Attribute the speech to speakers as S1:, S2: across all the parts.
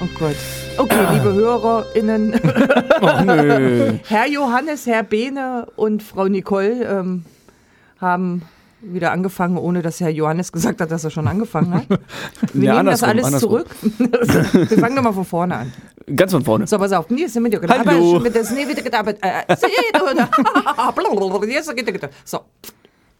S1: Oh Okay, liebe HörerInnen.
S2: Ach Oh, nö.
S1: Herr Johannes, Herr Bene und Frau Nicole ähm, haben wieder angefangen, ohne dass Herr Johannes gesagt hat, dass er schon angefangen hat. Wir
S2: Ja,
S1: nehmen das
S2: andersrum,
S1: alles
S2: andersrum.
S1: zurück. Wir fangen nochmal von vorne an.
S2: Ganz von vorne.
S1: So, pass auf. Nee, ist mit dir gedacht.
S2: Hallo.
S1: Aber das nee, wieder gedacht. äh, so, ja, ja, ja. Blablabla, jetzt geht der Gitter. So,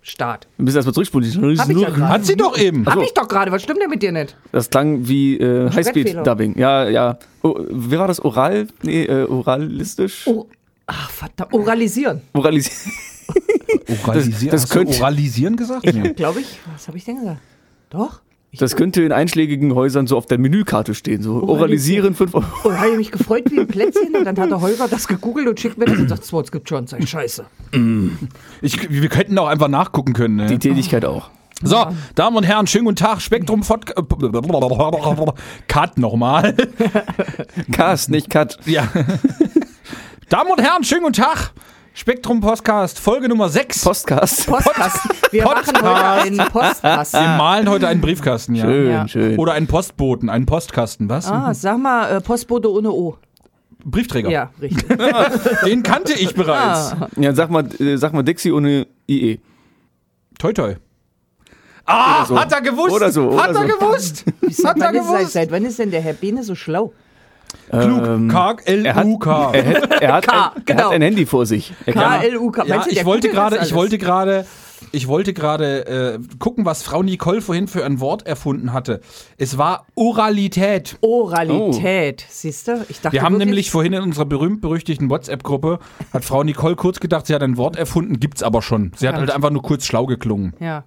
S1: Start.
S2: Wir müssen erstmal zurückspulen.
S1: Hab ich ja gerade.
S3: Hat sie doch eben.
S1: Hab ich doch gerade. Was stimmt denn mit dir nicht?
S2: Das klang wie äh,
S1: Sprechfehler.
S2: Highspeed-Dubbing. Ja, ja. Oh, wie war das? Oral? Nee, äh, oralistisch?
S1: Oh, ach, verdammt. Oralisieren.
S2: Oralisiert.
S3: Oralisieren.
S2: das
S3: Hast du
S2: könnte-
S3: oralisieren gesagt? Nee.
S1: Glaube ich. Was habe ich denn gesagt? Doch.
S2: Das könnte in einschlägigen Häusern so auf der Menükarte stehen. So oralisieren 5 Euro.
S1: Und habe ich mich gefreut wie ein Plätzchen. Und dann hat der Holger das gegoogelt und schickt mir das und sagt, so, es gibt schon. Sag ich, scheiße.
S3: Ich, wir könnten auch einfach nachgucken können. Ne?
S2: Die Tätigkeit auch.
S3: So, Damen und Herren, schönen guten Tag. Spektrum Fod äh, Cut nochmal.
S2: Cast, nicht Cut.
S3: Ja. Damen und Herren, schönen guten Tag. Spektrum Podcast, Folge Nummer 6.
S2: Postcast.
S1: Postkasten. Wir machen heute einen
S3: Wir
S1: Postkasten.
S3: malen heute einen Briefkasten, ja.
S2: Schön,
S1: Ja.
S2: schön.
S3: Oder einen Postboten, einen Postkasten, was?
S1: Ah, sag mal, äh, Postbote ohne O.
S3: Briefträger.
S1: Ja, richtig.
S3: Den kannte ich bereits.
S1: Ah,
S2: Ja, sag mal, äh, sag mal Dixie ohne E. IE.
S3: Toi, toi. Ah,
S2: so.
S3: hat er gewusst.
S2: Oder so, oder
S3: hat er
S2: so.
S3: gewusst. hat er
S1: wann ist, seit,
S3: gewusst.
S1: seit wann ist denn der Herr Bene so schlau?
S3: Klug, karg,
S2: Ähm, Er hat,
S3: L-U-K.
S2: er, hat, er, hat
S1: K,
S2: ein, er
S1: genau.
S2: hat ein Handy vor sich. Er kann,
S1: K-L-U-K.
S3: Ja,
S1: Meinst du,
S3: ich
S1: der
S3: wollte
S1: googelt das
S3: gerade, ich
S1: alles?
S3: wollte gerade, ich wollte gerade äh, gucken, was Frau Nicole vorhin für ein Wort erfunden hatte. Es war Oralität.
S1: Oralität, siehst du? Ich dachte,
S3: Oh. Wir haben
S1: wirklich-
S3: nämlich vorhin in unserer berühmt-berüchtigten WhatsApp-Gruppe, hat Frau Nicole kurz gedacht, sie hat ein Wort erfunden, gibt's aber schon. Sie hat halt einfach nur kurz schlau geklungen.
S1: Ja.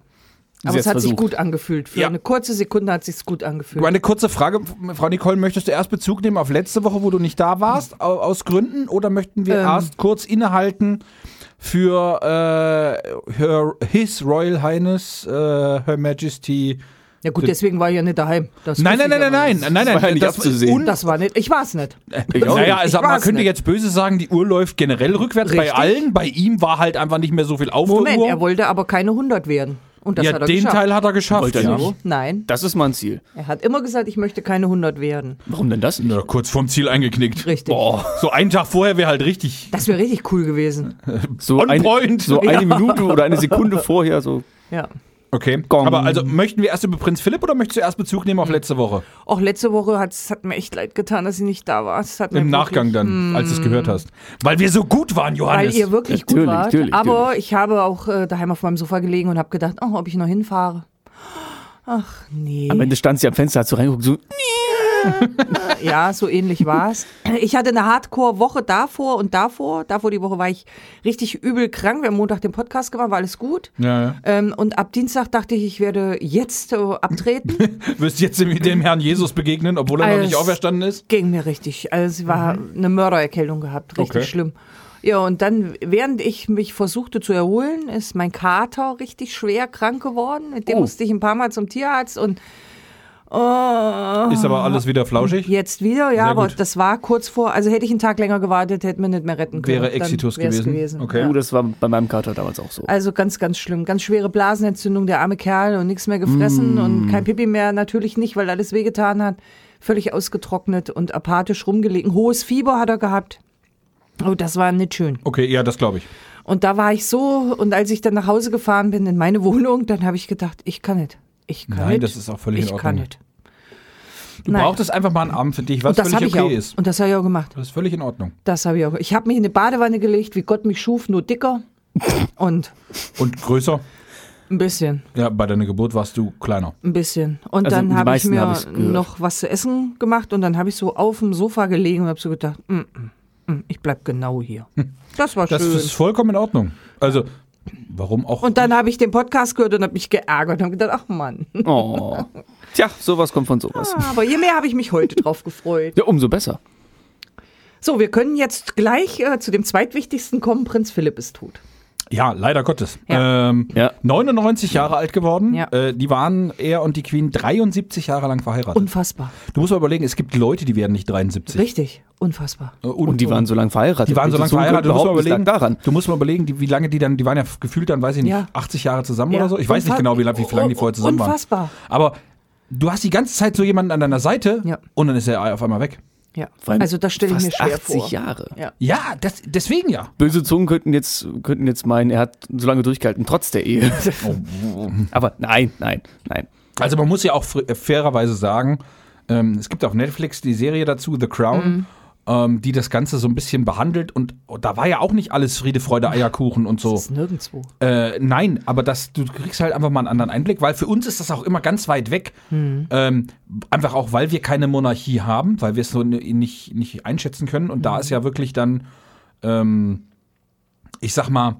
S2: Sie
S1: Aber es
S2: hat's
S1: hat sich
S2: versucht.
S1: gut angefühlt. Für
S3: Ja.
S1: eine kurze Sekunde hat sich's gut angefühlt.
S3: Eine kurze Frage, Frau Nicole, möchtest du erst Bezug nehmen auf letzte Woche, wo du nicht da warst, au- aus Gründen, oder möchten
S1: Ähm.
S3: wir erst kurz innehalten für äh, Her, His Royal Highness, äh, Her Majesty,
S1: Ja gut, deswegen war ich ja nicht daheim. Das
S3: Nein, nein,
S1: wusste ich
S3: nein, nein,
S1: aber
S3: nein,
S1: nicht.
S3: nein, nein,
S2: war ja nicht abzusehen.
S3: un-
S1: Das war nicht. Ich war's nicht.
S2: Ich auch
S3: naja,
S2: nicht.
S3: also
S1: Ich
S3: man
S1: weiß
S3: könnte
S1: nicht.
S3: jetzt böse sagen, die Uhr läuft generell rückwärts bei
S1: Richtig.
S3: allen. Bei ihm war halt einfach nicht mehr so viel auf
S1: Moment,
S3: der
S1: er
S3: Uhr.
S1: wollte aber keine 100 werden. Und das
S3: Oh, ja,
S1: hat er
S3: den
S1: geschafft.
S3: Teil hat er geschafft.
S2: Wollte er
S3: Ja.
S2: nicht.
S1: Nein,
S2: Das ist mal ein Ziel.
S1: er hat immer gesagt, ich möchte keine 100 werden.
S2: Warum denn das?
S3: Ja, kurz vorm Ziel eingeknickt.
S1: Richtig.
S3: Boah. So einen Tag vorher wäre halt richtig.
S1: Das wäre richtig cool gewesen.
S2: So,
S3: On
S2: ein,
S3: point.
S2: so eine Minute oder eine Sekunde vorher. So.
S1: Ja.
S3: Okay.
S2: Gong.
S3: Aber also möchten wir erst über Prinz Philipp oder möchtest du erst Bezug nehmen
S1: Hm.
S3: auf letzte Woche?
S1: Auch letzte Woche hat's, hat mir echt leid getan, dass sie nicht da war. Es hat mir
S3: Im
S1: wirklich- Hm.
S3: Nachgang dann, als du es gehört hast. Weil wir so gut waren,
S1: Weil
S3: Johannes.
S1: ihr wirklich gut
S2: Natürlich,
S1: wart.
S2: natürlich,
S1: aber ich habe auch äh, daheim auf meinem Sofa gelegen und habe gedacht, oh, ob ich noch hinfahre. Ach nee.
S2: Am Ende stand sie am Fenster, hat so reingeguckt. So,
S1: Ja, so ähnlich war's. Ich hatte eine Hardcore-Woche davor und davor. Davor die Woche war ich richtig übel krank. Wir haben Montag den Podcast gemacht, war alles gut.
S3: ja, ja.
S1: Ähm, und ab Dienstag dachte ich, ich werde jetzt äh, abtreten.
S3: Wirst jetzt dem, dem Herrn Jesus begegnen, obwohl er noch nicht
S1: Als-
S3: auferstanden ist?
S1: Ging mir richtig. Also sie war eine Mördererkältung gehabt, richtig
S3: Mhm. Okay.
S1: schlimm. Ja, und dann, während ich mich versuchte zu erholen, ist mein Kater richtig schwer krank geworden. Mit dem
S2: Oh.
S1: musste ich ein paar Mal zum Tierarzt und oh,
S3: Ist aber alles wieder flauschig?
S1: Jetzt wieder, ja,
S3: Sehr
S1: aber
S3: gut.
S1: das war kurz vor. Also hätte ich einen Tag länger gewartet, hätte man nicht mehr retten können.
S3: Wäre
S1: Dann
S3: Exitus
S1: wär's
S3: gewesen. Okay.
S2: oh, das war bei meinem Kater damals auch so.
S1: Also ganz, ganz schlimm. Ganz schwere Blasenentzündung, der arme Kerl und nichts mehr gefressen
S3: Mm.
S1: und kein Pipi mehr, natürlich nicht, weil alles wehgetan hat. Völlig ausgetrocknet und apathisch rumgelegen. Hohes Fieber hat er gehabt. Oh, das war nicht schön.
S3: Okay, ja, das glaube ich.
S1: Und da war ich so, und als ich dann nach Hause gefahren bin in meine Wohnung, dann habe ich gedacht, ich kann nicht. Ich kann
S3: Nein,
S1: nicht.
S3: das ist auch völlig
S1: Ich
S3: in
S1: kann
S3: Ordnung.
S1: nicht.
S3: Du
S1: Nein.
S3: brauchtest einfach mal einen Abend für dich, was
S1: Und das habe
S3: völlig
S1: ich
S3: okay
S1: auch.
S3: ist.
S1: Und das habe ich auch gemacht.
S3: Das ist völlig in Ordnung.
S1: Das habe ich auch. Ich habe mich in eine Badewanne gelegt, wie Gott mich schuf, nur dicker. Und
S3: Und größer?
S1: ein bisschen,
S3: Ja, bei deiner Geburt warst du kleiner.
S1: ein bisschen. Und
S2: Also die
S1: dann habe ich
S2: meisten
S1: mir
S2: habe ich's gehört.
S1: noch was zu essen gemacht und dann habe ich so auf dem Sofa gelegen und habe so gedacht, mm, mm, mm, ich bleib genau hier. Das war
S3: Das
S1: schön.
S3: ist vollkommen in Ordnung. Also, warum auch?
S1: und dann habe ich den Podcast gehört und habe mich geärgert und habe gedacht, ach Mann.
S2: Oh. Tja, sowas kommt von sowas.
S1: Aber je mehr habe ich mich heute drauf gefreut.
S2: Ja, umso besser.
S1: So, wir können jetzt gleich äh, zu dem zweitwichtigsten kommen. Prinz Philipp ist tot.
S3: ja, leider Gottes. Ähm,
S2: Ja.
S3: 99 Jahre alt geworden.
S1: Ja.
S3: Äh, die waren, er und die Queen, 73 Jahre lang verheiratet.
S1: Unfassbar.
S3: du musst mal überlegen, es gibt Leute, die werden nicht 73.
S1: Richtig, unfassbar.
S3: Äh,
S2: Und die waren so lange verheiratet.
S3: die waren so lange
S2: Zu einem
S3: verheiratet, du musst mal
S2: Grund
S3: überlegen,
S2: überhaupt, das lag daran.
S3: Du musst mal überlegen die, wie lange die dann, die waren ja gefühlt dann, weiß ich nicht,
S1: Ja.
S3: 80 Jahre zusammen
S1: Ja.
S3: oder so. Ich weiß nicht
S1: Unfass-
S3: genau, wie, lang- wie lange die vorher zusammen waren.
S1: Unfassbar.
S3: Aber du hast die ganze Zeit so jemanden an deiner Seite
S1: Ja.
S3: und dann ist er auf einmal weg.
S1: Ja.
S2: Vor allem
S1: Also das stelle ich
S2: fast
S1: mir schwer
S2: 80
S1: vor.
S2: Jahre.
S1: Ja.
S3: Ja, das, deswegen ja.
S2: Böse Zungen könnten jetzt, könnten jetzt meinen, er hat so lange durchgehalten, trotz der Ehe.
S1: Oh.
S2: Aber nein, nein, nein.
S3: Also man muss ja auch fr- äh, fairerweise sagen, ähm, es gibt auf Netflix die Serie dazu, The Crown,
S1: Mhm.
S3: ähm, die das Ganze so ein bisschen behandelt und da war ja auch nicht alles Friede, Freude, Eierkuchen und so.
S1: Das ist nirgendwo.
S3: Äh, nein, aber das, du kriegst halt einfach mal einen anderen Einblick, weil für uns ist das auch immer ganz weit weg. Ähm, einfach auch, weil wir keine Monarchie haben, weil wir es so n- nicht, nicht einschätzen können. Und da ist ja wirklich dann, ähm, ich sag mal,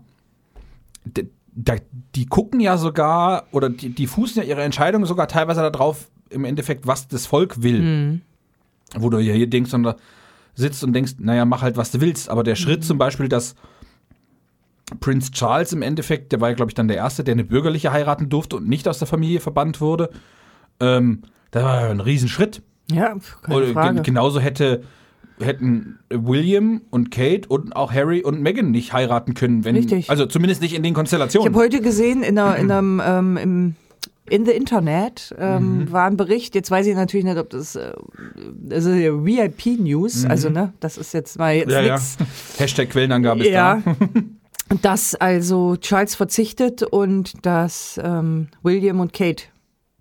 S3: d- da, die gucken ja sogar oder die, die fußen ja ihre Entscheidungen sogar teilweise darauf, im Endeffekt, was das Volk will. Wo du ja hier denkst und da sitzt und denkst, naja, mach halt, was du willst. Aber der Schritt zum Beispiel, dass Prinz Charles im Endeffekt, der war ja, glaube ich, dann der Erste, der eine bürgerliche heiraten durfte und nicht aus der Familie verbannt wurde, ähm, das war ja ein Riesenschritt.
S1: Ja, pf, keine
S3: Oder
S1: Frage.
S3: gen- genauso hätte, hätten William und Kate und auch Harry und Meghan nicht heiraten können, wenn.
S1: Richtig.
S3: Also zumindest nicht in den
S1: Ich
S3: Konstellationen.
S1: habe heute gesehen, in, einer, in einem, ähm, im, in the Internet ähm,
S3: Mhm.
S1: war ein Bericht, jetzt weiß ich natürlich nicht, ob das, äh, das ist ja VIP-News, also ne, das ist jetzt mal jetzt
S3: Mhm. ja, ja.
S1: nichts.
S3: Hashtag Quellenangabe ist
S1: Ja.
S3: da.
S1: Dass also Charles verzichtet und dass ähm, William und Kate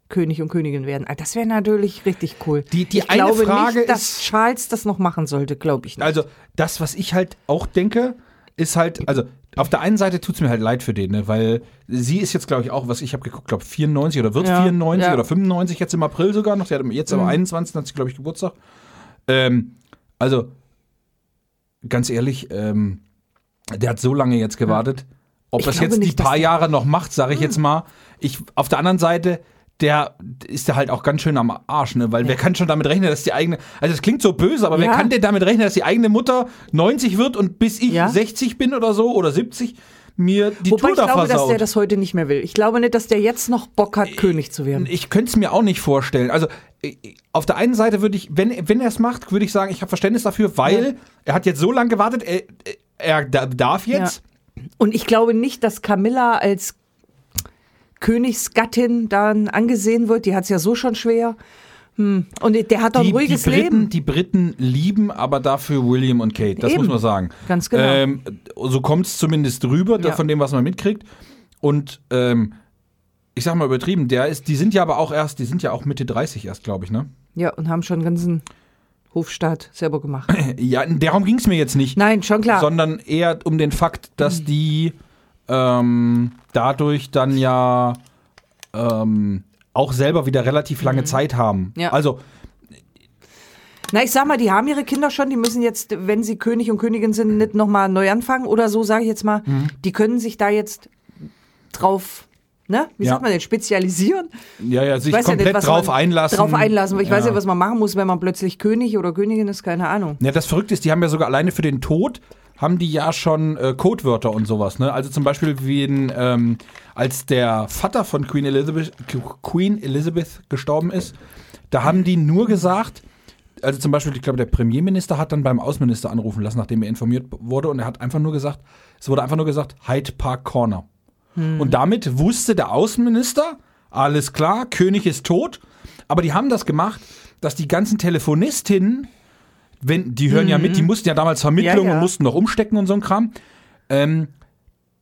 S1: König und Königin werden. Ah, Das wäre natürlich richtig cool.
S3: Die- die
S1: ich
S3: eine
S1: glaube
S3: Frage
S1: nicht, dass
S3: ist-
S1: Charles das noch machen sollte, glaube ich nicht.
S3: Also, das, was ich halt auch denke, ist halt, also auf der einen Seite tut es mir halt leid für den, ne, weil sie ist jetzt, glaube ich, auch, was ich habe geguckt, glaube 94 oder wird
S1: Ja,
S3: 94
S1: ja. Mhm.
S3: oder 95 jetzt im April sogar noch. Der hat jetzt am 21. hat sie, glaube ich, Geburtstag. Ähm, also, ganz ehrlich, ähm, der hat so lange jetzt gewartet. Ob
S1: Ich
S3: das
S1: glaube
S3: jetzt
S1: nicht,
S3: die
S1: dass
S3: paar
S1: der- Mhm.
S3: Jahre noch macht, sage ich jetzt mal. Ich, auf der anderen Seite, der ist der halt auch ganz schön am Arsch, ne? Weil wer kann schon damit rechnen, dass die eigene. Also es klingt so böse, aber wer
S1: Ja.
S3: kann denn damit rechnen, dass die eigene Mutter 90 wird und bis ich
S1: Ja.
S3: 60 bin oder so oder 70 mir die
S1: Wobei
S3: Tour
S1: ich
S3: da
S1: glaube, dass der
S3: versaut? Äh,
S1: das heute nicht mehr will. Ich glaube nicht, dass der jetzt noch Bock hat, König zu werden.
S3: ich könnte es mir auch nicht vorstellen. Also äh, auf der einen Seite würde ich, wenn, wenn er es macht, würde ich sagen, ich habe Verständnis dafür, weil er hat jetzt so lange gewartet, er, er da- darf jetzt.
S1: Und ich glaube nicht, dass Camilla als Königsgattin dann angesehen wird. Die hat es ja so schon schwer. Hm. Und der hat doch ein ruhiges
S3: Briten,
S1: Leben.
S3: Die Briten lieben aber dafür William und Kate, das
S1: Eben.
S3: muss man sagen.
S1: Ganz genau.
S3: Ähm, so kommt es zumindest rüber, da-
S1: Ja.
S3: von dem, was man mitkriegt. Und ähm, ich sag mal übertrieben, der ist, die sind ja aber auch erst, die sind ja auch Mitte 30 erst, glaube ich, ne?
S1: Ja, und haben schon einen ganzen Hofstaat selber gemacht.
S3: Ja, darum ging es mir jetzt nicht.
S1: Nein, schon klar. Hm.
S3: Sondern eher um den Fakt, dass die ähm, dadurch dann ja ähm, auch selber wieder relativ lange Zeit haben.
S1: Hm. Ja.
S3: Also
S1: Na, ich sag mal, die haben ihre Kinder schon, die müssen jetzt, wenn sie König und Königin sind, nicht nochmal neu anfangen oder so, sage ich jetzt mal.
S3: Mhm.
S1: Die können sich da jetzt drauf, ne? Wie
S3: Ja.
S1: sagt man denn, spezialisieren?
S3: ja, ja, sich
S1: Ich weiß ja
S3: komplett
S1: nicht, was
S3: drauf
S1: man-
S3: einlassen.
S1: Drauf einlassen, weil ich weiß ja,
S3: Ja.
S1: was man machen muss, wenn man plötzlich König oder Königin ist, keine Ahnung.
S3: Ja, das Verrückte ist, die haben ja sogar alleine für den Tod haben die ja schon äh, Codewörter und sowas. Ne? Also zum Beispiel, wie in, ähm, als der Vater von Queen Elizabeth, Queen Elizabeth gestorben ist, da haben die nur gesagt, also zum Beispiel, ich glaube, der Premierminister hat dann beim Außenminister anrufen lassen, nachdem er informiert wurde, und er hat einfach nur gesagt, es wurde einfach nur gesagt, Hyde Park Corner.
S1: Hm.
S3: Und damit wusste der Außenminister, alles klar, König ist tot. Aber die haben das gemacht, dass die ganzen Telefonistinnen, wenn, die hören ja mit, die mussten ja damals Vermittlung
S1: Hm. Ja, ja.
S3: und mussten noch umstecken und so ein Kram, ähm,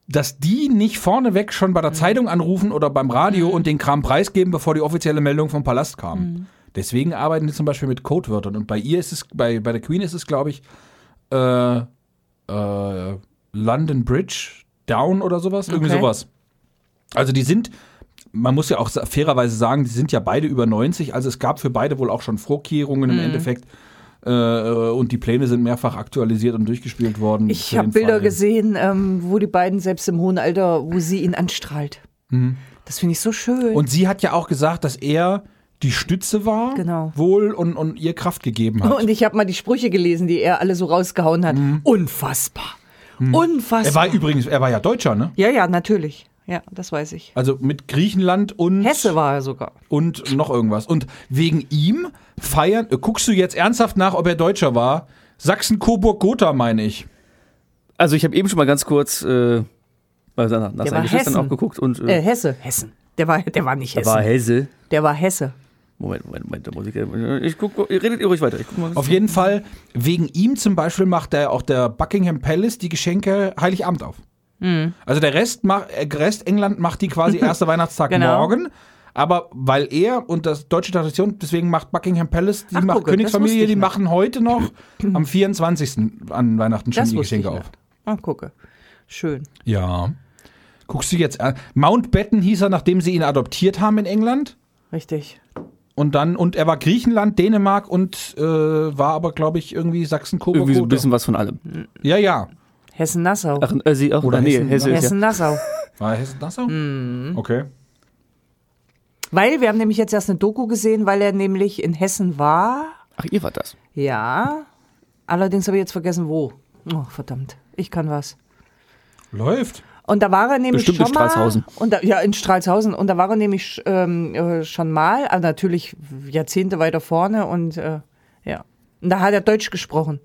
S3: dass die nicht vorneweg schon bei der
S1: Mhm.
S3: Zeitung anrufen oder beim Radio und den Kram preisgeben, bevor die offizielle Meldung vom Palast kam.
S1: Mhm.
S3: Deswegen arbeiten die zum Beispiel mit Codewörtern. Und bei ihr ist es, bei, bei der Queen ist es, glaube ich, äh, äh, London Bridge Down oder sowas, irgendwie
S1: Okay.
S3: sowas. Also die sind, man muss ja auch sa- fairerweise sagen, die sind ja beide über 90, also es gab für beide wohl auch schon Vorkehrungen
S1: Mhm.
S3: im Endeffekt. Äh, und die Pläne sind mehrfach aktualisiert und durchgespielt worden.
S1: Ich
S3: für
S1: habe
S3: den
S1: Bilder
S3: Hm, Fall.
S1: gesehen, ähm, wo die beiden selbst im hohen Alter, wo sie ihn anstrahlt. Das finde ich so schön.
S3: Und sie hat ja auch gesagt, dass er die Stütze war,
S1: Genau. Oh,
S3: wohl und, und ihr Kraft gegeben hat.
S1: Und ich habe mal die Sprüche gelesen, die er alle so rausgehauen hat. Unfassbar.
S3: er
S1: Unfassbar.
S3: war übrigens, er war ja Deutscher, ne?
S1: ja, ja, natürlich. Ja, das weiß ich.
S3: Also mit Griechenland und
S1: Hesse war er sogar.
S3: und noch irgendwas. Und wegen ihm feiern, äh, guckst du jetzt ernsthaft nach, ob er Deutscher war? Sachsen, Coburg, Gotha, meine ich.
S2: Also ich habe eben schon mal ganz kurz äh, mal nach, nach
S1: war
S2: seinen Geschwistern
S1: Hessen.
S2: auch geguckt und
S1: Äh,
S2: äh,
S1: Hesse. Hessen. Der war, der war nicht Hessen.
S2: war Hesse.
S1: der war Hesse.
S2: Moment, Moment, Moment, da muss ich. Ich guck, ihr redet ihr ruhig weiter. Ich guck mal, was-
S3: Auf jeden Fall, wegen ihm zum Beispiel macht der, auch der Buckingham Palace die Geschenke Heiligabend auf.
S1: Mhm.
S3: Also der Rest, macht, äh, Rest England macht die quasi erster Weihnachtstag
S1: Genau.
S3: morgen. Aber weil er und das deutsche Tradition, deswegen macht Buckingham Palace, die
S1: Ach,
S3: macht
S1: gucke, das wusste
S3: Königsfamilie,
S1: ich
S3: die
S1: nicht.
S3: machen heute noch am 24. an Weihnachten schon
S1: Das
S3: die
S1: wusste ich
S3: Geschenke auf.
S1: nicht. Ah, gucke. Schön.
S3: Ja. Guckst du jetzt an. Mountbatten hieß er, nachdem sie ihn adoptiert haben in England.
S1: Richtig.
S3: Und dann, und er war Griechenland, Dänemark und äh, war aber, glaube ich, irgendwie sachsen
S2: irgendwie so ein bisschen was von allem.
S3: Ja, ja.
S1: Hessen-Nassau.
S2: Ach, äh, sie auch.
S3: Oder
S2: ah, nee,
S3: Hessen,
S2: Hesse, ist ja.
S1: Hessen-Nassau.
S3: War Hessen Nassau?
S1: Mhm.
S3: Okay.
S1: Weil wir haben nämlich jetzt erst eine Doku gesehen, weil er nämlich in Hessen war.
S2: Ach, ihr wart das.
S1: Ja. Allerdings habe ich jetzt vergessen, wo. Oh, verdammt. Ich kann was.
S3: Läuft.
S1: Und da war er nämlich
S2: Bestimmt in
S1: schon mal.
S2: Stralshausen.
S1: Und da, ja, in Stralshausen. Und da war er nämlich ähm, äh, schon mal, also natürlich Jahrzehnte weiter vorne. Und äh, ja. Und da hat er Deutsch gesprochen.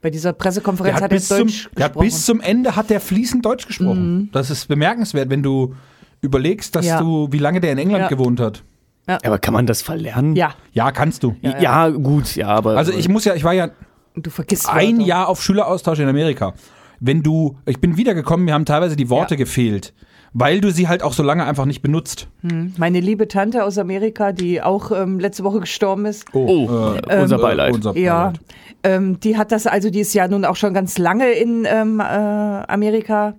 S1: Bei dieser
S3: Der
S1: Pressekonferenz
S3: hat,
S1: hat,
S3: bis
S1: er
S3: zum,
S1: Deutsch
S3: der hat
S1: gesprochen. Mhm.
S3: bis zum Ende hat der fließend Deutsch gesprochen. Das ist bemerkenswert, wenn du überlegst, dass
S1: Ja.
S3: du, wie lange der in England
S1: Ja.
S3: gewohnt hat.
S2: Aber kann man das verlernen?
S1: ja,
S3: Ja, kannst du.
S2: Ja, gut, ja, aber. äh,
S3: Also ich muss ja, ich war ja
S1: und du vergisst
S3: ein
S1: Wörter.
S3: Jahr auf Schüleraustausch in Amerika. Wenn du, ich bin wiedergekommen, mir haben teilweise die Worte
S1: Ja.
S3: gefehlt, weil du sie halt auch so lange einfach nicht benutzt.
S1: Hm. Meine liebe Tante aus Amerika, die auch ähm, letzte Woche gestorben ist.
S3: äh,
S2: Oh, unser Beileid.
S1: Ja, ähm, die hat das also, die ist ja nun auch schon ganz lange in ähm, äh, Amerika.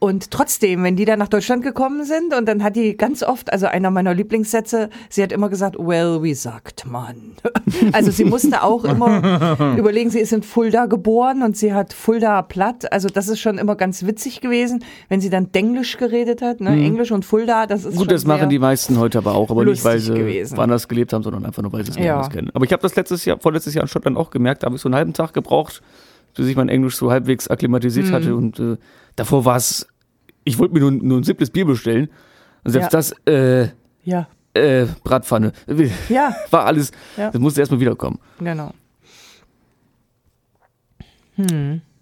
S1: Und trotzdem, wenn die dann nach Deutschland gekommen sind und dann hat die ganz oft, also einer meiner Lieblingssätze, sie hat immer gesagt, well, wie sagt man? Also sie musste auch immer überlegen, sie ist in Fulda geboren und sie hat Fulda platt. Also das ist schon immer ganz witzig gewesen, wenn sie dann Denglisch geredet hat. Ne? Englisch und Fulda, das ist
S2: Mhm. Gut,
S1: schon
S2: das machen
S1: sehr-
S2: die meisten heute aber auch, aber nicht,
S1: lustig
S2: weil sie
S1: gewesen.
S2: woanders gelebt haben, sondern einfach nur, weil sie es nicht
S1: Ja.
S2: anders kennen. Aber ich habe das letztes Jahr, vorletztes Jahr in Schottland auch gemerkt, da habe ich so einen halben Tag gebraucht, bis ich mein Englisch so halbwegs
S1: Mhm.
S2: akklimatisiert hatte und äh, davor war es, ich wollte mir nur, nur ein simples Bier bestellen und selbst
S1: Ja.
S2: das, äh,
S1: Ja,
S2: äh, Bratpfanne,
S1: ja,
S2: war alles,
S1: Ja.
S2: das musste erstmal wiederkommen.
S1: genau.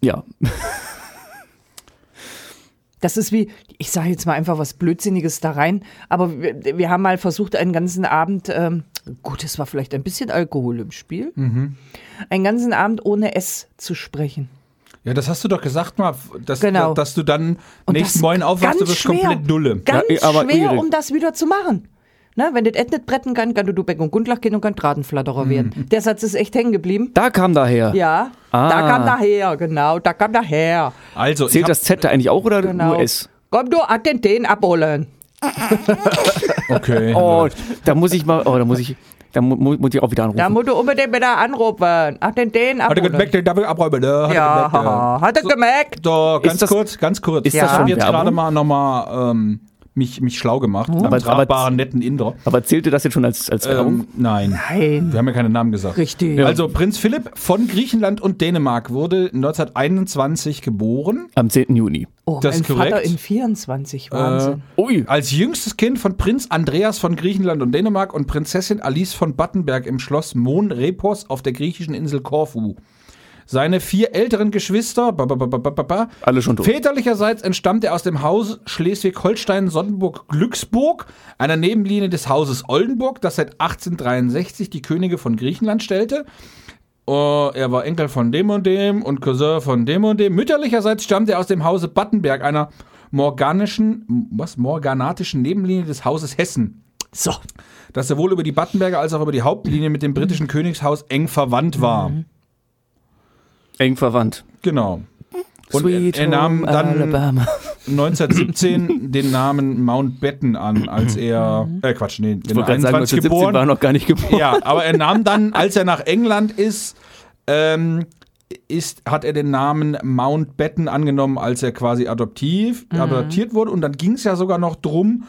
S2: Ja,
S1: Das ist wie, ich sage jetzt mal einfach was Blödsinniges da rein, aber wir, wir haben mal versucht, einen ganzen Abend, ähm, gut, es war vielleicht ein bisschen Alkohol im Spiel,
S3: Mhm.
S1: einen ganzen Abend ohne S zu sprechen.
S3: Ja, das hast du doch gesagt mal, dass,
S1: Genau.
S3: dass du dann
S1: Und
S3: nächsten
S1: das
S3: Morgen aufwachst, du
S1: ganz
S3: bist
S1: schwer.
S3: komplett nulle.
S1: Ganz
S2: Ja, aber
S1: schwer,
S2: Erik-
S1: um das wieder zu machen. Na, wenn das Ed nicht bretten kann, kann du du Beck und Gundlach gehen und kann
S3: Mhm.
S1: Dradenflatterer werden. Der Satz ist echt hängen geblieben.
S2: da kam daher.
S1: Ja, da
S2: Ah.
S1: kam daher, genau, da kam daher.
S3: Also, ich
S2: Zählt
S3: hab-
S2: das Z da eigentlich auch oder
S1: Genau.
S2: nur S?
S1: Komm du, hat den den abholen.
S3: okay.
S2: Oh, da muss ich mal, oh, da muss ich, da mu mu muss ich auch wieder anrufen.
S1: Da musst du unbedingt wieder anrufen. Ach, den den
S3: Mhm. Hat er
S1: abholen.
S3: gemerkt, den darf ich abräumen. Ne? Hat er gemerkt,
S1: Ja, hat er gemerkt.
S3: ne? So, ganz
S2: das-
S3: kurz, ganz kurz.
S2: ist
S1: das
S3: ich
S1: schon
S3: habe jetzt
S2: Werbung? Hm.
S3: gerade mal nochmal ähm, mich, mich schlau gemacht. Oh.
S2: Aber-
S3: Beim
S2: aber-
S3: tragbaren, netten Inder.
S2: Aber zählte das jetzt schon als, als Werbung?
S3: Ähm, nein.
S1: Nein.
S3: Wir haben ja keine Namen gesagt.
S1: Richtig.
S3: Ja. Also Prinz Philipp von Griechenland und Dänemark wurde 1921 geboren.
S2: Am 10. Juni.
S1: Oh,
S3: Das
S1: mein
S3: ist korrekt. Äh,
S1: Vater in 24, Wahnsinn.
S2: Ui.
S3: Als jüngstes Kind von Prinz Andreas von Griechenland und Dänemark und Prinzessin Alice von Battenberg im Schloss Mon Repos auf der griechischen Insel Korfu. Seine vier älteren Geschwister, ba, ba, ba, ba, ba, ba, ba,
S2: Alle schon tot.
S3: väterlicherseits entstammt er aus dem Haus Schleswig-Holstein-Sonnenburg-Glücksburg, einer Nebenlinie des Hauses Oldenburg, das seit 1863 die Könige von Griechenland stellte. Oh, er war Enkel von dem und dem und Cousin von dem und dem. Mütterlicherseits stammt er aus dem Hause Battenberg, einer morganischen, m- was, morganatischen Nebenlinie des Hauses Hessen,
S1: So,
S3: das sowohl über die Battenberger als auch über die Hauptlinie mit dem britischen Königshaus eng verwandt war.
S2: Eng verwandt.
S3: Genau. Und er, er nahm
S2: home
S3: dann
S2: Alabama.
S3: 1917 den Namen Mountbatten an, als er, äh Quatsch, nee,
S2: Mhm. Ich wollte gerade sagen, 1917
S3: geboren.
S2: war er noch gar nicht geboren.
S3: Ja, aber er nahm dann, als er nach England ist, ähm, ist, hat er den Namen Mountbatten angenommen, als er quasi adoptiv,
S2: Mhm.
S3: adoptiert wurde. Und dann ging es ja sogar noch drum,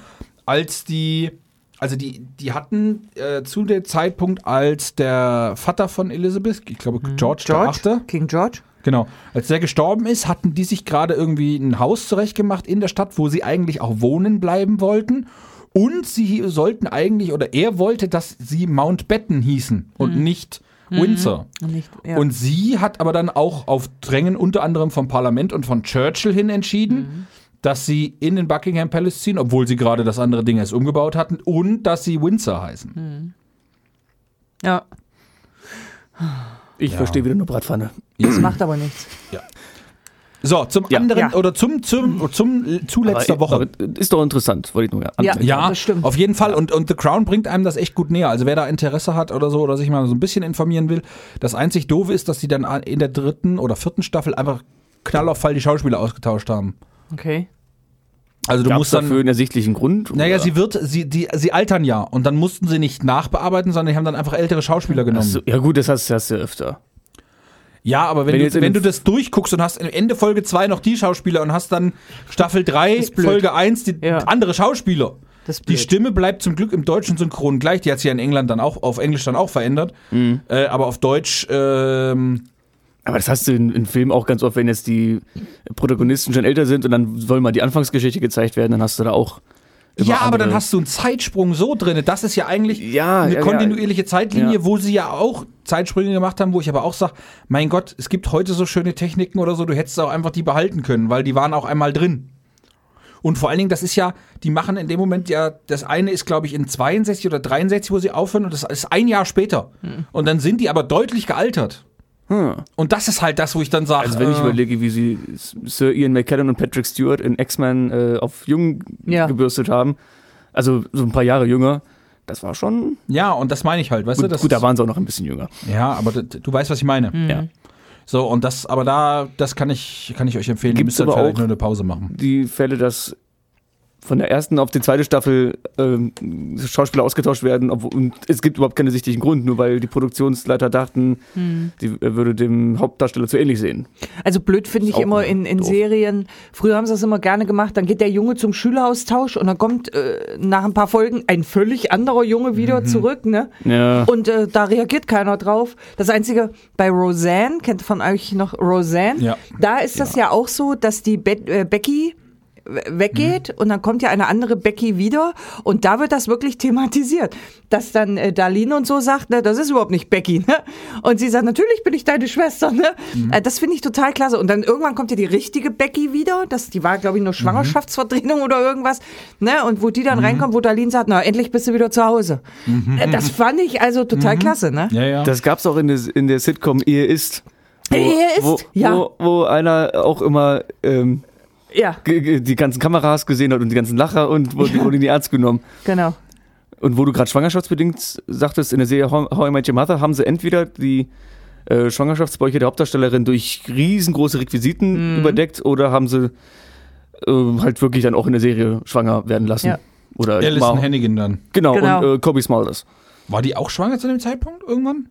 S3: als die, also die, die hatten äh, zu dem Zeitpunkt, als der Vater von Elizabeth, ich glaube
S2: Mhm.
S3: George, der Achte,
S1: George, King George.
S3: genau, als der gestorben ist, hatten die sich gerade irgendwie ein Haus zurechtgemacht in der Stadt, wo sie eigentlich auch wohnen bleiben wollten. Und sie sollten eigentlich, oder er wollte, dass sie Mountbatten hießen und nicht Windsor.
S1: Nicht, Mhm. ja.
S3: Und sie hat aber dann auch auf Drängen unter anderem vom Parlament und von Churchill hin entschieden,
S1: Mhm.
S3: dass sie in den
S1: Mhm.
S3: Buckingham Palace ziehen, obwohl sie gerade das andere Ding erst umgebaut hatten, und dass sie Windsor heißen.
S1: Ja.
S2: Ich verstehe wieder nur Bratpfanne.
S1: Das macht aber nichts.
S3: So, zum
S2: Ja.
S3: anderen
S1: Ja.
S3: oder zum, zum, zum zu letzter
S2: Aber-
S3: Woche.
S2: aber Ist doch interessant, wollte ich nur
S1: Ja.
S2: anmerken.
S3: Ja,
S1: das stimmt.
S3: auf jeden Fall. Und, und The Crown bringt einem das echt gut näher. Also wer da Interesse hat oder so oder sich mal so ein bisschen informieren will. Das einzig Doofe ist, dass die dann in der dritten oder vierten Staffel einfach knall auf Fall die Schauspieler ausgetauscht haben.
S1: Okay.
S3: Also du
S2: Gab's
S3: musst dann...
S2: dafür einen ersichtlichen Grund.
S3: Naja,
S2: oder?
S3: sie wird, sie, die, sie altern ja und dann mussten sie nicht nachbearbeiten, sondern die haben dann einfach ältere Schauspieler genommen.
S2: Ach so, ja gut, das hast, das hast du ja öfter.
S3: Ja, aber wenn,
S2: Wenn jetzt
S3: du,
S2: in
S3: wenn du
S2: den-
S3: das durchguckst und hast am Ende Folge 2 noch die Schauspieler und hast dann Staffel 3,
S1: blöd.
S3: Folge 1 die
S1: Ja.
S3: andere Schauspieler.
S1: Das ist
S3: Die
S1: blöd.
S3: Stimme bleibt zum Glück im deutschen Synchron gleich. Die hat sie ja in England dann auch, auf Englisch dann auch verändert. Äh, aber auf Deutsch, ähm,
S2: Aber das hast du in, in Filmen auch ganz oft, wenn jetzt die Protagonisten schon älter sind und dann soll mal die Anfangsgeschichte gezeigt werden, dann hast du da auch. immer
S3: ja, aber
S2: andere-
S3: dann hast du einen Zeitsprung so drin. Das ist ja eigentlich
S2: Ah, Ja,
S3: eine
S2: ja, ja.
S3: kontinuierliche Zeitlinie,
S2: Ja.
S3: wo sie ja auch Zeitsprünge gemacht haben, wo ich aber auch sage, mein Gott, es gibt heute so schöne Techniken oder so, du hättest auch einfach die behalten können, weil die waren auch einmal drin. Und vor allen Dingen, das ist ja, die machen in dem Moment ja, das eine ist, glaube ich, in 62 oder 63, wo sie aufhören, und das ist ein Jahr später. Und dann sind die aber deutlich gealtert.
S2: Hm.
S3: Und das ist halt das, wo ich dann sage.
S2: Also wenn ich überlege, wie sie Sir Ian McKellen und Patrick Stewart in X-Men äh, auf jung
S1: Ja.
S2: gebürstet haben, also so ein paar Jahre jünger, das war schon.
S3: Ja, und das meine ich halt, weißt du?
S2: Gut,
S3: Das
S2: gut, Hm. da waren sie auch noch ein bisschen jünger.
S3: ja, aber d- d- du weißt, was ich meine.
S2: Ja.
S3: So, und das, aber da, das kann ich, kann ich euch empfehlen. Ihr
S2: Gibt's
S3: müsst dann
S2: aber
S3: vielleicht
S2: auch-
S3: nur eine Pause machen.
S2: Die Fälle, dass von der ersten auf die zweite Staffel ähm, Schauspieler ausgetauscht werden, obwohl, und es gibt überhaupt keinen sichtlichen Grund, nur weil die Produktionsleiter dachten, die äh, würde dem Hauptdarsteller zu ähnlich sehen.
S1: Also blöd finde
S2: Ist
S1: ich
S2: auch
S1: immer
S2: mal
S1: in, in
S2: doof.
S1: Serien. Früher haben sie das immer gerne gemacht. Dann geht der Junge zum Schüleraustausch und dann kommt äh, nach ein paar Folgen ein völlig anderer Junge wieder
S3: Mhm.
S1: zurück. Ne?
S2: Ja.
S1: Und äh, da reagiert keiner drauf. Das Einzige bei Roseanne, kennt von euch noch Roseanne?
S3: Ja.
S1: Da ist das ja auch so, dass die Be äh, Becky we- weggeht
S2: Mhm.
S1: und dann kommt ja eine andere Becky wieder und da wird das wirklich thematisiert, dass dann äh, Darlene und so sagt, ne, das ist überhaupt nicht Becky, ne? Und sie sagt, natürlich bin ich deine Schwester, ne?
S2: Mhm.
S1: Äh, das finde ich total klasse und dann irgendwann kommt ja die richtige Becky wieder, das die war glaube ich nur
S2: Mhm.
S1: Schwangerschaftsverdrehung oder irgendwas, ne? Und wo die dann reinkommt, wo Darlene sagt, na endlich bist du wieder zu Hause.
S2: Mhm.
S1: Äh, das fand ich also total klasse, ne?
S3: Ja, ja.
S2: Das gab's auch in der, in der Sitcom Ehe ist. Wo,
S1: Ehe ist,
S2: wo,
S1: ja.
S2: Wo, wo einer auch immer ähm,
S1: Ja,
S2: ge- ge- die ganzen Kameras gesehen hat und die ganzen Lacher und wurde, wurde nie ernst genommen.
S1: genau.
S2: Und wo du gerade schwangerschaftsbedingt sagtest, in der Serie How, How I Met Your Mother haben sie entweder die äh, Schwangerschaftsbäuche der Hauptdarstellerin durch riesengroße
S1: Mhm.
S2: Requisiten überdeckt oder haben sie ähm, halt wirklich dann auch in der Serie schwanger werden lassen.
S1: Ja.
S2: Oder
S3: Alison
S2: mal,
S3: Hennigan dann.
S2: genau,
S1: Genau.
S2: und äh, Kobe Smulders.
S3: War die auch schwanger zu dem Zeitpunkt irgendwann?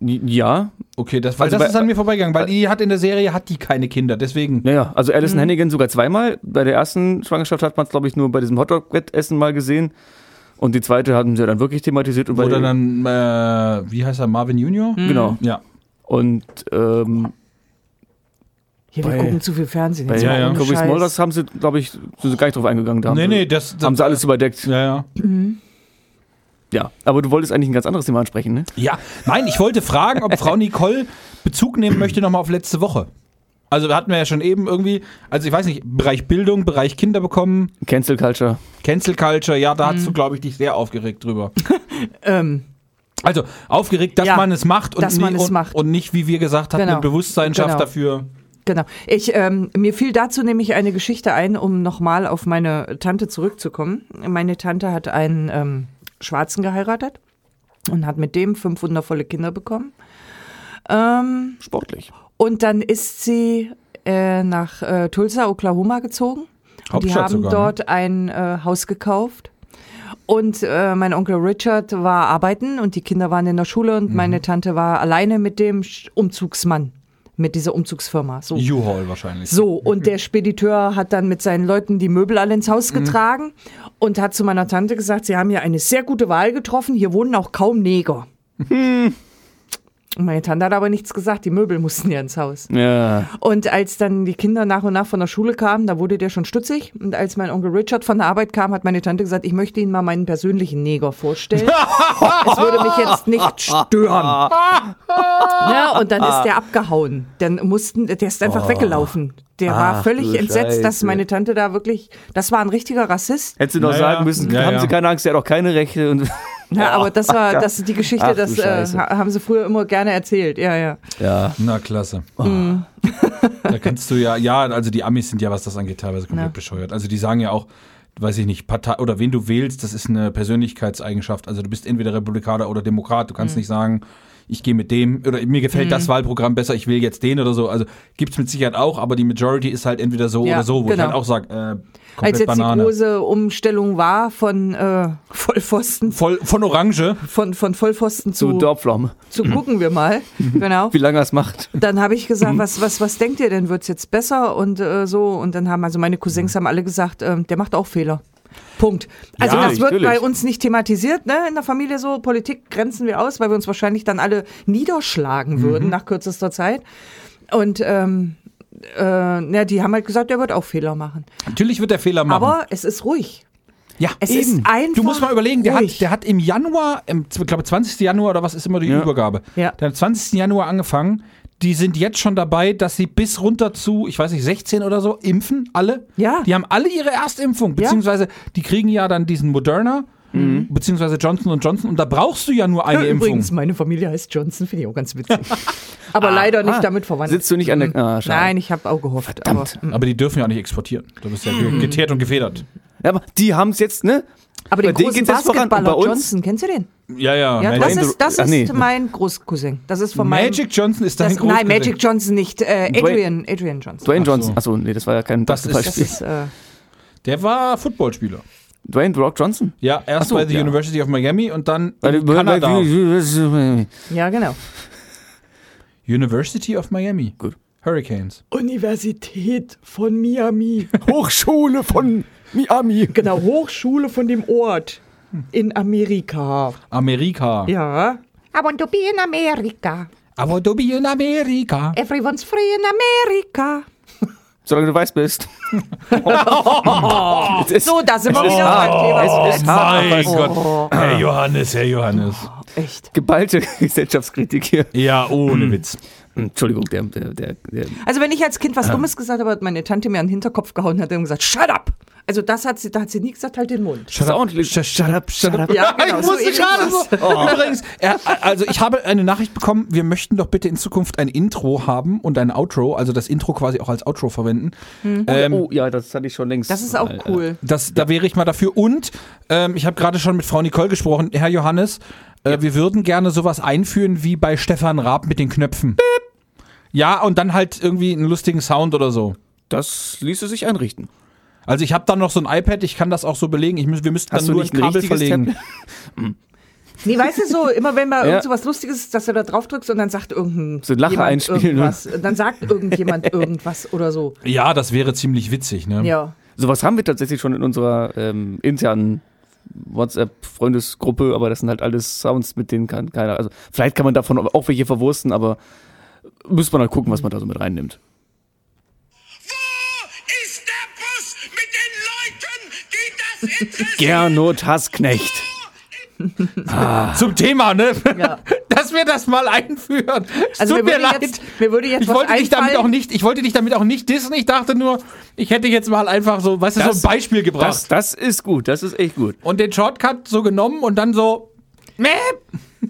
S2: Ja,
S3: Okay, das, weil
S2: Also
S3: das
S2: bei-
S3: ist
S1: äh,
S3: an mir vorbeigegangen, weil die hat in der Serie hat die keine Kinder, deswegen.
S2: Naja, also
S1: Mhm.
S2: Alison Hannigan sogar zweimal. Bei der ersten Schwangerschaft hat man es, glaube ich, nur bei diesem Hotdog-Wettessen mal gesehen. Und die zweite haben sie dann wirklich thematisiert. Und bei
S3: Oder dann, äh, wie heißt er, Marvin Junior?
S1: Hm. Mhm.
S2: Genau.
S3: Ja.
S2: Und ähm,
S1: Hier, wir
S2: Bei-
S1: gucken zu viel Fernsehen.
S2: bei
S1: jetzt mal
S3: ja.
S1: ohne
S2: Kobe
S1: Scheiß.
S2: Smulders haben sie, glaube ich, sind sie gar nicht drauf eingegangen. Da haben
S3: Nee,
S2: sie,
S3: nee, das. das
S2: haben sie alles überdeckt.
S3: ja, ja.
S2: Ja, aber du wolltest eigentlich ein ganz anderes Thema ansprechen, ne?
S3: ja, nein, ich wollte fragen, ob Frau Nicole Bezug nehmen möchte nochmal auf letzte Woche. Also hatten wir ja schon eben irgendwie, also ich weiß nicht, Bereich Bildung, Bereich Kinder bekommen,
S2: Cancel Culture.
S3: Cancel Culture, ja, da
S1: Hm.
S3: hast du, glaube ich, dich sehr aufgeregt drüber.
S1: Ähm,
S3: Also aufgeregt, dass
S1: Ja,
S3: man es macht und,
S1: dass man
S3: nie-
S1: es
S3: und,
S1: macht.
S3: und nicht, wie wir gesagt hatten,
S1: Genau.
S3: ein Bewusstsein schafft
S1: Genau.
S3: dafür.
S1: Genau. Ich, ähm, mir fiel dazu nämlich eine Geschichte ein, um nochmal auf meine Tante zurückzukommen. Meine Tante hat einen ähm, Schwarzen geheiratet und hat mit dem fünf wundervolle Kinder bekommen. Ähm,
S2: Sportlich.
S1: und dann ist sie äh, nach äh, Tulsa, Oklahoma gezogen. Und die
S3: Hauptstadt
S1: haben
S3: sogar, ne?
S1: dort ein äh, Haus gekauft. Und äh, mein Onkel Richard war arbeiten und die Kinder waren in der Schule
S3: Mhm.
S1: und meine Tante war alleine mit dem Sch- Umzugsmann, mit dieser Umzugsfirma. So.
S3: U-Haul wahrscheinlich.
S1: So, und der Spediteur hat dann mit seinen Leuten die Möbel alle ins Haus getragen und hat zu meiner Tante gesagt, sie haben ja eine sehr gute Wahl getroffen, hier wohnen auch kaum Neger. Und meine Tante hat aber nichts gesagt, die Möbel mussten ja ins Haus.
S2: Ja.
S1: Und als dann die Kinder nach und nach von der Schule kamen, da wurde der schon stutzig. Und als mein Onkel Richard von der Arbeit kam, hat meine Tante gesagt, ich möchte Ihnen mal meinen persönlichen Neger vorstellen. es würde mich jetzt nicht stören. ja, und dann
S2: Ah.
S1: ist der abgehauen. Dann mussten, der ist einfach weggelaufen. Der war völlig
S2: Oh. Ah, du
S1: entsetzt, dass
S2: Scheiße.
S1: meine Tante da wirklich, das war ein richtiger Rassist.
S2: Hättest du noch
S3: Naja.
S2: sagen müssen,
S3: Ja,
S2: haben
S3: ja.
S2: sie keine Angst, er hat auch keine Rechte. Und
S1: Ja, aber das war das ist die Geschichte,
S2: Ach, du
S1: das äh,
S2: Scheiße.
S1: ha- haben sie früher immer gerne erzählt. Ja, ja.
S2: Ja.
S3: Na, klasse.
S1: Oh.
S3: Mhm. da kannst du ja, ja, also die Amis sind ja, was das angeht, teilweise komplett
S1: Ja.
S3: bescheuert. Also die sagen ja auch, weiß ich nicht, Partei oder wen du wählst, das ist eine Persönlichkeitseigenschaft. Also du bist entweder Republikaner oder Demokrat. Du
S1: Mhm.
S3: kannst nicht sagen, ich gehe mit dem oder mir gefällt das Wahlprogramm besser, ich will jetzt den oder so. Also gibt's mit Sicherheit auch, aber die Majority ist halt entweder so
S1: Ja,
S3: oder so, wo ich
S1: genau.
S3: halt auch sage, äh,
S1: Als
S3: komplett
S1: jetzt die
S3: Banane.
S1: große Umstellung war von äh, Vollpfosten,
S3: Voll, von Orange.
S1: von, von Vollpfosten
S2: Zu
S1: zu,
S2: Dorpflaume.
S1: zu gucken wir mal. genau.
S2: Wie Mhm. lange er es macht.
S1: Dann habe ich gesagt, was, was, was denkt ihr denn? Wird's jetzt besser? Und äh, so. Und dann haben also meine
S2: Mhm.
S1: Cousins haben alle gesagt, ähm, der macht auch Fehler. Punkt. Also
S2: Ja,
S1: das wird
S2: natürlich.
S1: bei uns nicht thematisiert, ne? In der Familie so. Politik grenzen wir aus, weil wir uns wahrscheinlich dann alle
S2: Mhm.
S1: niederschlagen würden nach kürzester Zeit. Und ähm, äh, na, die haben halt gesagt, der wird auch Fehler machen.
S3: Natürlich wird der Fehler machen.
S1: Aber es ist ruhig.
S3: Ja,
S1: Es ist einfach
S3: Du musst mal überlegen, der
S1: ruhig.
S3: hat, der hat im Januar, im, ich glaube 20. Januar oder was ist immer die
S2: Ja.
S3: Übergabe.
S1: Ja.
S3: Der hat am 20. Januar angefangen. Die sind jetzt schon dabei, dass sie bis runter zu, ich weiß nicht, 16 oder so impfen, alle.
S1: Ja.
S3: Die haben alle ihre Erstimpfung, beziehungsweise die kriegen ja dann diesen Moderna, beziehungsweise Johnson Johnson und da brauchst du ja nur eine
S1: Äh, Übrigens,
S3: Impfung.
S1: meine Familie heißt Johnson, finde ich auch ganz witzig. Aber leider nicht
S2: ah,
S1: damit verwandt.
S2: sitzt du nicht an der-
S1: Mhm.
S2: Ah, schade.
S1: Nein, ich habe auch gehofft.
S2: Verdammt.
S1: Aber, mhm.
S3: Aber die dürfen ja auch nicht exportieren. Du bist ja geteert und gefedert.
S2: Ja, aber die haben es jetzt, ne?
S1: aber den
S2: Bei denen
S1: großen
S2: geht's jetzt voran. Und
S1: Basketballer
S2: bei uns?
S1: Johnson, kennst du den?
S3: Ja, ja.
S1: Ja,
S3: Magic,
S1: das ist, das
S2: Ah,
S1: ist
S2: nee.
S1: mein Großcousin. Das ist von meinem.
S3: Magic Johnson ist dein
S1: das,
S3: Großcousin.
S1: nein, Magic Johnson nicht. Äh,
S2: Dwayne-
S1: Adrian, Adrian Johnson.
S2: Dwayne
S3: Ach so.
S2: Johnson. Achso, nee, das war ja kein
S3: Das ist-
S1: Das
S2: Basketballspiel.
S1: ist, äh,
S3: Der war Footballspieler.
S2: Dwayne The Rock Johnson?
S3: Ja, erst
S2: so,
S3: bei der
S2: ja.
S3: University of Miami und dann
S2: Weil-
S3: in
S2: weil-
S3: Kanada.
S2: weil-
S1: ja, genau.
S3: University of Miami.
S2: Gut.
S3: Hurricanes.
S1: Universität von Miami.
S2: Hochschule von Miami.
S1: genau, Hochschule von dem Ort in Amerika.
S3: Amerika.
S1: Ja.
S4: I want to be in America.
S3: Aber du bist in Amerika.
S4: Everyone's free in America.
S2: Solange du weiß bist. Es ist-
S1: So, da sind wir
S2: es ist
S1: wieder
S2: hart.
S1: beim Thema.
S2: Es ist hart. aber es-
S3: Gott. Herr Johannes, Herr Johannes.
S1: Oh, Echt.
S2: Geballte Gesellschaftskritik hier.
S3: Ja,
S2: Hm.
S3: ohne Witz.
S2: Entschuldigung, der, der, der, der
S1: Also, wenn ich als Kind was Dummes gesagt habe, hat meine Tante mir an den Hinterkopf gehauen und hat dann gesagt: Shut up! Also, das hat sie, da hat sie nie gesagt, halt den Mund.
S2: Shut up, shut up, shut up.
S1: Ja, genau,
S3: ich musste
S1: ähnlich
S3: gerade
S1: war's.
S3: so.
S2: Oh.
S3: Übrigens, äh, also ich habe eine Nachricht bekommen, wir möchten doch bitte in Zukunft ein Intro haben und ein Outro, also das Intro quasi auch als Outro verwenden. Ähm,
S2: Oh ja, das hatte ich schon längst.
S1: Das ist auch
S2: Äh, äh,
S1: cool.
S3: Das, da wäre ich mal dafür. Und ähm, ich habe gerade schon mit Frau Nicole gesprochen. Herr Johannes, äh, wir würden gerne sowas einführen wie bei Stefan Raab mit den Knöpfen. Ja, und dann halt irgendwie einen lustigen Sound oder so.
S2: Das ließe sich einrichten.
S3: Also ich habe da noch so ein iPad, ich kann das auch so belegen. Ich müß, wir müssten
S2: Hast
S3: dann
S2: du
S3: nur ein
S2: nicht ein
S3: Kabel
S2: richtiges
S3: verlegen.
S1: Nee, weißt du so, immer wenn mal
S2: Ja.
S1: irgend so was Lustiges ist, dass du da drauf drückst und dann sagt irgendein
S2: So ein Lacher
S1: jemand
S2: einspielen, ne?
S1: irgendwas. Dann sagt irgendjemand irgendwas oder so.
S3: Ja, das wäre ziemlich witzig, ne?
S1: Ja.
S2: Sowas haben wir tatsächlich schon in unserer ähm, internen WhatsApp-Freundesgruppe, aber das sind halt alles Sounds, mit denen kann keiner. Also vielleicht kann man davon auch welche verwursten, aber müsste man halt gucken, was man da so mit reinnimmt.
S5: Wo ist der Bus mit den Leuten, die das interessiert?
S2: Gernot Hassknecht.
S3: Zum Thema, ne?
S1: Ja.
S3: Dass wir das mal einführen. Es
S1: Also
S3: tut
S1: mir
S3: mir
S1: würde,
S3: leid.
S1: jetzt, mir würde jetzt
S3: ich
S1: was
S3: wollte dich damit auch
S1: einfallen.
S3: nicht, ich wollte dich damit auch nicht dissen. Ich dachte nur, ich hätte jetzt mal einfach so, weißt du, so
S2: Das-
S3: ein Beispiel gebracht.
S2: Das, das ist gut, das ist echt gut.
S3: und den Shortcut so genommen und dann so. Mäh.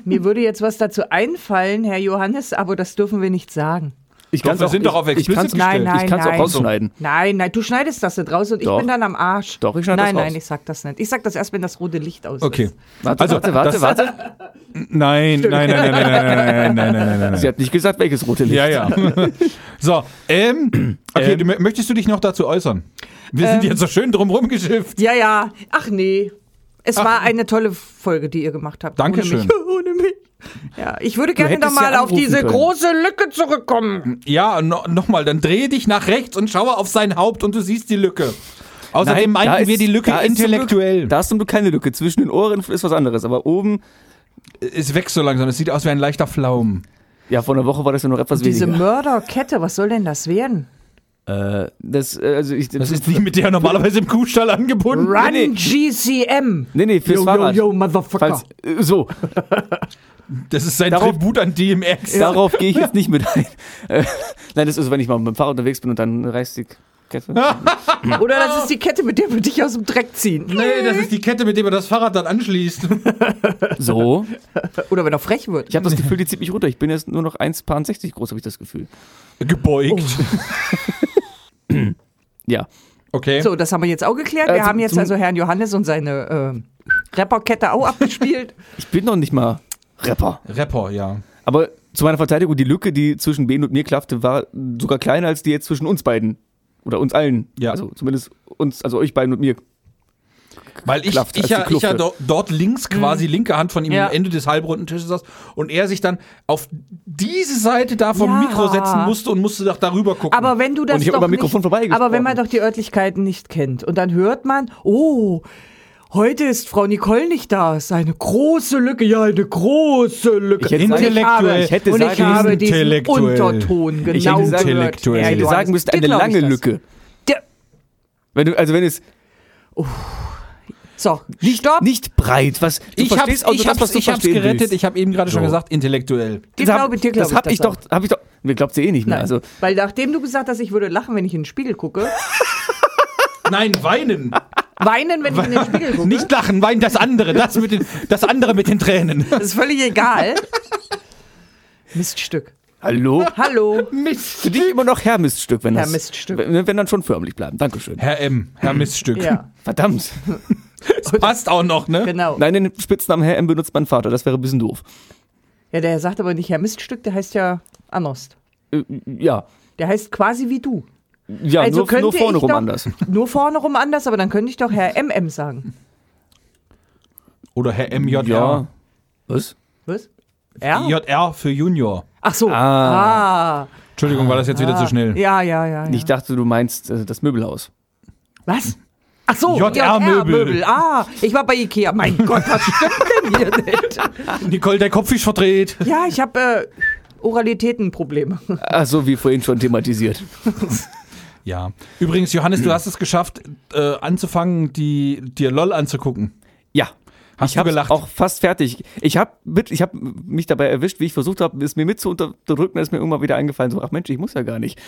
S1: Mir würde jetzt was dazu einfallen, Herr Johannes, aber das dürfen wir nicht sagen.
S2: Ich
S3: Doch,
S2: kann's
S3: wir sind doch auf
S2: ich- ich
S3: explicit
S2: kann's-
S1: gestellt. Nein, nein,
S2: Ich kann es auch
S1: nein.
S2: rausschneiden.
S1: Nein, nein, du schneidest das nicht raus und
S2: Doch.
S1: ich bin dann am Arsch.
S2: Doch, ich schneide
S1: Nein,
S2: das raus.
S1: nein, ich sag das nicht. Ich sag das erst, wenn das rote Licht aus
S3: Okay.
S1: ist.
S2: Warte,
S3: Also,
S2: warte, warte,
S3: das-
S2: warte.
S3: Nein, nein, nein, nein, nein, nein, nein, nein, nein, nein,
S2: Sie hat nicht gesagt, welches rote Licht.
S3: Ja, ja. So, ähm, okay,
S2: Ähm.
S3: du, mö- möchtest du dich noch dazu äußern? Wir sind jetzt so schön drumrum geschifft.
S1: Ja, ja. Ach nee. Es war eine tolle Folge, die ihr gemacht habt.
S3: Dankeschön.
S1: Ohne mich. Ohne mich. Ja, ich würde gerne
S2: hättest
S1: nochmal
S2: ja
S1: auf
S2: anrufen
S1: diese
S2: können.
S1: große Lücke zurückkommen.
S3: Ja, no, nochmal, dann drehe dich nach rechts und schaue auf sein Haupt und du siehst die Lückke. Außerdem
S2: Nein, da
S3: meinten wir
S2: ist-
S3: die Lücke
S2: da ist zum
S3: intellektuell.
S2: Glück, da hast du keine Lücke. Zwischen den Ohren ist was anderes, aber oben,
S3: es wächst so langsam, es sieht aus wie ein leichter Pflaum.
S2: ja, vor einer Woche war das ja noch etwas
S1: Diese
S2: weniger.
S1: Mörderkette, was soll denn das werden?
S2: Äh, das, äh, also ich,
S3: Das ist nicht mit der normalerweise im Kuhstall angebunden.
S1: Run
S2: nee.
S1: GCM.
S2: Nee, nee, fürs
S1: yo,
S2: Fahrrad.
S1: yo, yo, Motherfucker.
S2: Falls, äh, so,
S3: Das ist sein
S2: Darauf-
S3: Tribut an DMX.
S2: Äh, darauf gehe ich jetzt nicht mit ein. Äh, nein, das ist, wenn ich mal mit dem Fahrrad unterwegs bin und dann reißt die Kennst du? Ja.
S1: Oder das ist die Kette, mit der wir dich aus dem Dreck ziehen.
S3: Nee, das ist die Kette, mit der man das Fahrrad dann anschließt.
S2: So.
S1: Oder wenn er frech wird.
S2: Ich habe das Gefühl, die zieht mich runter. Ich bin jetzt nur noch 1,60 groß, habe ich das Gefühl.
S3: Gebeugt.
S1: Oh.
S2: Ja.
S3: Okay.
S1: So, das haben wir jetzt auch geklärt. Wir
S2: Äh, zum-
S1: haben jetzt
S2: zum-
S1: also Herrn Johannes und seine äh, Rapperkette auch abgespielt.
S2: Ich bin noch nicht mal Rapper.
S3: Rapper, ja.
S2: Aber zu meiner Verteidigung, die Lücke, die zwischen Ben und mir klaffte, war sogar kleiner als die jetzt zwischen uns beiden. Oder uns allen.
S3: Ja.
S2: Also zumindest uns, also euch beiden und mir.
S3: Weil ich,
S2: Klafft,
S3: ich,
S2: als
S3: ja,
S2: die
S3: ich ja
S2: Klufte.
S3: do, dort links quasi linke Hand von ihm
S1: Mhm. Ja.
S3: am Ende des halbrunden Tisches saß und er sich dann auf diese Seite da vom
S1: Ja.
S3: Mikro setzen musste und musste doch darüber gucken.
S1: Aber wenn du das
S2: Und ich hab
S1: doch
S2: über Mikrofon
S1: nicht,
S2: vorbeigesprochen.
S1: aber wenn man doch die Örtlichkeiten nicht kennt und dann hört man, oh, heute ist Frau Nicole nicht da, ist eine große Lücke, ja, eine große Lücke.
S2: Ich hätte
S1: und ich
S3: Intellektuell.
S1: habe,
S2: Ich hätte
S1: und ich
S2: sagen
S1: habe
S2: müssen,
S1: diesen
S3: intellektuell.
S1: Unterton genau
S2: Ich hätte sagen-
S1: gehört.
S3: Intellektuell.
S2: Ich hätte
S1: Johannes,
S2: sagen müssen,
S1: dir
S2: eine
S1: glaub ich
S2: lange
S1: das.
S2: Lücke.
S1: Der-
S2: Wenn du, also wenn es
S1: So,
S2: nicht, nicht breit, was du
S3: ich hab's,
S2: also
S3: ich
S2: das,
S3: hab's,
S2: was du
S3: ich hab's
S2: verstehen
S3: gerettet,
S2: willst.
S3: ich habe eben gerade schon
S2: So.
S3: gesagt, intellektuell.
S1: dir
S2: Das hab-
S1: glaube, dir glaube
S2: das hab ich doch,
S1: auch.
S2: hab ich doch, mir glaubt sie eh nicht mehr.
S1: Nein.
S2: Also,
S1: Weil nachdem du gesagt hast, ich würde lachen, wenn ich in den Spiegel gucke,
S3: Nein, weinen.
S1: weinen, wenn ich in den Spiegel gucke,
S3: Nicht lachen, weinen das andere, das, mit den, das andere mit den Tränen.
S1: ist völlig egal. Miststück.
S2: hallo?
S1: Hallo.
S2: Für dich immer noch Herr Miststück, wenn
S1: Herr
S2: das.
S1: Miststück.
S2: Wenn, wenn dann schon förmlich bleiben. Dankeschön.
S3: Herr M, Herr Miststück.
S1: Ja,
S2: Verdammt.
S3: Passt auch noch, ne?
S1: genau.
S2: Nein, den Spitznamen Herr M benutzt mein Vater. Das wäre ein bisschen doof.
S1: Ja, der sagt aber nicht Herr Miststück, der heißt ja Anost.
S2: Äh, ja.
S1: Der heißt quasi wie du.
S2: Ja,
S1: Also
S2: nur, nur
S1: könnte
S2: vorne
S1: ich
S2: rum
S1: doch-
S2: anders.
S1: Nur vorne rum anders, aber dann könnte ich doch Herr MM sagen.
S3: Oder Herr MJR.
S2: Ja. Was?
S1: Was? Ja?
S3: JR für Junior.
S1: Ach so.
S2: Ah.
S1: Ah.
S3: Entschuldigung, war das jetzt wieder zu schnell.
S1: Ja, ja, ja. ja.
S2: Ich dachte, du meinst äh, das Möbelhaus.
S1: Was? Ach so,
S3: JR Möbel.
S1: Ah, ich war bei Ikea. Hm. Mein Gott, was stimmt denn hier nicht?
S3: Nicole, der Kopf ist verdreht.
S1: Ja, ich habe äh, Oralitätenprobleme.
S2: Ach so, wie vorhin schon thematisiert.
S3: Ja. Übrigens, Johannes,
S2: Hm.
S3: du hast es geschafft, äh, anzufangen, die, dir LOL anzugucken.
S2: Ja.
S3: Hast
S2: ich
S3: du
S2: hab's
S3: gelacht?
S2: auch fast fertig. Ich habe ich hab mich dabei erwischt, wie ich versucht habe, es mir mitzuunterdrücken, ist mir irgendwann wieder eingefallen, so, ach Mensch, ich muss ja gar nicht.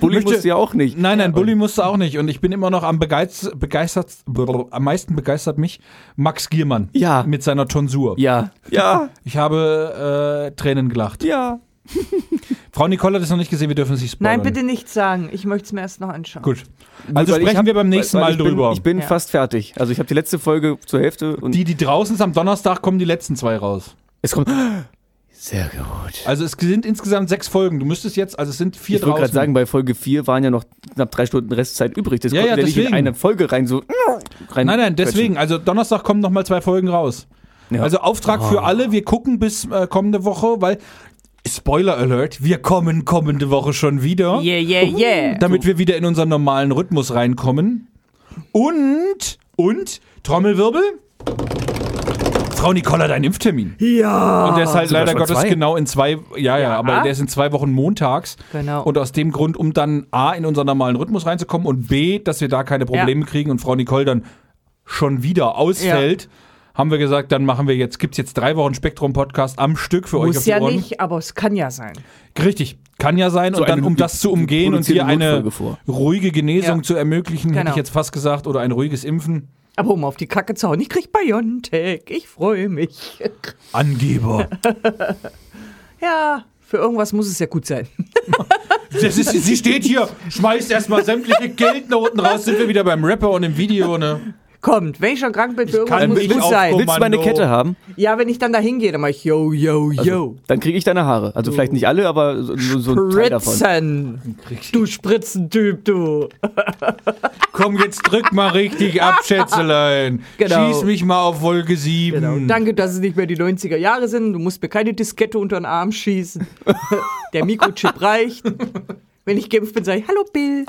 S2: Bulli
S3: Möchte-
S2: musste ja auch nicht.
S3: Nein, nein, Bulli musste auch nicht. Und ich bin immer noch am begeiz- begeistert, brr, am meisten begeistert mich Max Giermann.
S2: Ja.
S3: Mit seiner Tonsur.
S2: Ja. Ja.
S3: Ich habe äh, Tränen gelacht.
S2: Ja.
S3: Frau Nicole hat es noch nicht gesehen, wir dürfen es nicht spoilern.
S1: Nein, bitte nichts sagen. Ich möchte es mir erst noch anschauen.
S3: Gut. Also
S2: Weil ich
S3: sprechen
S2: hab-
S3: wir beim nächsten
S2: weil- weil
S3: Mal
S2: ich bin,
S3: drüber.
S2: Ich bin
S1: Ja.
S2: fast fertig. Also ich habe die letzte Folge zur Hälfte und
S3: die, die draußen ist am Donnerstag, kommen die letzten zwei raus.
S2: es kommt. Sehr gut.
S3: Also es sind insgesamt sechs Folgen. Du müsstest jetzt, also es sind vier
S2: Ich wollte gerade
S3: draußen.
S2: sagen, bei Folge 4 waren ja noch knapp drei Stunden Restzeit übrig. Das
S3: Ja,
S2: konnten
S3: ja,
S2: wir nicht in
S3: deswegen.
S2: eine Folge rein so. Rein
S3: nein, nein,
S2: quetschen.
S3: deswegen. Also Donnerstag kommen nochmal zwei Folgen raus.
S2: Ja.
S3: Also Auftrag für alle, wir gucken bis äh, kommende Woche, weil Spoiler Alert, wir kommen kommende Woche schon wieder,
S1: Yeah, yeah, yeah.
S3: damit wir wieder in unseren normalen Rhythmus reinkommen. Und, und, Trommelwirbel, Frau Nicola, dein Impftermin.
S1: Ja.
S3: Und der ist halt
S2: sogar
S3: leider
S2: schon
S3: Gottes
S2: zwei.
S3: genau in zwei, ja, ja, aber der ist in zwei Wochen montags.
S1: Genau.
S3: Und aus dem Grund, um dann A, in unseren normalen Rhythmus reinzukommen und B, dass wir da keine Probleme kriegen und Frau Nicole dann schon wieder ausfällt, haben wir gesagt, dann machen wir jetzt, gibt's jetzt drei Wochen Spektrum-Podcast am Stück für euch auf
S1: Muss
S3: die
S1: ja
S3: Ohren.
S1: nicht, aber es kann ja sein.
S3: Richtig. Kann ja sein.
S2: So
S3: und dann,
S2: eine-
S3: um das zu umgehen und
S2: produzieren
S3: dir eine
S2: Notfolge vor.
S3: ruhige Genesung
S1: Ja.
S3: zu ermöglichen, hätte
S1: Genau.
S3: ich jetzt fast gesagt, oder ein ruhiges Impfen.
S1: Aber um auf die Kacke zu hauen, ich krieg Biontech. Ich freue mich.
S3: Angeber.
S1: Ja, für irgendwas muss es ja gut sein.
S3: Das ist, sie steht hier, schmeißt erstmal sämtliche Geldnoten raus, sind wir wieder beim Rapper und im Video, ne?
S1: Kommt, wenn ich schon krank bin, für
S3: kann
S1: irgendwas muss es
S3: mich
S1: gut
S3: auch
S1: sein.
S3: kommen.
S2: Willst du meine
S3: Kommando.
S2: Kette haben?
S1: Ja, wenn ich dann da hingehe, dann mache ich yo, yo, yo.
S2: Dann kriege ich deine Haare. Also
S1: Oh.
S2: vielleicht nicht alle, aber so, so so ein Teil davon.
S1: Spritzen. Du Spritzentyp, du.
S3: Komm, jetzt drück mal richtig ab, Schätzelein.
S1: Genau.
S3: Schieß mich mal auf Wolke 7.
S1: Danke, dass es nicht mehr die 90er Jahre sind. Du musst mir keine Diskette unter den Arm schießen. Der Mikrochip reicht. Wenn ich geimpft bin, sage ich, hallo Bill.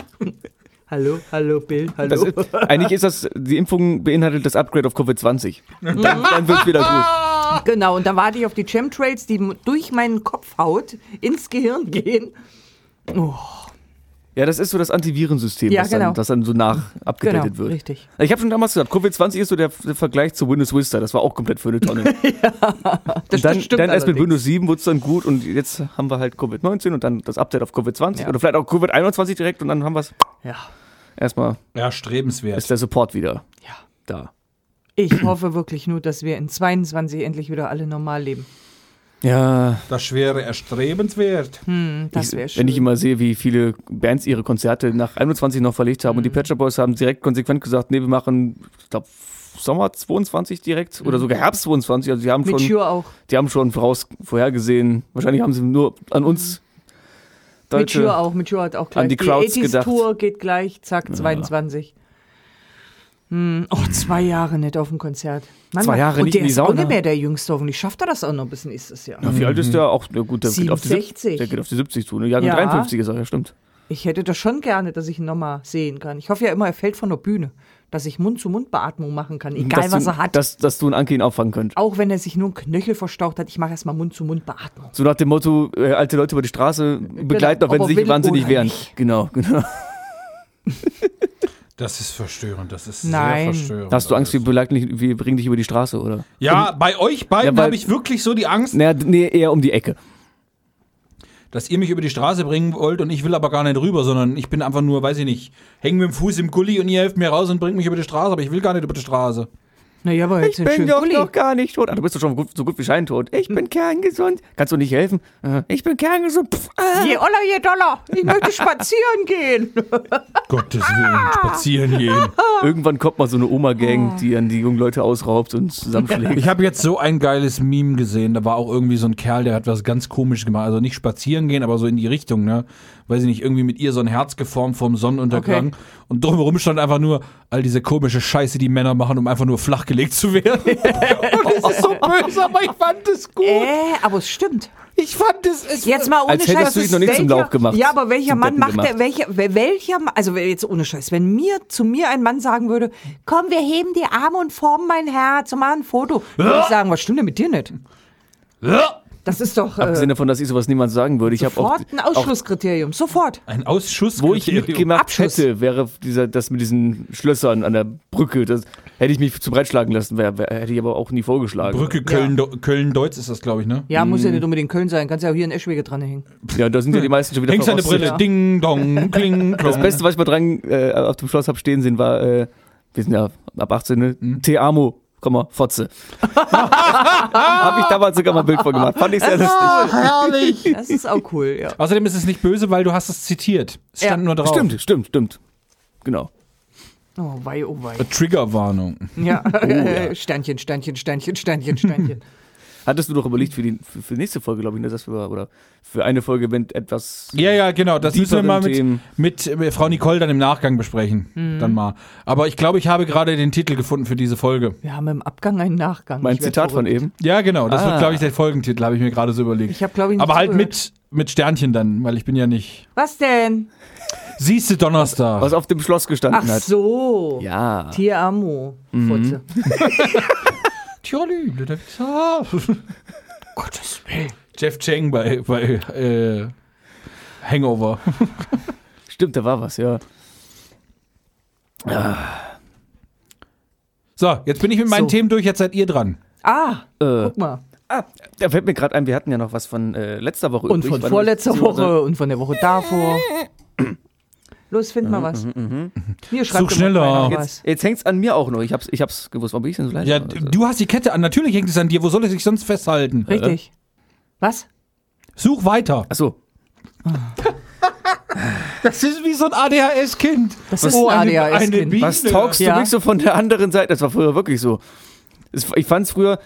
S1: Hallo, hallo Bill,
S2: Das
S1: hallo.
S2: ist, eigentlich ist das, die Impfung beinhaltet das Upgrade auf Covid-20. Dann, dann wird's wieder gut.
S1: Genau, und da warte ich auf die Oh, Chemtrails, die m- durch meinen Kopfhaut ins Gehirn gehen.
S2: Ja, das ist so das Antivirensystem,
S1: Ja,
S2: das,
S1: genau.
S2: dann, das dann so nach
S1: Genau,
S2: abgedatet wird.
S1: richtig.
S2: Ich habe schon damals gesagt, Covid-20 ist so der, der Vergleich zu Windows Vista. Das war auch komplett für eine Tonne.
S1: Das,
S2: Und dann,
S1: das stimmt
S2: dann erst mit
S1: allerdings.
S2: Windows 7 wurde es dann gut und jetzt haben wir halt Covid-19 und dann das Update auf Covid-20
S1: Ja.
S2: oder vielleicht auch Covid-21 direkt und dann haben wir es.
S1: Ja.
S2: Erstmal
S3: Ja, strebenswert.
S2: ist der Support wieder
S1: Ja.
S2: da.
S1: Ich hoffe wirklich nur, dass wir in 22 endlich wieder alle normal leben.
S2: Ja,
S3: Das wäre erstrebenswert.
S1: Hm. Das wäre schön.
S2: wenn ich immer sehe, wie viele Bands ihre Konzerte nach 21 noch verlegt haben und
S1: Mhm.
S2: die Patcher Boys haben direkt konsequent gesagt, nee, wir machen, ich glaube, Sommer 22 direkt oder sogar Herbst 22. Also die haben
S1: Mhm. mit
S2: schon
S1: Schür auch.
S2: Die haben schon voraus, vorhergesehen, wahrscheinlich haben sie nur an uns
S1: Mit Schür
S2: Deutsche.
S1: auch. Mit Schür hat auch gleich.
S2: die Crowds
S1: 80s
S2: gedacht.
S1: Tour geht gleich, zack, 22. Hm. Oh, zwei Jahre nicht auf dem Konzert. Mann,
S2: Zwei
S1: Mann.
S2: Jahre
S1: und
S2: nicht
S1: der
S2: in die
S1: ist auch
S2: Sauna.
S1: nicht mehr der Jüngste. Hoffentlich schafft er das auch noch bis nächstes Jahr.
S2: Ja, wie alt ist der? Auch, na gut, der, Geht auf die, sieb-
S1: 67.
S2: der geht auf die 70 zu. Ne? Ja,
S1: Mhm. Ja.
S2: 53 ist er, ja, stimmt.
S1: Ich hätte das schon gerne, dass ich ihn nochmal sehen kann. Ich hoffe ja immer, er fällt von der Bühne. Dass ich Mund-zu-Mund-Beatmung machen kann, egal
S2: dass
S1: was
S2: du,
S1: er hat.
S2: Dass, dass du einen Anke ihn auffangen könnt.
S1: auch wenn er sich nur einen Knöchel verstaucht hat, ich mache erstmal Mund-zu-Mund-Beatmung.
S2: So nach dem Motto, äh, alte Leute über die Straße begleiten,
S1: ob
S2: auch wenn
S1: er
S2: sie
S1: will
S2: nicht wahnsinnig
S1: Genau, oder
S2: wären.
S1: nicht.
S2: Genau, genau.
S3: Das ist verstörend. Das ist
S1: Nein.
S3: sehr verstörend.
S2: Hast du Angst, wir, begleiten dich, wir bringen dich über die Straße, oder?
S3: Ja, bei euch
S2: Ja,
S3: beiden
S2: weil-
S3: habe ich wirklich so die Angst,
S2: Naja, d- nee, eher um die Ecke.
S3: dass ihr mich über die Straße bringen wollt und ich will aber gar nicht rüber, sondern ich bin einfach nur, weiß ich nicht, hänge mit dem Fuß im Gully und ihr helft mir raus und bringt mich über die Straße, aber ich will gar nicht über die Straße.
S1: Naja, aber jetzt einen schönen Gulli.
S2: gar nicht tot. Ah, du bist doch schon gut, so gut wie scheintot. Ich bin kerngesund. Kannst du nicht helfen? Äh, Ich bin kerngesund. Pff, äh.
S1: Je oller, je doller. Ich möchte spazieren gehen.
S3: Gottes Willen, spazieren gehen.
S2: Irgendwann kommt mal so eine Oma-Gang, die an die jungen Leute ausraubt und zusammenschlägt.
S3: Ich habe jetzt so ein geiles Meme gesehen. Da war auch irgendwie so ein Kerl, der hat was ganz komisch gemacht. Also nicht spazieren gehen, aber so in die Richtung, ne? Weiß ich nicht, irgendwie mit ihr so ein Herz geformt vom Sonnenuntergang.
S1: Okay.
S3: Und drumherum stand einfach nur all diese komische Scheiße, die Männer machen, um einfach nur flachgelegt zu werden. Und das ist so böse, aber ich fand es gut.
S1: Äh, aber es stimmt.
S3: Ich fand es. es
S1: Jetzt mal ohne
S2: Als
S1: Scheiß.
S2: hättest du dich noch nicht zum
S1: welcher-
S2: Lauch gemacht.
S1: Ja, aber welcher
S2: Zum
S1: Mann
S2: Deppen
S1: macht der,
S2: gemacht.
S1: welcher, wel- welcher, also jetzt ohne Scheiß, wenn mir, zu mir ein Mann sagen würde, komm, wir heben die Arme und formen mein Herz und machen ein Foto, würde ich sagen, was stimmt denn mit dir nicht?
S3: Ja.
S1: Das ist doch
S2: Im
S1: äh,
S2: Sinne von, dass ich sowas niemand sagen würde. Ich habe auch,
S1: sofort ein
S2: auch,
S1: Ausschlusskriterium, sofort.
S3: Ein Ausschuss.
S2: wo ich mitgemacht
S1: Abschuss.
S2: hätte, wäre dieser, das mit diesen Schlössern an der Brücke. Das hätte ich mich zu breitschlagen lassen, wär, wär, hätte ich aber auch nie vorgeschlagen.
S3: Brücke Köln, Köln-Deutz ist das, glaube ich, ne?
S2: Hm.
S1: Ja, muss ja nicht unbedingt Köln sein, kannst ja auch hier in Eschwege dranhängen.
S2: Ja, da sind ja die meisten schon wieder
S3: Hängst an der
S2: voraus.
S3: Brille.
S1: Ja.
S3: Ding, dong, kling, klong.
S1: Ah,
S2: Das Beste, was ich mal dran äh, auf dem Schloss hab stehen sehen, war, äh, wir sind ja ab 18, ne?
S1: Mhm.
S2: Te amo, komm mal, Fotze. habe ich damals sogar mal ein Bild von gemacht. Fand ich sehr lustig.
S3: herrlich.
S1: Das ist auch cool, ja.
S3: Außerdem ist es nicht böse, weil du hast es zitiert. Es stand
S1: Ja.
S3: nur drauf.
S2: Stimmt, stimmt, stimmt. Genau.
S1: Oh wei, oh wei.
S3: Triggerwarnung.
S1: Ja.
S2: Oh,
S1: Sternchen, Sternchen, Sternchen, Sternchen, Sternchen.
S2: Hattest du doch überlegt für die, für, für die nächste Folge, glaube ich, ne, dass wir, oder für eine Folge, wenn etwas.
S3: Ja, ja, genau. Das müssen wir
S2: Tieferen
S3: mal mit,
S2: Themen.
S3: mit äh, Frau Nicole dann im Nachgang besprechen. Dann mal. Aber ich glaube, ich habe gerade den Titel gefunden für diese Folge.
S1: Wir haben im Abgang einen Nachgang.
S2: Mein
S1: Ich werd
S2: Zitat von
S1: verrückt.
S2: eben.
S3: Ja, genau. Das
S2: Ah.
S3: wird, glaube ich, der Folgentitel, habe ich mir gerade so überlegt.
S1: Ich habe, glaube ich, nicht
S3: Aber halt
S1: zugehört.
S3: mit, mit Sternchen dann, weil ich bin ja nicht.
S1: Was denn?
S3: Siehste Donnerstag.
S2: Was auf dem Schloss
S1: Ach
S2: gestanden hat.
S1: so.
S2: Ja. Mhm.
S1: Ti amo. Fotze.
S3: Tja, liebe der Wichser. Gottes Willen. Ah. Jeff Chang bei, bei äh, Hangover.
S2: Stimmt, da war was, ja.
S3: So, jetzt bin ich mit meinen
S1: So.
S3: Themen durch, jetzt seid ihr dran.
S1: Ah,
S2: Äh,
S1: guck mal.
S2: ah, da fällt mir gerade ein, wir hatten ja noch was von äh, letzter Woche
S1: Und
S2: übrig,
S1: von
S2: weil-
S1: vorletzter Woche und von der Woche davor. Los, find
S2: Mhm,
S1: mal was. Mir schreibt
S3: Such
S1: doch
S3: schneller.
S1: mal keiner was.
S2: Jetzt, jetzt hängt's an mir auch noch. Ich hab's, ich hab's gewusst. Warum bin ich denn so Also, leicht?
S3: Ja,
S1: Also,
S3: du hast die Kette an. Natürlich hängt es an dir. Wo soll es sich sonst festhalten?
S2: äh,
S1: Richtig. Was?
S3: Such weiter.
S2: Ach so.
S3: Das ist wie so ein ADHS-Kind.
S1: Das ist
S3: Oh,
S1: ein ADHS-Kind.
S2: Was talkst
S1: Ja.
S2: du mich so von der anderen Seite? Das war früher wirklich so. Es, ich fand's früher,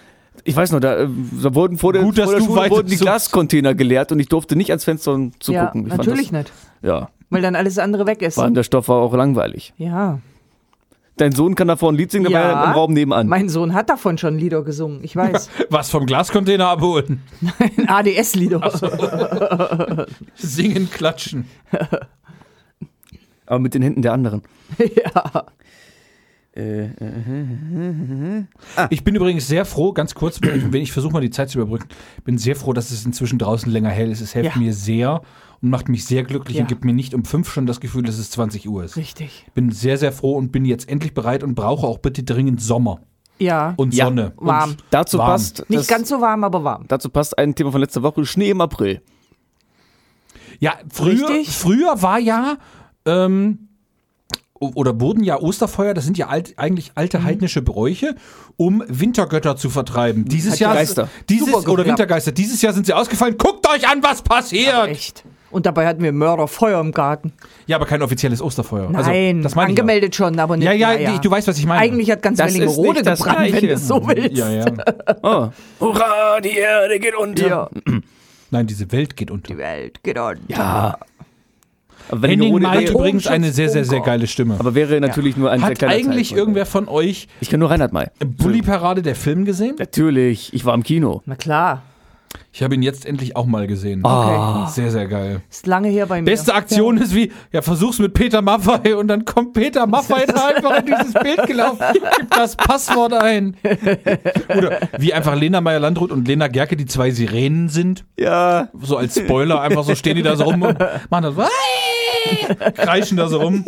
S2: ich weiß noch, da, äh, da wurden vor der,
S3: Gut, dass
S2: vor der
S3: du
S2: Schule
S3: weiter
S2: wurden die
S3: suchst.
S2: Glascontainer geleert und ich durfte nicht ans Fenster
S1: ja,
S2: zugucken. ich
S1: natürlich
S2: fand
S1: nicht.
S2: das, Ja,
S1: Weil dann alles andere weg ist.
S2: vor allem der Stoff war auch langweilig.
S1: Ja.
S2: Dein Sohn kann davor ein Lied singen, dabei
S1: Ja.
S2: im Raum nebenan.
S1: Mein Sohn hat davon schon Lieder gesungen. Ich weiß.
S3: Was vom Glascontainer abholen.
S1: Ein ADS-Lieder.
S3: Singen, klatschen.
S2: aber mit den Händen der anderen.
S1: Ja.
S2: Äh,
S3: Ich bin übrigens sehr froh, ganz kurz, wenn ich versuche mal die Zeit zu überbrücken, bin sehr froh, dass es inzwischen draußen länger hell ist. Es hilft
S1: Ja.
S3: mir sehr und macht mich sehr glücklich
S1: Ja.
S3: und gibt mir nicht um fünf schon das Gefühl, dass es 20 Uhr ist.
S1: Richtig.
S3: Bin sehr, sehr froh und bin jetzt endlich bereit und brauche auch bitte dringend Sommer
S1: Ja.
S3: und
S2: Ja.
S3: Sonne.
S1: Warm.
S3: Und
S2: dazu
S3: Warm.
S2: passt
S1: Nicht
S2: das-
S1: ganz so warm, aber warm.
S2: Dazu passt ein Thema von letzter Woche, Schnee im April.
S3: Ja, früher,
S1: Richtig.
S3: früher war ja ähm, o- oder wurden ja Osterfeuer, das sind ja alt, eigentlich alte
S1: Mhm.
S3: heidnische Bräuche, um Wintergötter zu
S1: Mhm.
S3: vertreiben. Dieses Jahr
S2: Geister.
S3: Dieses,
S1: Super,
S3: oder
S1: ja.
S3: Wintergeister. Dieses Jahr sind sie ausgefallen. Guckt euch an, was passiert.
S1: Echt. Und dabei hatten wir Mörderfeuer im Garten.
S3: Ja, aber kein offizielles Osterfeuer.
S1: Nein,
S3: also, das meine ich
S1: angemeldet schon, aber nicht.
S3: Ja, ja, die- du weißt, was ich meine.
S1: Eigentlich hat ganz
S2: Das
S1: Berlin
S2: ist
S1: Rode
S2: nicht das
S1: gebrannt, wenn
S2: Gleiche.
S1: du es so willst.
S3: Mhm. Ja, ja.
S2: Oh. Hurra, die Erde geht unter.
S1: Ja.
S3: Nein, diese Welt geht unter.
S1: Die Welt geht on.
S2: Ja. Aber, wenn die
S3: Henning
S2: Rode-
S3: May
S2: wäre-
S3: übrigens eine sehr, sehr, sehr geile Stimme.
S2: aber wäre natürlich nur ein sehr
S3: Hat
S2: kleiner
S3: eigentlich
S2: Teil.
S3: irgendwer von euch
S2: Ich kenne nur Reinhard May.
S3: Bully Parade der Film gesehen?
S2: Natürlich, ich war im Kino.
S1: Na klar,
S3: Ich habe ihn jetzt endlich auch mal gesehen.
S1: Ah.
S3: Sehr, sehr geil.
S1: ist lange her bei mir.
S3: Beste Aktion ist wie, ja, versuch's mit Peter Maffei und dann kommt Peter Maffei da einfach in dieses Bild gelaufen, gibt das Passwort ein. Oder wie einfach Lena Meyer-Landrut und Lena Gerke die zwei Sirenen sind.
S2: Ja.
S3: So als Spoiler, einfach so stehen die da so rum und machen das, kreischen da so rum.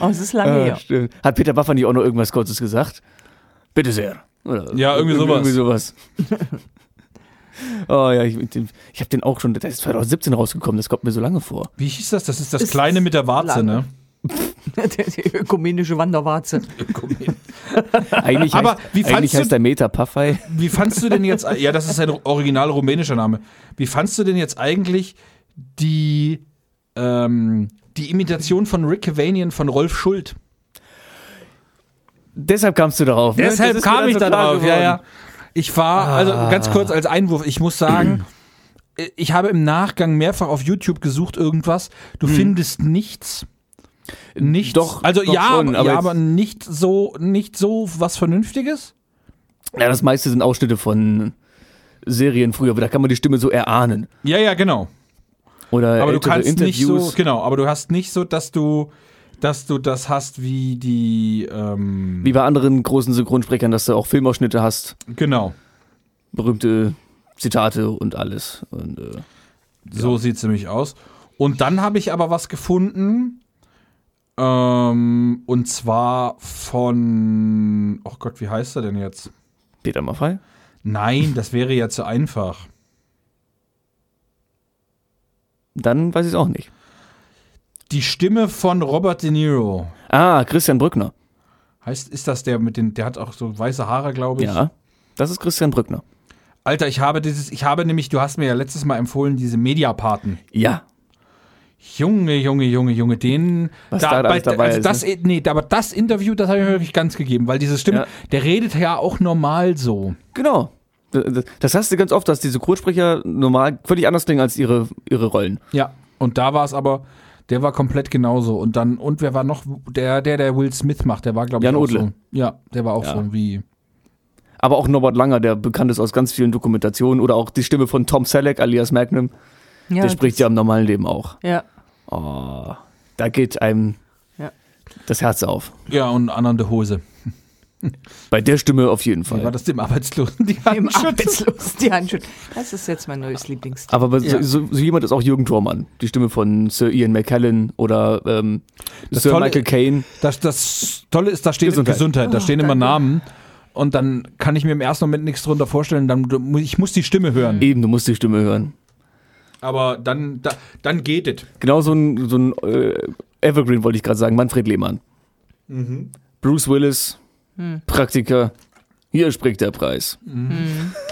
S1: Oh, es ist
S3: Äh.
S1: lange her.
S2: Ah, stimmt. Hat Peter Baffer nicht auch noch irgendwas Kurzes gesagt? Bitte sehr. Oder
S3: Ja, irgendwie sowas.
S2: Irgendwie sowas. oh ja, ich, ich habe den auch schon, der ist 2017 rausgekommen, das kommt mir so lange vor.
S3: Wie hieß das? Das ist das Kleine mit der Warze, ne?
S1: Die ökumenische Wanderwarze.
S2: Eigentlich
S3: Aber
S2: heißt,
S3: wie fandst
S2: eigentlich
S3: du-
S2: heißt der Meta Paffei.
S3: Wie fandst du denn jetzt, ja, das ist ein original rumänischer Name. Wie fandst du denn jetzt eigentlich die, ähm, die Imitation von Rick Cavanian von Rolf Schult?
S2: Deshalb kamst du darauf. ne? Das
S3: Deshalb
S2: ist mir
S3: kam
S2: dann
S3: ich
S2: so
S3: da
S2: klar
S3: drauf, ja,
S2: geworden. Ah.
S3: ja. Ich war, also ganz kurz als Einwurf, ich muss sagen, äh, ich habe im Nachgang mehrfach auf YouTube gesucht irgendwas. Du findest nichts. Nichts.
S2: Hm. Doch,
S3: also
S2: doch
S3: ja,
S2: schon,
S3: aber,
S2: aber
S3: ja,
S2: jetzt-
S3: aber nicht so, nicht so was Vernünftiges.
S2: Ja, das meiste sind Ausschnitte von Serien früher, aber da kann man die Stimme so erahnen.
S3: Ja, ja, genau.
S2: Oder
S3: Aber du
S2: ältere
S3: kannst nicht
S2: Interviews.
S3: so, genau, aber du hast nicht so, dass du, dass du das hast wie die, ähm,
S2: wie bei anderen großen Synchronsprechern, dass du auch Filmausschnitte hast,
S3: genau.
S2: berühmte Zitate und alles. Und, äh,
S3: So sieht's nämlich aus. Und dann habe ich aber was gefunden. Ähm, und zwar von. Oh Gott, wie heißt er denn jetzt?
S2: Peter Maffei?
S3: Nein, das wäre ja zu einfach.
S2: Dann weiß ich es auch nicht.
S3: Die Stimme von Robert De Niro.
S2: Ah, Christian Brückner.
S3: Heißt, ist das der mit den. Der hat auch so weiße Haare, glaube ich.
S2: Ja, das ist Christian Brückner.
S3: Alter, ich habe dieses. Ich habe nämlich, du hast mir ja letztes Mal empfohlen, diese Mediapaten.
S2: Ja.
S3: Junge, Junge, Junge, Junge, den.
S2: Was da alles dabei
S3: also
S2: ist, ne?
S3: das, Nee, aber das Interview, das habe ich mir wirklich ganz gegeben, weil diese Stimme,
S2: Ja.
S3: der redet ja auch normal so.
S2: Genau. D- d- Das hast du ganz oft, dass die Synchronsprecher normal völlig anders klingen als ihre, ihre Rollen.
S3: Ja, und da war es aber, der war komplett genauso. Und dann, und wer war noch, der, der, der Will Smith macht, der war, glaube ich,
S2: Jan
S3: auch
S2: Odle.
S3: so. Ja, der war auch
S2: Ja.
S3: so wie.
S2: Aber auch Norbert Langer, der bekannt ist aus ganz vielen Dokumentationen oder auch die Stimme von Tom Selleck alias Magnum,
S1: Ja,
S2: der spricht ja im normalen Leben auch.
S1: ja.
S2: Oh, da geht einem
S1: Ja.
S2: das Herz auf.
S3: Ja, und anderen der Hose.
S2: Bei der Stimme auf jeden
S3: Wie war
S2: Fall.
S3: das dem Arbeitslosen? Die
S1: Im
S3: hatten schon-
S1: Arbeitslos, die Handschuhe. Das ist jetzt mein neues Lieblingsthema.
S2: Aber so,
S3: Ja.
S2: so, so jemand ist auch Jürgen Thormann. Die Stimme von Sir Ian McKellen oder ähm, Sir
S3: Tolle-
S2: Michael Caine.
S3: Das, das Tolle ist, da steht
S2: Gesundheit.
S3: Gesundheit, Gesundheit da stehen immer
S1: danke.
S3: Namen. Und dann kann ich mir im ersten Moment nichts drunter vorstellen. Dann, du- mu- ich muss die Stimme hören.
S2: Eben, du musst die Stimme hören.
S3: Aber dann, da, dann geht es.
S2: Genau so ein, so ein äh, Evergreen wollte ich gerade sagen. Manfred Lehmann.
S3: Mhm.
S2: Bruce Willis, Hm. Praktiker. Hier spricht der Preis.
S3: Mhm.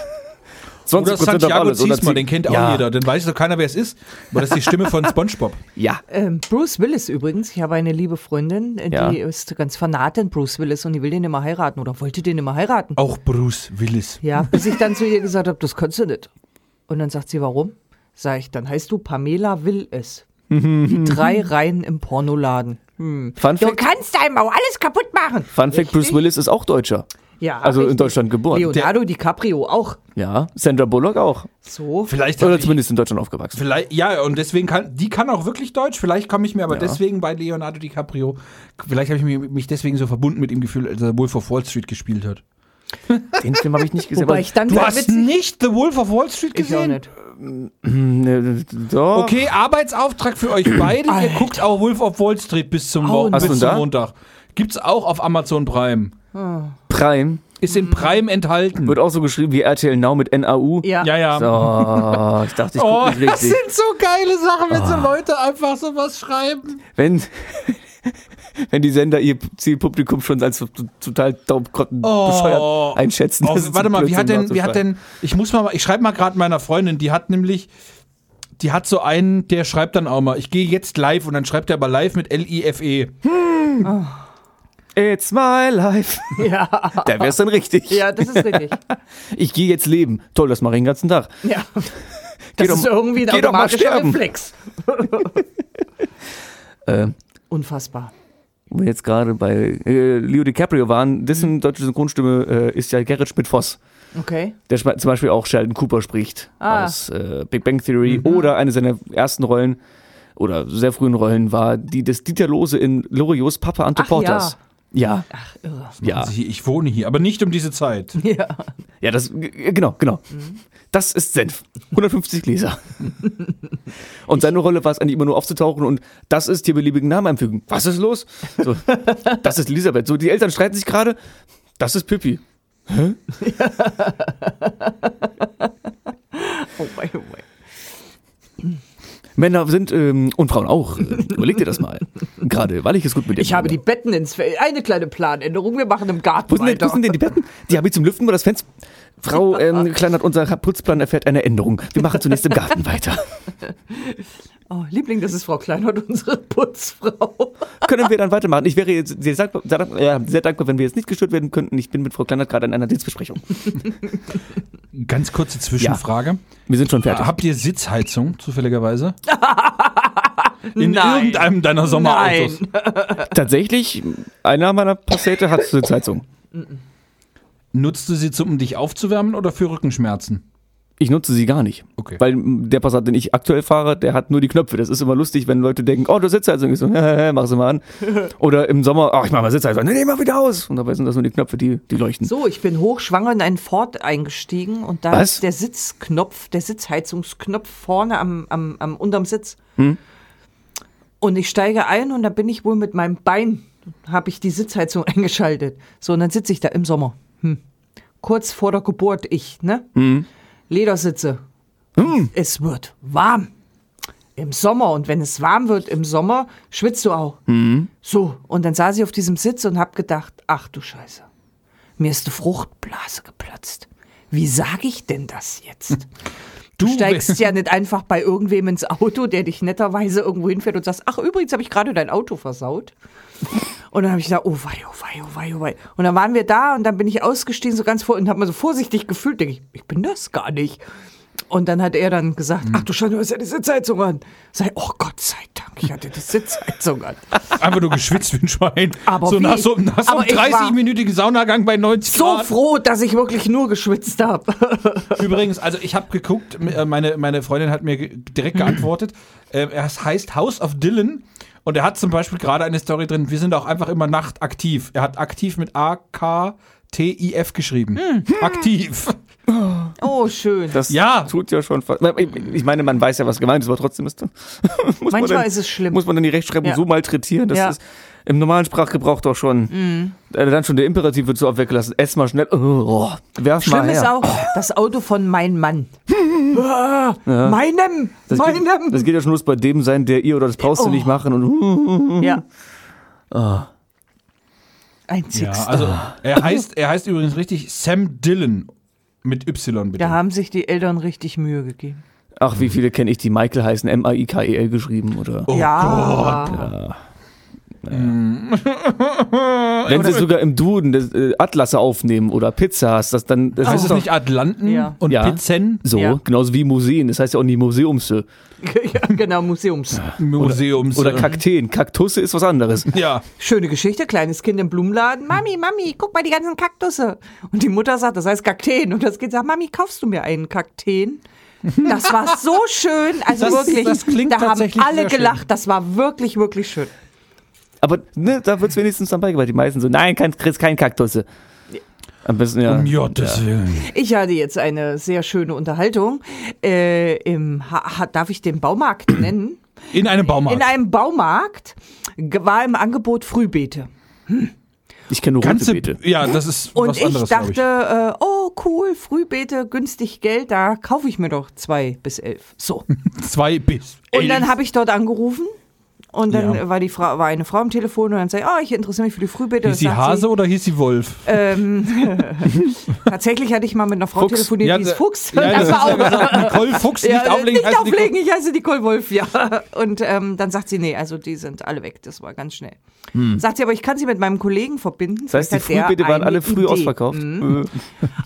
S3: Oder
S2: 20 Prozent auf
S3: Santiago
S2: alles. oder
S3: Ziesmer,
S2: zieht-
S3: den kennt auch
S2: ja,
S3: jeder. Dann weiß doch keiner, wer es ist. Aber das ist die Stimme von Spongebob.
S2: Ja.
S1: Ähm, Bruce Willis übrigens, ich habe eine liebe Freundin, äh,
S2: Ja.
S1: die ist ganz fanat in Bruce Willis und die will den immer heiraten oder wollte den immer heiraten.
S3: Auch Bruce Willis.
S1: Ja, bis ich dann zu ihr gesagt habe, das kannst du nicht. Und dann sagt sie, warum? Sag ich, dann heißt du Pamela will es. Die drei Reihen im Pornoladen.
S2: Fun
S1: Du
S2: Fact,
S1: kannst einem auch alles kaputt machen.
S2: Fun Fact Bruce Willis ist auch Deutscher.
S1: Ja,
S2: Also in
S1: richtig.
S2: Deutschland geboren.
S1: Leonardo DiCaprio auch.
S2: Ja, Sandra Bullock auch.
S1: So.
S3: Vielleicht
S2: Oder
S3: hab ich-
S2: zumindest in Deutschland aufgewachsen.
S3: Vielleicht, ja, und deswegen kann, die kann auch wirklich Deutsch. Vielleicht komme ich mir aber deswegen bei Leonardo DiCaprio, vielleicht habe ich mich, mich deswegen so verbunden mit dem Gefühl, als er Wolf of Wall Street gespielt hat.
S2: Den Film habe ich nicht gesehen.
S1: Wobei ich dann
S3: Du
S1: sehr
S3: hast
S1: witzig-
S3: nicht The Wolf of Wall Street
S1: ich auch
S3: gesehen?
S1: nicht.
S2: Ne, doch.
S3: Okay, Arbeitsauftrag für euch beide. Ihr guckt auch Wolf of Wall Street bis zum, Wo
S1: Au.
S2: Hast
S3: bis
S2: du ihn
S3: zum
S2: da?
S3: Montag. Gibt's auch auf Amazon Prime.
S2: Prime
S3: Ist
S2: Hm.
S3: in Prime enthalten.
S2: wird auch so geschrieben wie RTL Now mit NAU.
S1: Ja.
S3: Ja, ja.
S2: So, ich dachte, ich gucke
S3: Oh,
S2: nicht
S3: das
S2: richtig.
S3: sind so geile Sachen, wenn so Leute einfach sowas schreiben.
S2: Wenn, wenn die Sender ihr Zielpublikum schon als t- total taubkotten bescheuert einschätzen.
S3: Oh,
S2: das ist
S3: warte
S2: ein
S3: mal, wie hat
S2: Blödsinn,
S3: denn, wie hat denn, ich muss mal, ich schreibe mal gerade meiner Freundin, die hat nämlich, die hat so einen, der schreibt dann auch mal, ich gehe jetzt live und dann schreibt er aber live mit L-I-F-E.
S2: It's my life.
S1: Ja.
S2: Da wär's dann richtig.
S1: ja, das ist richtig.
S2: Ich gehe jetzt leben. Toll, das mache ich den ganzen Tag.
S1: Ja.
S2: Geh
S1: Das
S2: doch-
S1: ist irgendwie ein
S2: geh doch mal
S1: automatischer
S2: sterben.
S1: Reflex.
S2: Äh,
S1: Unfassbar.
S2: wo wir jetzt gerade bei äh, Leo DiCaprio waren, dessen
S3: Mhm.
S2: deutsche Synchronstimme äh, ist ja Gerrit Schmidt-Voss.
S1: Okay.
S2: der schma- zum Beispiel auch Sheldon Cooper spricht
S1: Ah. Mhm.
S2: aus äh, Big Bang Theory oder eine seiner ersten Rollen oder sehr frühen Rollen war die des Dieter Lose in Loriots Papa Ante
S1: Ach,
S2: Porters. Ja,
S1: Ach, irre.
S2: ja,
S3: Also hier, ich wohne hier, aber nicht um diese Zeit.
S1: Ja.
S2: ja, das, g- genau, genau.
S1: Mhm.
S2: Das ist Senf. 150 Gläser. Und seine Rolle war es eigentlich immer nur aufzutauchen und das ist hier beliebigen Namen einfügen. Was ist los? So, das ist Elisabeth. So, die Eltern streiten sich gerade. Das ist Pippi.
S1: Oh, wei, oh, wei.
S2: Männer sind ähm, und Frauen auch. Äh, Überleg dir das mal. Gerade, weil ich es gut mit dir
S1: Ich habe die
S2: meine.
S1: Betten ins Feld. Eine kleine Planänderung. Wir machen im Garten
S2: Wo sind, denn, wo
S1: weiter.
S2: sind denn die Betten? Die habe ich zum Lüften über das Fenster. Frau ähm, Kleinert, unser Putzplan erfährt eine Änderung. Wir machen zunächst im Garten weiter.
S1: oh, Liebling, das ist Frau Kleinert, unsere Putzfrau.
S2: Können wir dann weitermachen? Ich wäre jetzt sehr dankbar, sehr, dankbar, ja, sehr dankbar, wenn wir jetzt nicht gestört werden könnten. Ich bin mit Frau Kleinert gerade in einer Dienstbesprechung.
S3: Ganz kurze Zwischenfrage.
S2: Wir sind schon fertig.
S3: Habt ihr Sitzheizung zufälligerweise? In
S1: Nein.
S3: irgendeinem deiner Sommerautos.
S1: Nein.
S2: Tatsächlich, einer meiner Passate hat Sitzheizung.
S3: Nutzt du sie, um dich aufzuwärmen oder für Rückenschmerzen?
S2: Ich nutze sie gar nicht.
S3: Okay.
S2: Weil m, der Passat, den ich aktuell fahre, der hat nur die Knöpfe. Das ist immer lustig, wenn Leute denken, oh, du hast Sitzheizung. Ich so, mach sie mal an. Oder im Sommer, oh, ich mach mal Sitzheizung. Nee, nee, mach wieder aus. Und dabei sind das nur die Knöpfe, die, die leuchten.
S1: So, ich bin hochschwanger in einen Ford eingestiegen und da
S2: Was?
S1: ist der Sitzknopf, der Sitzheizungsknopf vorne am, am, am unterm Sitz. Und ich steige ein und da bin ich wohl mit meinem Bein, habe ich die Sitzheizung eingeschaltet. So, und dann sitze ich da im Sommer. Hm. Kurz vor der Geburt, ich, ne? Ledersitze. Es wird warm. Im Sommer und wenn es warm wird im Sommer, schwitzt du auch. So, und dann saß ich auf diesem Sitz und hab gedacht, ach du Scheiße, mir ist eine Fruchtblase geplatzt. Wie sage ich denn das jetzt? Du steigst ja nicht einfach bei irgendwem ins Auto, der dich netterweise irgendwo hinfährt und sagst, ach übrigens habe ich gerade dein Auto versaut. Und dann habe ich gedacht, oh wei, oh wei, oh wei, oh wei. Und dann waren wir da und dann bin ich ausgestiegen, so ganz vor und habe mal so vorsichtig gefühlt, denke ich, ich bin das gar nicht. Und dann hat er dann gesagt, ach du Scheiße, du hast ja die Sitzheizung an. Sei, oh Gott sei Dank, ich hatte die Sitzheizung an.
S3: Einfach nur geschwitzt wie ein Schwein.
S1: Aber
S3: so
S1: wie?
S3: nach so, nach so
S1: Aber
S3: einem
S1: ich war-
S3: 30-minütigen Saunagang bei 90
S1: So
S3: Grad.
S1: froh, dass ich wirklich nur geschwitzt habe.
S3: Übrigens, also ich habe geguckt, m- äh, meine, meine Freundin hat mir ge- direkt geantwortet. Ähm, Er heißt House of Dylan und er hat zum Beispiel gerade eine Story drin. Wir sind auch einfach immer Nacht aktiv. Er hat aktiv mit A-K-T-I-F geschrieben.
S1: Hm.
S3: Aktiv.
S1: Oh, schön.
S2: Das
S3: Ja.
S2: tut ja schon fast. Ich- Ich meine, man weiß ja, was gemeint ist, aber trotzdem ist das. muss man
S1: Manchmal
S2: dann,
S1: ist es schlimm.
S2: Muss man dann die Rechtschreibung
S1: Ja.
S2: so malträtieren, das
S1: Ja. Mhm.
S2: ist im normalen Sprachgebrauch doch schon. Äh, Dann schon der Imperativ wird so oft weggelassen. Ess mal schnell. Oh, werf mal
S1: Schlimm
S2: her.
S1: ist auch das Auto von meinem Mann. Ah, Meinem,
S2: das, geht, das
S1: meinem.
S2: geht ja schon los bei dem sein, der ihr oder das brauchst du
S1: Oh.
S2: nicht machen. Und,
S1: Ja. Ein
S3: Ja,
S1: Sixter.
S3: also
S2: ah.
S3: er heißt, er heißt übrigens richtig Sam Dylan mit Y bitte.
S1: da haben sich die Eltern richtig Mühe gegeben. Oh,
S2: ach, E
S3: Oh
S2: wie viele kenne ich, die Michael heißen, M-A-I-K-E-L geschrieben oder
S1: ja.
S2: Wenn sie sogar im Duden das, äh, Atlasse aufnehmen oder Pizzas, das dann das
S3: Heißt
S2: ist
S3: es
S2: doch
S3: nicht Atlanten
S1: Ja.
S3: und
S2: Ja.
S3: Pizzen?
S2: so,
S1: Oh. Ja.
S2: genauso wie Museen. Das heißt ja auch nicht Museums
S1: ja, genau, Museums.
S3: Museums.
S2: oder Kakteen. Kaktusse ist was anderes.
S3: Ja.
S1: Schöne Geschichte, kleines Kind im
S3: Hm.
S1: Blumenladen. Mami, Mami, guck mal die ganzen Kaktusse. Und die Mutter sagt, das heißt Kakteen. Und das Kind sagt, Mami, kaufst du mir einen Kakteen? Das war so schön. Also
S3: Das-
S1: wirklich,
S3: das klingt
S1: da haben
S3: tatsächlich
S1: alle
S3: sehr schön.
S1: gelacht. Das war wirklich, wirklich schön.
S2: Aber ne, da wird es wenigstens dann beigebracht. Die meisten so, nein, kein, kriegst kein Kaktusse. Am besten ja.
S3: Um Gottes Willen.
S1: Ich hatte jetzt eine sehr schöne Unterhaltung. Äh, im ha ha darf ich den Baumarkt nennen?
S3: In einem Baumarkt.
S1: In einem Baumarkt ge- war im Angebot Frühbeete.
S2: Ich kenne nur rote
S3: Ganze,
S2: Beete.
S3: ja, das ist
S1: Und
S3: was
S1: ich
S3: anderes, glaub
S1: dachte, äh, oh cool, Frühbeete, günstig Geld, da kaufe ich mir doch zwei bis elf. So.
S3: ich. Zwei bis elf.
S1: Und dann habe ich dort angerufen und dann
S3: Ja.
S1: war die Frau, war eine Frau am Telefon und dann sage ich, oh, ich interessiere mich für die Frühbeete.
S3: Hieß sie
S1: Dann sagt
S3: Hase oder hieß sie Wolf?
S1: Sie, ähm, tatsächlich hatte ich mal mit einer Frau
S2: Fuchs.
S1: telefoniert, die
S3: da-
S1: ist Fuchs.
S3: Ja,
S1: das, war
S3: hast du
S1: auch
S3: ja genau. gesagt, Nicole Fuchs,
S1: Ja,
S3: nicht auflegen. heißt Nicole-
S1: auflegen, ich heiße Nicole Wolf, ja. Und ähm, dann sagt sie, nee, also die sind alle weg, das war ganz schnell. Sagt sie, aber ich kann sie mit meinem Kollegen verbinden.
S2: Hm. Das heißt, die
S1: Vielleicht hat der
S2: Frühbeete waren
S1: eine
S2: alle früh
S1: Idee.
S2: ausverkauft. Äh,
S3: Oh,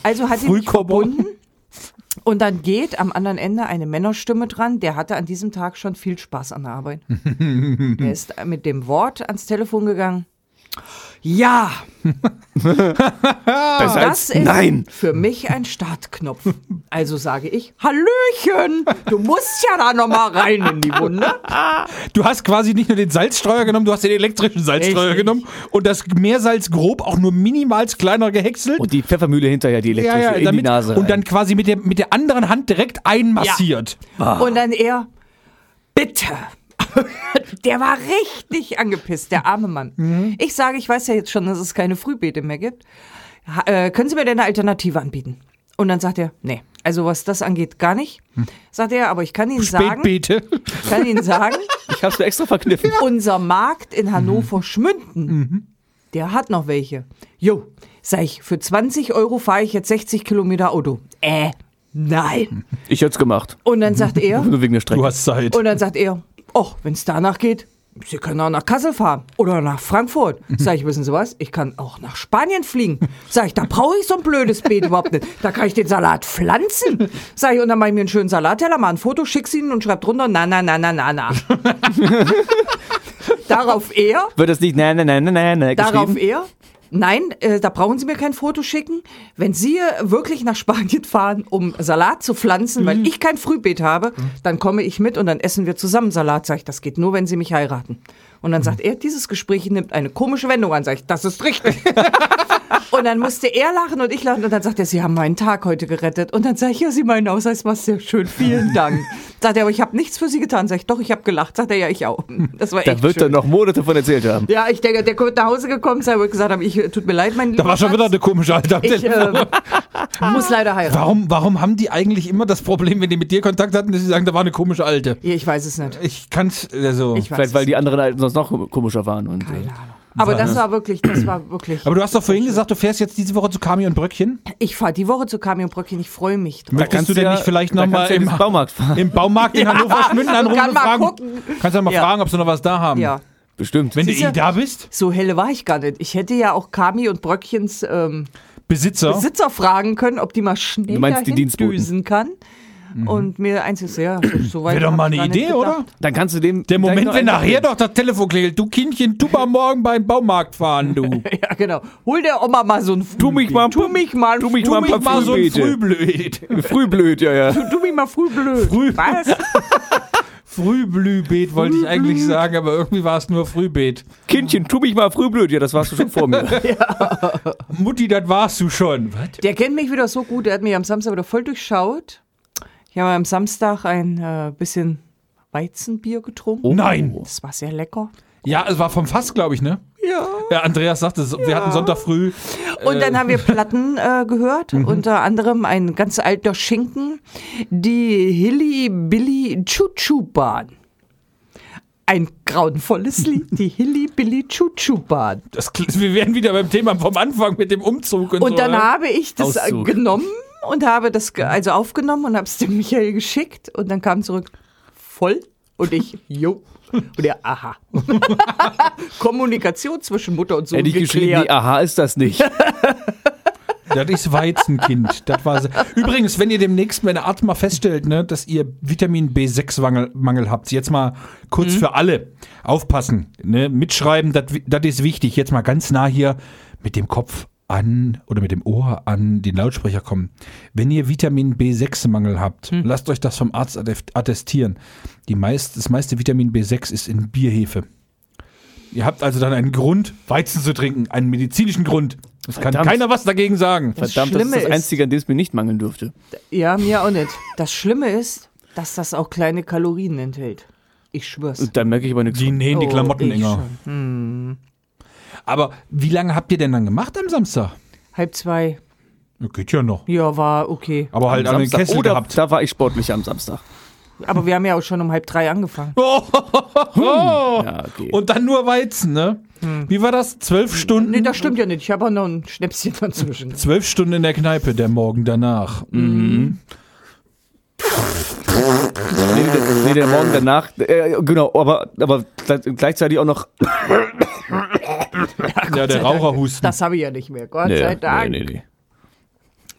S1: Also hat sie mich
S3: Frühkörper.
S1: verbunden und dann geht am anderen Ende eine Männerstimme dran, der hatte an diesem Tag schon viel Spaß an der Arbeit. der ist mit dem Wort ans Telefon gegangen. Ja,
S2: Besser
S1: das
S2: als
S1: ist
S2: nein.
S1: für mich ein Startknopf. Also sage ich, Hallöchen, du musst ja da nochmal rein in die Wunde.
S3: Du hast quasi nicht nur den Salzstreuer genommen, du hast den elektrischen Salzstreuer
S1: Richtig.
S3: genommen und das Meersalz grob auch nur minimals kleiner gehäckselt.
S2: Und die Pfeffermühle hinterher, die elektrische, in
S3: damit,
S2: die Nase.
S3: Und dann quasi mit der, mit der anderen Hand direkt einmassiert.
S1: Und dann er, bitte. Der war richtig angepisst, der arme Mann. Ich sage, ich weiß ja jetzt schon, dass es keine Frühbeete mehr gibt. Ha- Äh, können Sie mir denn eine Alternative anbieten? Und dann sagt er, nee, also was das angeht, gar nicht. Sagt er, aber ich kann Ihnen sagen,
S3: Spätbeete.
S1: ich kann Ihnen sagen,
S2: ich hab's mir extra verkniffen.
S1: unser Markt in Hannover Schmünden, der hat noch welche. Jo, sag ich, für 20 Euro fahre ich jetzt 60 Kilometer Auto. Äh, nein.
S2: Ich hätte es gemacht.
S1: Und dann sagt er,
S2: Nur wegen der Strecke.
S3: Du hast Zeit.
S1: und dann sagt er, ach, wenn es danach geht, Sie können auch nach Kassel fahren oder nach Frankfurt. Sag ich, wissen Sie was? Ich kann auch nach Spanien fliegen. Sag ich, da brauche ich so ein blödes Beet überhaupt nicht. Da kann ich den Salat pflanzen. Sag ich, und dann mache ich mir einen schönen Salatteller, mache ein Foto, schick's Ihnen und schreib drunter, na, na, na, na, na, na. Darauf er,
S2: Wird das nicht nein, nein, nein, nein, nein, nein
S1: Darauf
S2: geschrieben?
S1: er, nein, äh, da brauchen Sie mir kein Foto schicken. Wenn Sie äh, wirklich nach Spanien fahren, um Salat zu pflanzen,
S2: Mhm.
S1: weil ich kein Frühbeet habe, dann komme ich mit und dann essen wir zusammen Salat. Sag ich, das geht nur, wenn Sie mich heiraten. Und
S2: Mhm.
S1: dann sagt er, dieses Gespräch nimmt eine komische Wendung an. Sag ich, das ist richtig. Und dann musste er lachen und ich lachen. Und dann sagt er, Sie haben meinen Tag heute gerettet. Und dann sage ich, ja, Sie meinen Ausweis war sehr schön. Vielen Dank. Sagt er, aber ich habe nichts für Sie getan. Sag ich, doch, ich habe gelacht. Sagt er, ja, ich auch. Das war
S2: Da
S1: echt
S2: wird
S1: schön.
S2: er noch Monate von erzählt haben.
S1: Ja, ich denke, der kommt nach Hause gekommen sein und gesagt haben, ich äh, tut mir leid, mein
S3: Da war schon wieder eine komische Alter. am
S1: Ich
S3: Telefon.
S1: äh, muss leider heiraten.
S3: warum, warum haben die eigentlich immer das Problem, wenn die mit dir Kontakt hatten, dass sie sagen, da war eine komische Alte?
S1: Ja, ich weiß es nicht.
S3: Ich kann's, also.
S1: Ich weiß
S2: Vielleicht,
S1: es
S2: weil
S1: nicht.
S2: die anderen Alten sonst noch komischer waren. Und, äh,
S1: Aber das war wirklich, das war wirklich.
S3: aber du hast doch vorhin gesagt, du fährst jetzt diese Woche zu Kami und Bröckchen.
S1: Ich fahre die Woche zu Kamion Bröckchen, ich freue mich drauf.
S3: Möchtest du denn nicht vielleicht
S2: da
S3: nochmal
S2: kannst du ja
S3: im,
S2: ins Baumarkt fahren?
S3: im Baumarkt in Hannover Schmünden anrufen
S1: kann
S3: und
S1: mal
S3: fragen?
S1: gucken.
S3: Kannst du ja mal
S1: Ja.
S3: fragen, ob sie noch was da haben?
S1: Ja.
S2: Bestimmt.
S3: Wenn du
S1: Sicher.
S3: eh da bist,
S1: So helle war ich gar nicht. Ich hätte ja auch Kami und Bröckchens ähm,
S3: Besitzer.
S1: Besitzer fragen können, ob die mal schnell
S2: Du meinst die
S1: dahin
S2: Dienstboten.
S1: düsen kann. Und mir eins ist ja, so- so weit
S3: Wäre Mhm. doch
S1: hab
S3: mal
S1: ich
S3: eine
S1: gar nicht
S3: Idee, oder?
S1: gedacht.
S2: dann kannst du dem.
S3: Der
S2: gleich
S3: Moment,
S2: noch
S3: wenn
S2: einen
S3: nachher
S2: abgeben.
S3: doch das Telefon klingelt, du Kindchen, du mal morgen beim Baumarkt fahren, du.
S1: Ja, genau. Hol der Oma mal so ein Tu
S2: mich mal-
S1: tu mich mal, tu
S2: mich
S3: Du
S2: mal
S3: mich
S2: ein paar
S3: mal so ein
S2: Frühbeete.
S3: Frühblüht.
S2: Frühblöd, ja, ja.
S1: tu mich mal früh blöd.
S3: Früh-
S1: Was?
S3: Frühblühbeet wollte ich eigentlich sagen, aber irgendwie war es nur Frühbeet.
S2: Kindchen, tu mich mal frühblöd. Ja, das warst du schon vor mir.
S3: Mutti, das warst du schon. Was?
S1: Der kennt mich wieder so gut, der hat mich am Samstag wieder voll durchschaut. Ich habe am Samstag ein äh, bisschen Weizenbier
S3: Oh.
S1: getrunken.
S3: Nein.
S1: Das war sehr lecker.
S3: Ja, es war vom Fass, glaube ich, ne?
S1: Ja.
S3: Ja, Andreas sagte, es, wir hatten Sonntag früh.
S1: Und dann haben wir Platten äh, gehört, unter anderem ein ganz alter Schinken, die Hilly Billy Chuchu Bahn. Ein grauenvolles Lied, die Hilly Billy Chuchu Bahn.
S3: Das, klingt- wir wären wieder beim Thema vom Anfang mit dem Umzug und, so.
S1: Und dann
S3: ne?
S1: habe ich das äh,
S2: Auszug. Mhm.
S1: genommen und habe das ge- also aufgenommen und habe es dem Michael geschickt und dann kam zurück voll Und ich, jo. Und er, aha. Kommunikation zwischen Mutter und Sohn
S2: Hätte ich geschrieben,
S1: geklärt.
S2: nee, aha, ist das nicht.
S3: Das ist Weizenkind. Das war se- Übrigens, wenn ihr demnächst, wenn der Arzt mal feststellt, ne, dass ihr Vitamin B6-Mangel Mangel habt, jetzt mal kurz für alle aufpassen. Ne, mitschreiben, das wi- das ist wichtig. Jetzt mal ganz nah hier mit dem Kopf an oder mit dem Ohr an den Lautsprecher kommen. Wenn ihr Vitamin B6-Mangel habt, lasst euch das vom Arzt attest- attestieren. Die meist, das meiste Vitamin B6 ist in Bierhefe. Ihr habt also dann einen Grund, Weizen zu trinken, einen medizinischen Grund. Es kann
S2: Verdammt.
S3: keiner was dagegen sagen.
S1: Das
S2: Verdammt, das ist
S1: Schlimme
S2: das
S1: ist-
S2: Einzige, an dem es mir nicht mangeln dürfte.
S1: Ja, mir auch nicht. Das Schlimme ist, dass das auch kleine Kalorien enthält. Ich schwör's.
S2: Und da merke ich aber nichts.
S3: Die
S2: von.
S3: nähen die
S1: Oh,
S3: Klamotten
S1: ich
S3: enger.
S1: schon.
S3: Aber wie lange habt ihr denn dann gemacht am Samstag?
S1: Halb zwei.
S3: Ja, Geht ja noch.
S1: Ja, war okay.
S3: Aber halt
S2: Am
S3: an den
S2: Samstag.
S3: Kessel
S2: Oder
S3: gehabt.
S2: da war ich sportlich am Samstag.
S1: Aber wir haben ja auch schon um halb drei angefangen.
S2: Ja, Ah, okay.
S3: Oh! Und dann nur Weizen, ne? Wie war das? Zwölf Stunden?
S1: Hm. Nee, das stimmt ja nicht. Ich habe auch noch ein Schnäpschen dazwischen.
S3: Zwölf Stunden in der Kneipe, der Morgen danach.
S1: Hm.
S2: Nee, der, nee, der Morgen danach, äh, genau, aber, aber gle- gleichzeitig auch noch.
S3: Ja, der Raucherhusten.
S1: Das habe ich ja nicht mehr. Gott sei Dank.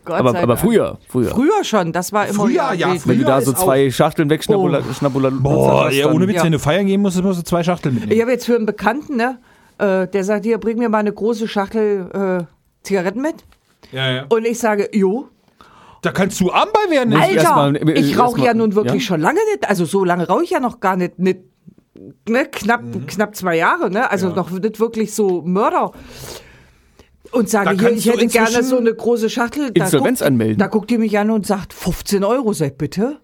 S1: Gott
S2: Aber,
S1: sei
S2: aber
S1: Dank.
S2: früher, früher.
S1: Früher schon. Das war immer.
S3: Früher, ja,
S1: wild.
S2: Wenn du da so
S3: ist auch-
S2: zwei Schachteln wegschnappula, schnappula,
S3: Boah, ja, ohne Witz,
S1: Oh. Ja.
S3: wenn du feiern gehen musst, musst du zwei Schachteln mitnehmen.
S1: Ich habe jetzt für einen Bekannten, ne, äh, der sagt, hier, bring mir mal eine große Schachtel äh, Zigaretten mit.
S3: Ja, ja.
S1: Und ich sage, jo.
S3: Da kannst du arm bei werden. ne?
S2: Muss ich erst
S1: Alter,
S2: mal- äh,
S1: ich
S2: erst
S1: rauche
S2: mal-
S1: ja nun wirklich
S2: ja?
S1: schon lange nicht. Also so lange rauche ich ja noch gar nicht. nicht ne, knapp,
S2: Mhm.
S1: knapp zwei Jahre, ne? Also noch nicht wirklich so Mörder. Und
S3: Da
S1: sage, hier,
S3: kannst
S1: ich
S3: du
S1: hätte gerne
S3: inzwischen
S1: so eine große Schachtel. Da
S2: Insolvenz
S1: guckt,
S2: anmelden.
S1: Da guckt die mich an und sagt, 15 Euro, seid bitte.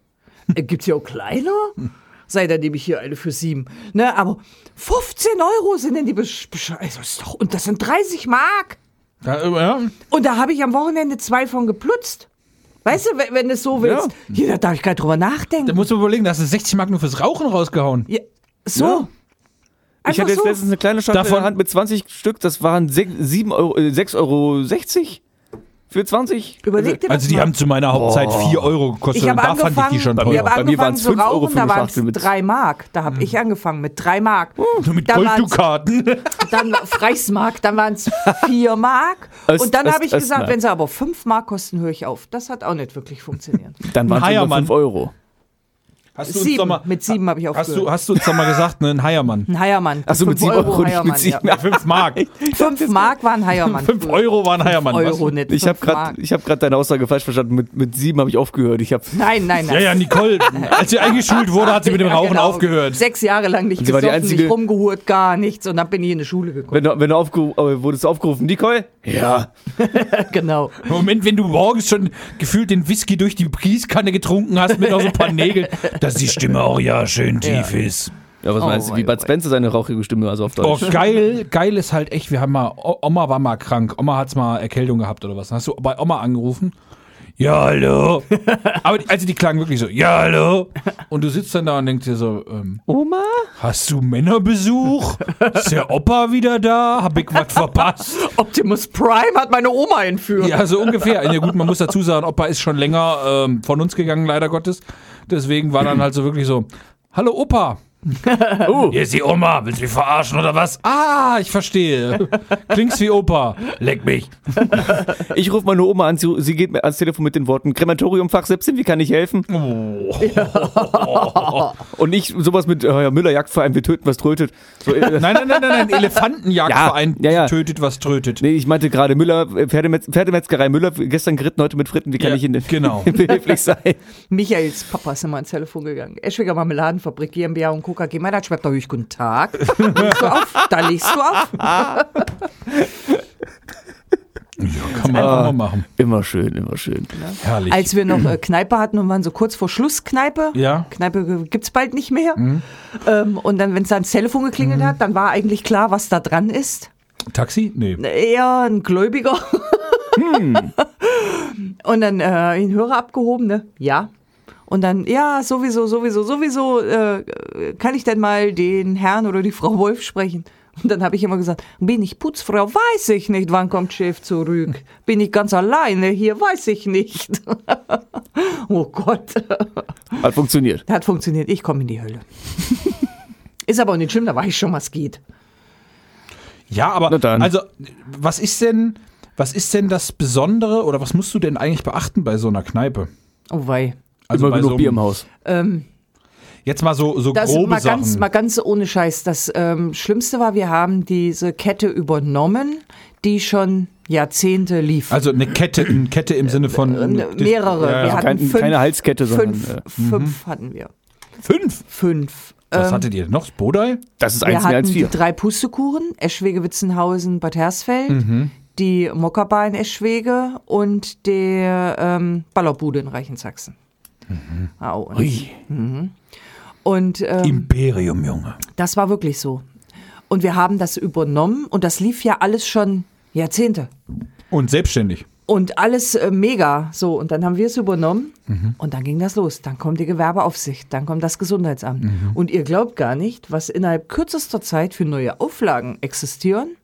S1: Äh, Gibt's ja auch kleiner? Sei da nehme ich hier eine für sieben. Ne, aber 15 Euro sind denn die Besch Besch also ist doch, Und das sind 30 Mark.
S3: Ja, äh, ja.
S1: Und da habe ich am Wochenende zwei von geplutzt. Weißt du, wenn, wenn du es so willst. Hier, da darf ich gar nicht drüber
S3: Da
S1: nachdenken.
S3: musst du überlegen, da hast du 60 Mark nur fürs Rauchen rausgehauen.
S1: Ja, so.
S2: Ja. Ich
S1: Einfach
S2: hatte jetzt
S1: so.
S2: letztens eine kleine Schachtel in
S3: Davon-
S2: der Hand mit 20 Stück, das waren 6,60 Euro, äh, 6,60 Euro für 20.
S1: Überleg dir das
S3: Also die
S1: mal.
S3: haben zu meiner Hauptzeit 4 Euro
S1: ich
S3: gekostet und
S1: habe
S3: da
S1: angefangen,
S3: fand ich die schon
S1: ich
S3: teuer.
S1: habe
S2: Bei mir
S1: angefangen
S2: waren's
S1: zu
S2: fünf Euro
S1: rauchen,
S2: für
S1: da
S2: eine
S1: waren es
S2: Schachtel mit- Uh.
S1: 3 Mark. Da habe ich angefangen mit 3 Mark.
S3: Nur mit
S1: Da waren's-
S3: Golddukaten.
S1: Dann Reichsmark, dann waren es 4 Mark.
S2: Öst-
S1: und dann
S2: Öst-
S1: habe ich gesagt,
S2: Östmark.
S1: wenn sie aber 5 Mark kosten, höre ich auf. Das hat auch nicht wirklich funktioniert.
S2: Dann waren es nur
S3: Heiermann.
S2: 5 Euro.
S3: Hast
S1: Sieben. Mit sieben habe ich
S3: Hast du,
S1: aufgehört.
S3: hast du uns doch mal gesagt, ne, ein Heiermann.
S1: Ein Heiermann.
S2: Achso, mit 7
S1: Fünf
S2: Euro, nicht mit
S1: Heiermann,
S2: 7.
S1: Ja.
S3: 5 Mark.
S1: 5 Mark waren Heiermann.
S3: 5 Euro waren Heiermann. was?
S1: Euro nicht.
S2: Ich habe
S1: fünf Mark.
S2: gerade hab grad deine Aussage falsch verstanden. Mit, mit 7 habe ich aufgehört. Ich hab,
S1: Nein, nein, nein.
S3: Ja, ja, Nicole, als sie eingeschult wurde, hat sie mit dem
S1: Ja,
S3: Rauchen
S1: genau.
S3: aufgehört.
S1: Sechs Jahre lang nicht
S2: Sie war die
S1: gesoffen,
S2: einzige-
S1: nicht rumgehurt, gar nichts. Und dann bin ich in die Schule gekommen.
S2: wenn du, wenn du aufgeru äh, wurdest du aufgerufen, Nicole? Ja.
S1: genau.
S3: Im Moment, wenn du morgens schon gefühlt den Whisky durch die Gießkanne getrunken hast mit noch so ein paar Nägeln, dass die Stimme auch ja schön tief ist.
S2: Ja, was
S1: Oh
S2: meinst du, wie
S1: mein
S2: Bud
S1: Gott.
S2: Spencer seine rauchige Stimme, also auf
S3: Oh,
S2: Deutsch?
S3: geil, geil ist halt echt, wir haben mal, O- Oma war mal krank, Oma hat's mal Erkältung gehabt oder was. Hast du bei Oma angerufen? Ja, hallo. Aber die, also die klangen wirklich so, ja, hallo. Und du sitzt dann da und denkst dir so, ähm,
S2: Oma?
S3: Hast du Männerbesuch? Ist der Opa wieder da? Hab ich was verpasst?
S1: Optimus Prime hat meine Oma entführt.
S3: Ja, so ungefähr. Ja gut, man muss dazu sagen, Opa ist schon länger ähm, von uns gegangen, leider Gottes. Deswegen war dann halt so wirklich so, hallo Opa.
S2: Oh.
S3: Hier ist die Oma, willst du mich verarschen oder was? Ah, ich verstehe. Klingst wie Opa. Leck mich.
S2: Ich rufe meine Oma an, sie, sie geht mir ans Telefon mit den Worten Krematoriumfach 17, wie kann ich helfen?
S3: Oh.
S2: Und nicht sowas mit äh, ja, Müller Jagdverein, wir töten, was trötet. So, äh,
S3: Nein, nein, nein, nein, nein. Elefantenjagdverein
S2: Ja, ja, ja.
S3: tötet, was trötet.
S2: nee, ich meinte gerade Müller, äh, Pferdemetz, Pferdemetzgerei Müller, gestern geritten, heute mit Fritten, wie kann
S3: Ja,
S2: ich Ihnen
S3: genau.
S2: behilflich sein?
S1: Michaels Papa ist immer ans Telefon gegangen. Eschwiger Marmeladenfabrik, GmbH und Coca GmbH. Da schreibt er, "Hüch, guten Tag. legst du auf, da legst du auf.
S3: Kann man auch mal machen.
S2: Immer schön, immer schön.
S3: Herrlich.
S1: Als wir noch äh, Kneipe hatten und waren so kurz vor Schluss Kneipe.
S3: Ja.
S1: Kneipe gibt es bald nicht mehr.
S2: Mhm.
S1: Ähm, und dann, wenn es ans Telefon geklingelt hat, dann war eigentlich klar, was da dran ist.
S3: Taxi? Nee.
S1: eher ein Gläubiger. Und dann äh, den Hörer abgehoben, ne? Ja. Und dann, ja, sowieso, sowieso, sowieso, äh, kann ich denn mal den Herrn oder die Frau Wolf sprechen? Und dann habe ich immer gesagt, bin ich Putzfrau, weiß ich nicht, wann kommt Chef zurück. Bin ich ganz alleine hier, weiß ich nicht. oh Gott.
S2: Hat funktioniert.
S1: Hat funktioniert, ich komme in die Hölle. Ist aber auch nicht schlimm, da war ich schon, was geht.
S3: Ja, aber
S2: Na dann.
S3: also was ist denn was ist denn das Besondere oder was musst du denn eigentlich beachten bei so einer Kneipe?
S1: Oh wei.
S3: Also
S2: Immer
S3: bei
S2: genug
S3: so einem-
S2: Bier im Haus.
S1: Ähm,
S3: Jetzt mal so so
S1: das
S3: grobe
S1: mal
S3: Sachen.
S1: ganz, mal ganz ohne Scheiß. Das ähm, Schlimmste war, wir haben diese Kette übernommen, die schon Jahrzehnte lief.
S3: also eine Kette, eine Kette im Sinne von
S1: Äh, ne, mehrere.
S3: Ja,
S1: wir
S3: ja.
S1: hatten
S2: kein-
S1: fünf,
S2: Also keine Halskette, sondern,
S1: fünf,
S2: äh,
S1: fünf hatten wir.
S3: Fünf.
S1: Fünf.
S3: Was
S1: Ähm,
S3: hattet ihr denn noch? Das Bodei?
S2: Das ist
S1: wir
S2: eins mehr
S1: hatten
S2: als
S1: die
S2: vier.
S1: drei Pustekuren, Eschwege, Witzenhausen, Bad Hersfeld, die Mokaba in Eschwege und der ähm, Ballerbude in Reichensachsen. Au, und- Und ähm,
S3: Imperium, Junge.
S1: das war wirklich so. Und wir haben das übernommen und das lief ja alles schon Jahrzehnte.
S3: Und selbstständig.
S1: Und alles äh, mega so. Und dann haben wir es übernommen und dann ging das los. Dann kommt die Gewerbeaufsicht, dann kommt das Gesundheitsamt. Und ihr glaubt gar nicht, was innerhalb kürzester Zeit für neue Auflagen existieren.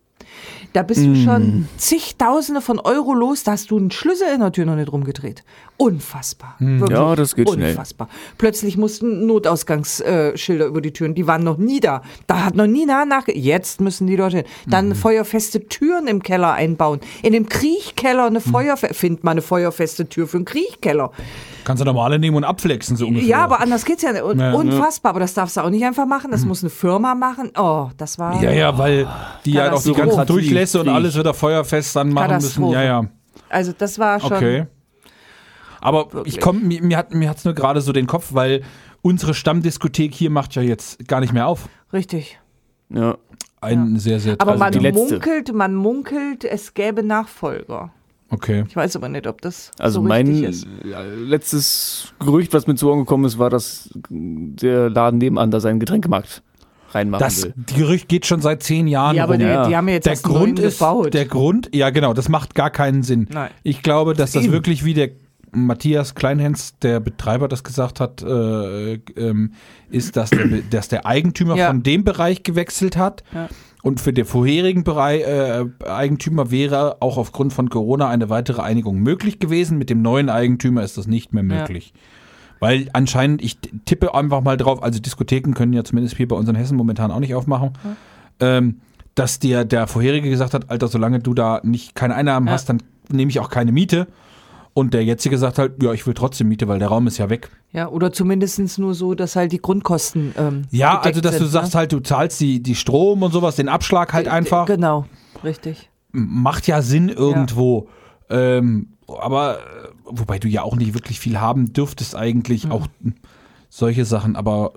S1: Da bist du schon zigtausende von Euro los, da hast du einen Schlüssel in der Tür noch nicht rumgedreht. Unfassbar. Wirklich
S2: Ja, das geht schnell.
S1: unfassbar. Plötzlich mussten Notausgangsschilder äh, über die Türen, die waren noch nie da. Da hat noch nie nach. Jetzt müssen die dorthin. Dann feuerfeste Türen im Keller einbauen. In dem Kriechkeller eine Feuerfe Find mal eine feuerfeste Tür für einen Kriechkeller.
S3: Kannst du normale nehmen und abflexen, so ungefähr.
S1: Ja, aber anders geht's ja nicht. Und
S3: Ja, ja.
S1: unfassbar, aber das darfst du auch nicht einfach machen. Das muss eine Firma machen. Oh, das war.
S3: Ja, ja, weil die ja auch die
S1: Katastrophe.
S3: ganzen Durchlässe und alles wieder feuerfest dann machen müssen.
S1: Katastrophe.
S3: Ja, ja.
S1: Also das war schon.
S3: Okay. Aber ich komm, mir, mir hat mir hat's nur gerade so den Kopf, weil unsere Stammdiskothek hier macht ja jetzt gar nicht mehr auf.
S1: Richtig.
S2: Ja.
S3: Ein sehr, sehr
S1: Aber
S3: also
S1: man
S2: die letzte.
S1: munkelt, man munkelt, es gäbe Nachfolger.
S3: Okay.
S1: Ich weiß aber nicht, ob das
S2: Also
S1: so
S2: mein
S1: richtig ist.
S2: äh, letztes Gerücht, was mir zu Ohren gekommen ist, war, dass der Laden nebenan da seinen Getränkemarkt reinmachen
S3: Das
S2: will.
S3: Gerücht geht schon seit zehn Jahren.
S1: Ja, aber
S3: rum.
S1: die,
S2: Ja.
S1: die haben ja jetzt
S3: der
S1: erst einen neuen
S3: Grund ist
S1: gebaut.
S3: der Grund, ja genau, das macht gar keinen Sinn.
S1: Nein.
S3: Ich glaube, dass das wirklich wie der Matthias Kleinhens, der Betreiber, das gesagt hat, äh, ähm, ist, dass der, Be- dass der Eigentümer
S1: Ja.
S3: von dem Bereich gewechselt hat.
S1: Ja.
S3: Und für den vorherigen Bereich, äh, Eigentümer wäre auch aufgrund von Corona eine weitere Einigung möglich gewesen. Mit dem neuen Eigentümer ist das nicht mehr
S1: Ja.
S3: möglich. Weil anscheinend, ich tippe einfach mal drauf, also Diskotheken können ja zumindest hier bei uns in Hessen momentan auch nicht aufmachen, ähm, dass dir der vorherige gesagt hat, Alter, solange du da nicht keine Einnahmen
S1: Ja.
S3: hast, dann nehme ich auch keine Miete. Und der jetzige sagt halt, ja, ich will trotzdem Miete, weil der Raum ist ja weg.
S1: ja, oder zumindest nur so, dass halt die Grundkosten. Ähm,
S3: Ja,
S1: gedeckt
S3: also dass
S1: sind,
S3: du sagst halt, du zahlst die, die Strom und sowas, den Abschlag halt
S1: ne?
S3: einfach.
S1: Genau, richtig.
S3: macht ja Sinn irgendwo. Ähm, aber äh, wobei du ja auch nicht wirklich viel haben dürftest eigentlich
S1: Mhm.
S3: auch mh, solche Sachen, aber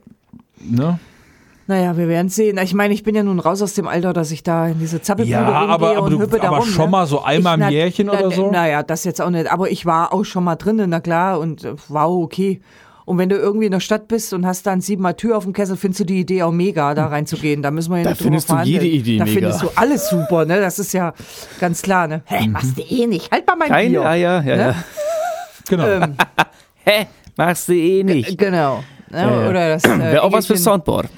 S3: ne?
S1: Naja, wir werden sehen. Ich meine, ich bin ja nun raus aus dem Alter, dass ich da in diese Zappelbude
S3: Ja,
S1: hingehe
S3: aber- aber
S1: und
S3: du-
S1: hüppe da
S3: aber
S1: rum,
S3: schon
S1: ne?
S3: mal so einmal im
S1: na-
S3: Jährchen
S1: na,
S3: oder so?
S1: Naja, das jetzt auch nicht. Aber ich war auch schon mal drinnen, na klar, und äh, wow, okay. Und wenn du irgendwie in der Stadt bist und hast dann siebenmal Tür auf dem Kessel, findest du die Idee auch mega,
S3: Hm.
S1: da reinzugehen. Da müssen wir ja
S2: Da
S1: nicht drüber
S2: findest du
S1: verhandeln.
S2: jede Idee
S1: Da
S2: mega.
S1: findest du alles super, ne? Das ist ja ganz klar, ne?
S4: Hey,
S3: Mhm.
S4: machst du eh nicht. Halt mal mein
S2: Kein
S4: Bier.
S2: Eier, ja, ja.
S3: Genau.
S1: Ähm.
S2: Hä? Machst du eh nicht.
S1: Genau. Ne? Oder das. Äh,
S2: Wäre auch was für
S1: Engelchen-
S2: Soundboard.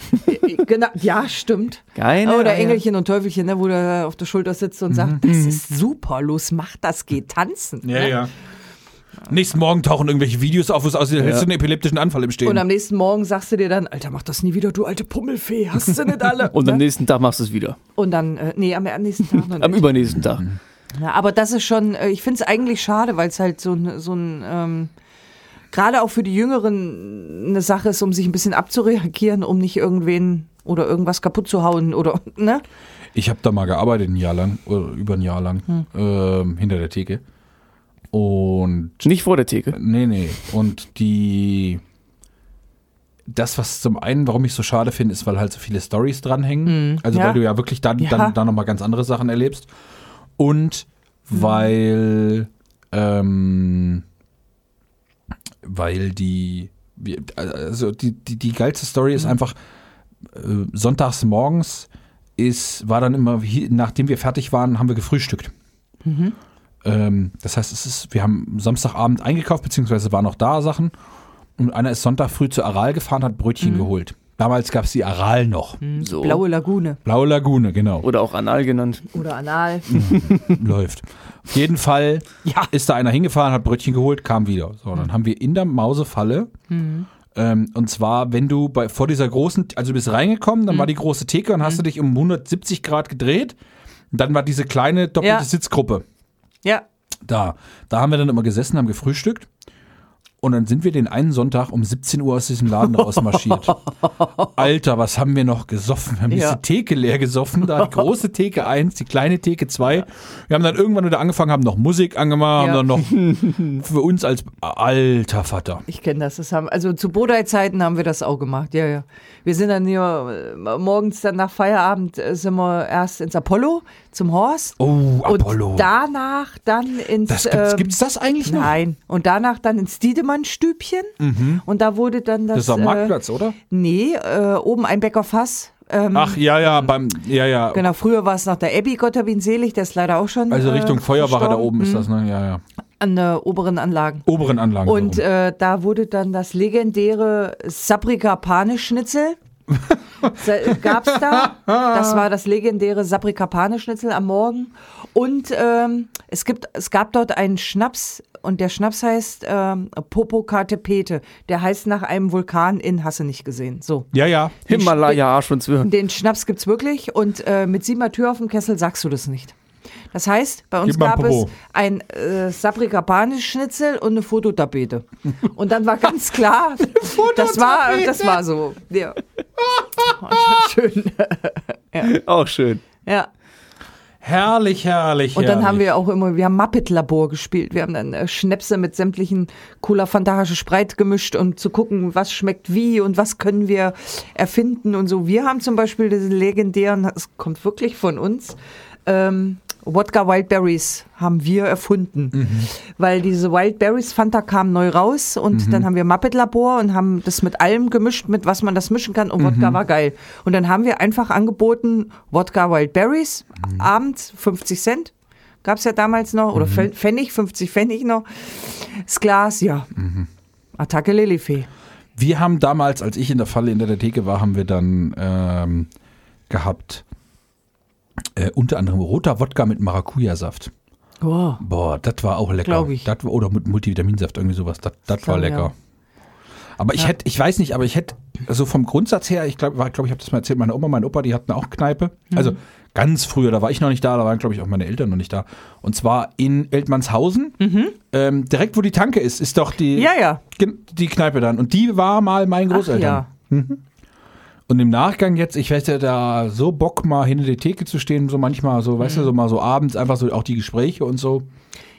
S1: Genau, ja, stimmt.
S2: Keine
S1: Oder
S2: Eier.
S1: Engelchen und Teufelchen, ne, wo der auf der Schulter sitzt
S2: Mhm.
S1: und sagt, das ist super, los, mach das, geh tanzen.
S3: ja,
S1: ne?
S3: ja. Nächsten Morgen tauchen irgendwelche Videos auf, wo es aussieht, als hättest du einen epileptischen Anfall im Stehen.
S1: Und am nächsten Morgen sagst du dir dann, Alter, mach das nie wieder, du alte Pummelfee, hast du nicht alle.
S2: Und am
S1: ne?
S2: nächsten Tag machst du es wieder.
S1: und dann äh, nee, am nächsten Tag noch
S2: Am
S1: nicht.
S2: übernächsten Tag.
S1: Ja, aber das ist schon, äh, ich finde es eigentlich schade, weil es halt so, ein- so ein, ähm, gerade auch für die Jüngeren eine Sache ist, um sich ein bisschen abzureagieren, um nicht irgendwen oder irgendwas kaputt zu hauen oder, ne?
S3: Ich habe da mal gearbeitet ein Jahr lang, oder über ein Jahr lang,
S1: Hm.
S3: ähm, hinter der Theke. Und
S2: Nicht vor der Theke.
S3: Nee, nee. Und die. Das, was zum einen, warum ich so schade finde, ist, weil halt so viele Stories dranhängen. Also,
S1: Hm. ja.
S3: weil du ja wirklich dann,
S1: Ja.
S3: dann, dann nochmal ganz andere Sachen erlebst. Und weil. Ähm, weil die. wir- Also, die, die, die geilste Story ist einfach, äh, sonntags morgens ist, war dann immer, hi- nachdem wir fertig waren, haben wir gefrühstückt. Ähm, das heißt, es ist, wir haben Samstagabend eingekauft, beziehungsweise waren noch da Sachen. Und einer ist Sonntag früh zu Aral gefahren, hat Brötchen geholt. Damals gab es die Aral noch.
S2: So.
S1: Blaue Lagune
S3: Blaue Lagune, genau.
S2: Oder auch anal genannt.
S1: oder Anal.
S2: Mhm.
S3: läuft. Auf jeden Fall
S1: Ja. Hm.
S3: ist da einer hingefahren, hat Brötchen geholt, kam wieder. So, dann haben wir in der Mausefalle. Ähm, und zwar, wenn du bei, vor dieser großen, also du bist reingekommen,
S1: Hm.
S3: dann war die große Theke und hast du dich um 170 Grad gedreht. Und dann war diese kleine doppelte
S1: Ja.
S3: Sitzgruppe
S1: Ja,
S3: da. Da haben wir dann immer gesessen, haben gefrühstückt. Und dann sind wir den einen Sonntag um 17 Uhr aus diesem Laden rausmarschiert. Alter, was haben wir noch gesoffen? Wir haben
S1: Ja.
S3: diese Theke leer gesoffen. Da die große Theke 1, die kleine Theke 2. Wir haben dann irgendwann wieder angefangen, haben noch Musik angemacht,
S1: Ja.
S3: haben dann noch für uns als alter Vater.
S1: ich kenne das. das haben, also zu Bodai-Zeiten haben wir das auch gemacht. Ja, ja. Wir sind dann hier äh, morgens dann nach Feierabend äh, sind wir erst ins Apollo zum Horst.
S3: Oh,
S1: und
S3: Apollo.
S1: danach dann ins.
S3: das gibt's,
S1: ähm,
S3: gibt's das eigentlich noch?
S1: Nein. Und danach dann ins Diedemann-Stübchen. Und da wurde dann das.
S3: Mhm. Das ist am
S1: äh,
S3: Marktplatz, oder? Ah.
S1: Nee, äh, oben ein Bäcker Fass. Ähm,
S3: Ach ja, ja, beim, ja, ja.
S1: Genau, früher war es nach der Abbey, Gott hab ihn selig, der ist leider auch schon.
S3: Also Richtung
S1: äh,
S3: Feuerwache da
S1: gestorben,
S3: oben ist das, ne? Ja, ja.
S1: An der oberen Anlagen.
S3: Oberen Anlagen. so
S1: Und
S3: rum.
S1: äh, da wurde dann das legendäre Sabrika Paneschnitzel. Gab's da? Das war das legendäre Sabrika Paneschnitzel am Morgen. Und ähm, es, gibt, es gab dort einen Schnaps und der Schnaps heißt ähm, Popocatepete. Der heißt nach einem Vulkan in Hasse nicht gesehen. So.
S3: ja, ja.
S2: Himalaya, Arsch und Zwirn.
S1: Den Schnaps gibt's wirklich und äh, mit siebener Tür auf dem Kessel sagst du das nicht. Das heißt, bei uns
S3: Gib mal
S1: gab
S3: Popo.
S1: es ein äh, Sabrikapanisch-Schnitzel und eine Fototapete. Und dann war ganz klar, das war, das war so. Ja. Schön.
S2: Auch schön.
S1: Ja.
S3: Herrlich, herrlich.
S1: Und dann
S3: herrlich.
S1: haben wir auch immer, wir haben Muppet-Labor gespielt. Wir haben dann äh, Schnäpse mit sämtlichen Cola Fantasche Spreit gemischt, um zu gucken, was schmeckt wie und was können wir erfinden und so. Wir haben zum Beispiel diesen legendären, das kommt wirklich von uns, ähm, Wodka Wildberries haben wir erfunden, weil diese Wildberries Fanta kam neu raus und dann haben wir Muppet Labor und haben das mit allem gemischt, mit was man das mischen kann und Wodka war geil. Und dann haben wir einfach angeboten Wodka Wildberries abends 50 Cent gab es ja damals noch,
S3: Mhm.
S1: oder Pfen- Pfennig, 50 Pfennig noch. Das Glas, ja.
S3: Mhm.
S1: Attacke Lilifee.
S3: Wir haben damals, als ich in der Falle hinter der Theke war, haben wir dann ähm, gehabt äh, unter anderem roter Wodka mit Maracuja-Saft.
S1: Wow.
S3: Boah, das war auch lecker.
S1: Glaub ich.
S3: Das, war- oder mit Multivitaminsaft, irgendwie sowas. Das, das war
S1: kann,
S3: lecker. Aber ich hätte, ich weiß nicht, aber ich hätte, also vom Grundsatz her, ich glaube, glaub, ich habe das mal erzählt, meine Oma, mein Opa, die hatten auch Kneipe.
S1: Mhm.
S3: Also ganz früher, da war ich noch nicht da, da waren, glaube ich, auch meine Eltern noch nicht da. Und zwar in Eltmannshausen, ähm, direkt wo die Tanke ist, ist doch die,
S1: Mhm. Ja, ja.
S3: Gen- die Kneipe dann. Und die war mal mein
S1: Ach,
S3: Großeltern. Mhm.
S1: ja.
S3: Und im Nachgang jetzt, ich hätte da so Bock, mal hinter der Theke zu stehen, so manchmal, so,
S1: Mhm.
S3: weißt du, so mal so abends, einfach so auch die Gespräche und so.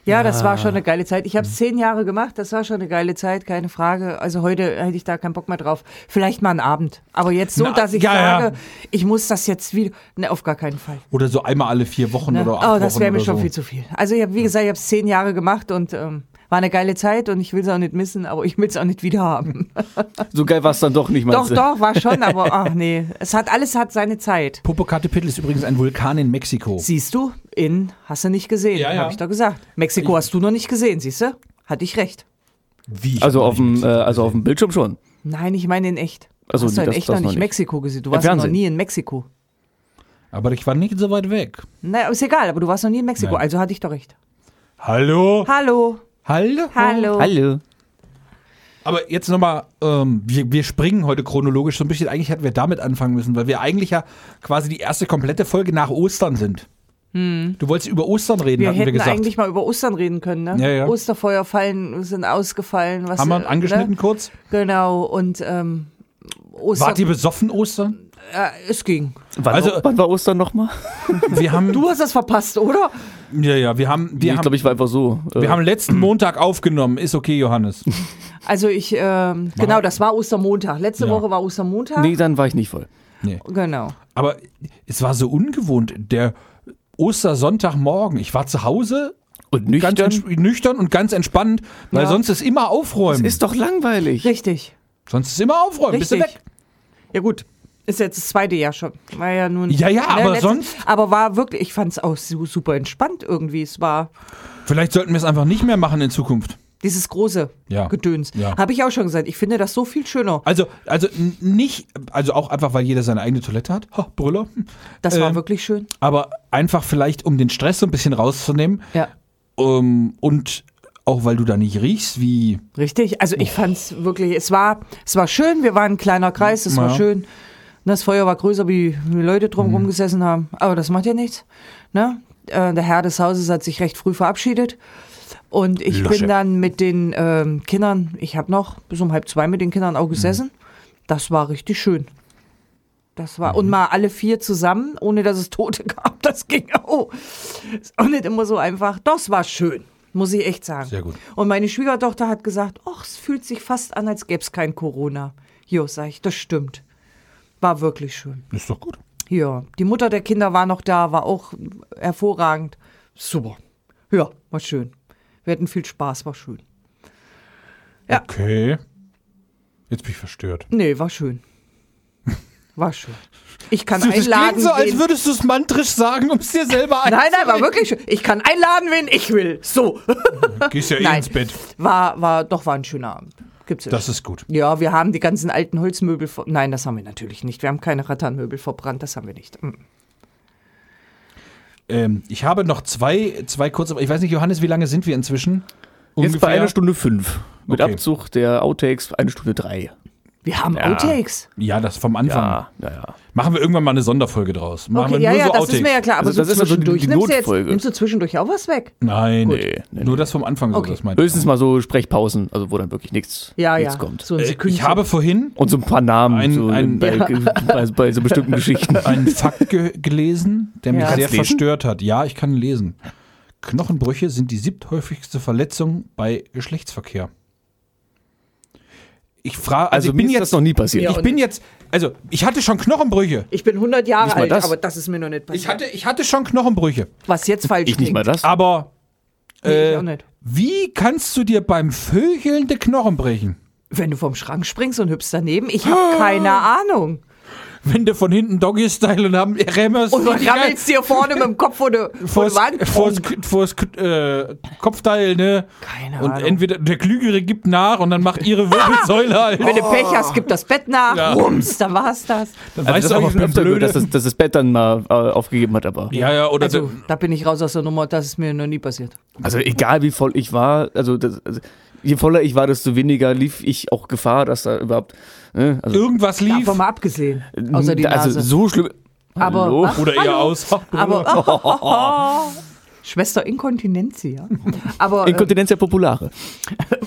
S1: Ja, das war schon eine geile Zeit. Ich habe
S3: Mhm.
S1: es zehn Jahre gemacht, das war schon eine geile Zeit, keine Frage. Also heute hätte ich da keinen Bock mehr drauf. Vielleicht mal einen Abend. Aber jetzt so,
S3: Na,
S1: dass ich
S3: ja, ja.
S1: sage, ich muss das jetzt wieder. Ne, auf gar keinen Fall.
S3: Oder so einmal alle vier Wochen
S1: Ne?
S3: oder acht
S1: Oh, das
S3: Wochen
S1: wäre mir
S3: oder
S1: schon
S3: so.
S1: viel zu viel. Also, ich hab, wie gesagt, ich habe es zehn Jahre gemacht und ähm, war eine geile Zeit und ich will es auch nicht missen, aber ich will es auch nicht wieder haben.
S2: So geil war es dann doch nicht,
S1: Doch,
S2: meinst
S3: Also
S2: du?
S1: doch, war schon, aber ach nee. Es hat alles hat seine Zeit.
S3: Popocatépetl ist übrigens ein Vulkan in Mexiko.
S1: Siehst du, in hast du nicht gesehen,
S3: Ja,
S1: ja,
S3: ja.
S1: habe ich doch gesagt. Mexiko hast du noch nicht gesehen, siehst du? Hatte ich recht.
S3: Wie? Ich
S2: Also
S3: hab
S2: auf
S3: noch
S2: dem,
S3: nicht
S2: äh, also auf dem Bildschirm schon.
S1: Nein, ich meine in echt.
S2: Also
S1: hast du in
S2: das-
S1: echt
S2: das
S1: noch
S2: noch
S1: nicht
S2: nicht.
S1: Mexiko gesehen. Du
S2: Im
S1: warst ja noch
S2: Fernsehen.
S1: nie in Mexiko.
S3: Aber ich war nicht so weit weg.
S1: Naja, ist egal, aber du warst noch nie in Mexiko,
S3: Nein.
S1: also hatte ich doch recht.
S3: Hallo?
S1: Hallo,
S3: Hallo?
S1: hallo.
S2: Hallo.
S3: Aber jetzt nochmal, ähm, wir, wir springen heute chronologisch so ein bisschen. Eigentlich hätten wir damit anfangen müssen, weil wir eigentlich ja quasi die erste komplette Folge nach Ostern sind. Du wolltest über Ostern
S1: Hm.
S3: reden,
S1: Wir
S3: hatten
S1: hätten
S3: wir gesagt.
S1: eigentlich mal über Ostern reden können, ne?
S3: Ja, ja.
S1: Osterfeuer fallen, sind ausgefallen. Was,
S3: Haben
S1: äh,
S3: wir angeschnitten
S1: Ne?
S3: kurz?
S1: Genau, und ähm, Ostern,
S3: Wart ihr besoffen Ostern?
S1: es ging.
S2: Wann,
S3: Also-
S2: wann war Ostern nochmal?
S3: Wir haben,
S1: Du hast das verpasst, oder?
S3: ja, ja, wir haben,
S2: Ich
S3: wir haben,
S2: glaube, ich war einfach so. äh,
S3: wir haben letzten Montag aufgenommen. Ist okay, Johannes.
S1: Also ich, ähm, genau, das war Ostermontag. Letzte
S3: Ja.
S1: Woche war Ostermontag.
S2: nee, dann war ich nicht voll.
S1: Genau.
S3: Aber es war so ungewohnt. Der Ostersonntagmorgen. Ich war zu Hause.
S2: Und
S3: Ganz
S2: nüchtern?
S3: entsp- nüchtern und ganz entspannt, weil
S1: Ja.
S3: sonst ist immer aufräumen.
S2: Ist doch langweilig.
S1: Richtig.
S3: sonst ist immer aufräumen. Bist du
S1: Richtig.
S3: weg?
S1: Ja gut. Ist jetzt das zweite Jahr schon. War ja nun. ne,
S3: Ja, ja, aber
S1: letztes-
S3: sonst-
S1: Aber war wirklich, ich fand es auch su- super entspannt irgendwie. Es war.
S3: Vielleicht sollten wir es einfach nicht mehr machen in Zukunft.
S1: Dieses große
S3: Ja.
S1: Gedöns.
S3: Ja.
S1: Habe ich auch schon gesagt. Ich finde das so viel schöner.
S3: Also, also n- nicht, also auch einfach, weil jeder seine eigene Toilette hat. Ha, Brüller. Hm.
S1: Das war
S3: Ähm,
S1: wirklich schön.
S3: Aber einfach vielleicht, um den Stress so ein bisschen rauszunehmen.
S1: Ja.
S3: Ähm, und auch, weil du da nicht riechst, wie.
S1: Richtig. Also ich fand's wirklich, es war, es war schön, wir waren ein kleiner Kreis, es war
S3: Ja.
S1: schön. Und Das Feuer war größer, wie wie Leute drum rumgesessen haben. Aber das macht ja nichts. Ne? Äh, Der Herr des Hauses hat sich recht früh verabschiedet. Und ich
S3: Lasche.
S1: bin dann mit den ähm, Kindern, ich habe noch bis um halb zwei mit den Kindern auch gesessen. Das war richtig schön. Das war,
S3: Mhm.
S1: und mal alle vier zusammen, ohne dass es Tote gab, das ging auch. Ist auch nicht immer so einfach. Das war schön, muss ich echt sagen.
S3: Sehr gut.
S1: Und meine Schwiegertochter hat gesagt, ach, es fühlt sich fast an, als gäbe es kein Corona. Jo, sag ich, das stimmt. War wirklich schön.
S3: Ist doch gut.
S1: Ja, die Mutter der Kinder war noch da, war auch hervorragend. Super. Ja, war schön. Wir hatten viel Spaß, war schön. Ja.
S3: Okay. Jetzt bin ich verstört.
S1: Nee, war schön. War schön. Ich kann
S3: das
S1: einladen.
S3: klingt so, als
S1: wen-
S3: würdest du es mantrisch sagen, um es dir selber
S1: nein, nein, war wirklich schön. Ich kann einladen, wen ich will. So.
S3: Gehst ja eh
S1: Nein.
S3: ins Bett.
S1: War, war, doch war ein schöner Abend. Gibt's ja
S3: Das ist gut.
S1: Ja, wir haben die ganzen alten Holzmöbel. ver- Nein, das haben wir natürlich nicht. Wir haben keine Rattanmöbel verbrannt. Das haben wir nicht. Mm.
S3: Ähm, ich habe noch zwei, zwei kurze. Ich weiß nicht, Johannes, wie lange sind wir inzwischen?
S2: Jetzt bei einer Stunde fünf. Mit
S3: Okay.
S2: Abzug der Outtakes eine Stunde drei.
S1: Wir haben
S2: Ja.
S1: Outtakes.
S3: Ja, das vom Anfang.
S2: naja.
S3: Machen wir irgendwann mal eine Sonderfolge draus. Machen
S1: Okay,
S3: wir
S1: ja,
S3: nur
S1: ja,
S3: so
S1: das
S3: Outtakes.
S1: ist mir ja klar. Aber
S2: Also das
S1: so
S2: ist also die
S1: zwischendurch nimmst, du jetzt,
S2: Notfolge.
S1: nimmst du zwischendurch auch was weg?
S3: Nein,
S2: Nee, nee,
S3: nur das vom Anfang,
S1: Okay.
S3: so, das meinte ich.
S2: Höchstens mal so Sprechpausen, also wo dann wirklich nichts,
S1: Ja,
S2: nichts
S1: ja.
S2: kommt.
S1: So ein
S3: Äh,
S1: Sekündchen.
S3: Ich habe vorhin
S2: Und so ein paar Namen
S3: Ein-
S2: so
S3: ein-
S2: bei, bei, bei so bestimmten Geschichten. Also
S3: einen Fakt ge gelesen, der mich
S1: Ja.
S3: sehr
S2: Kannst lesen?
S3: verstört hat. Ja, ich kann lesen. Knochenbrüche sind die siebthäufigste Verletzung bei Geschlechtsverkehr. Ich frage, also,
S2: Also
S3: ich
S2: mir
S3: bin
S2: ist
S3: jetzt
S2: das noch nie passiert.
S1: Ja,
S3: Ich
S1: und-
S3: bin jetzt, also ich hatte schon Knochenbrüche.
S1: ich bin 100 Jahre
S2: Nicht mal
S1: alt,
S2: das.
S1: aber das ist mir noch nicht passiert.
S3: Ich hatte, ich hatte schon Knochenbrüche.
S1: was jetzt falsch
S2: Ich nicht mal
S3: Ah,
S2: das.
S3: Aber
S1: Nee, ich
S3: äh,
S1: auch nicht.
S3: wie kannst du dir beim Vögeln die Knochen brechen?
S1: Wenn du vom Schrank springst und hüpfst daneben, ich habe keine Ahnung.
S3: Wenn du von hinten Doggy-Style und haben Remmers
S1: Und du rammelst Oh, dir vorne mit dem Kopf vor der vor die
S3: vors,
S1: Wand. Oh,
S3: vors, vors äh, Kopfteil, ne?
S1: Keine
S3: und
S1: Ahnung.
S3: entweder der Klügere gibt nach und dann macht ihre Wirbelsäule halt.
S1: Wenn du Pech hast, gib das Bett nach. Rums, dann war's das.
S3: Dann
S2: Also das
S3: auch,
S2: habe ich
S3: ich
S2: schon
S3: bin
S2: öfter gehört,
S3: blöde.
S2: dass das, dass das Bett dann mal äh, aufgegeben hat, aber.
S3: ja, ja, oder
S1: Also,
S3: so.
S1: da bin ich raus aus der Nummer. Das ist mir noch nie passiert.
S2: Also egal wie voll ich war, also, das, also je voller ich war, desto weniger lief ich auch Gefahr, dass da überhaupt. Ne? Also,
S3: irgendwas lief.
S1: Davon mal abgesehen. Außer die
S2: also
S1: Nase.
S2: so schlimm.
S1: Aber-
S2: Hallo?
S1: Ach.
S3: oder eher aus.
S1: aber Schwester Inkontinentia. Aber äh,
S2: Inkontinenz der Populare.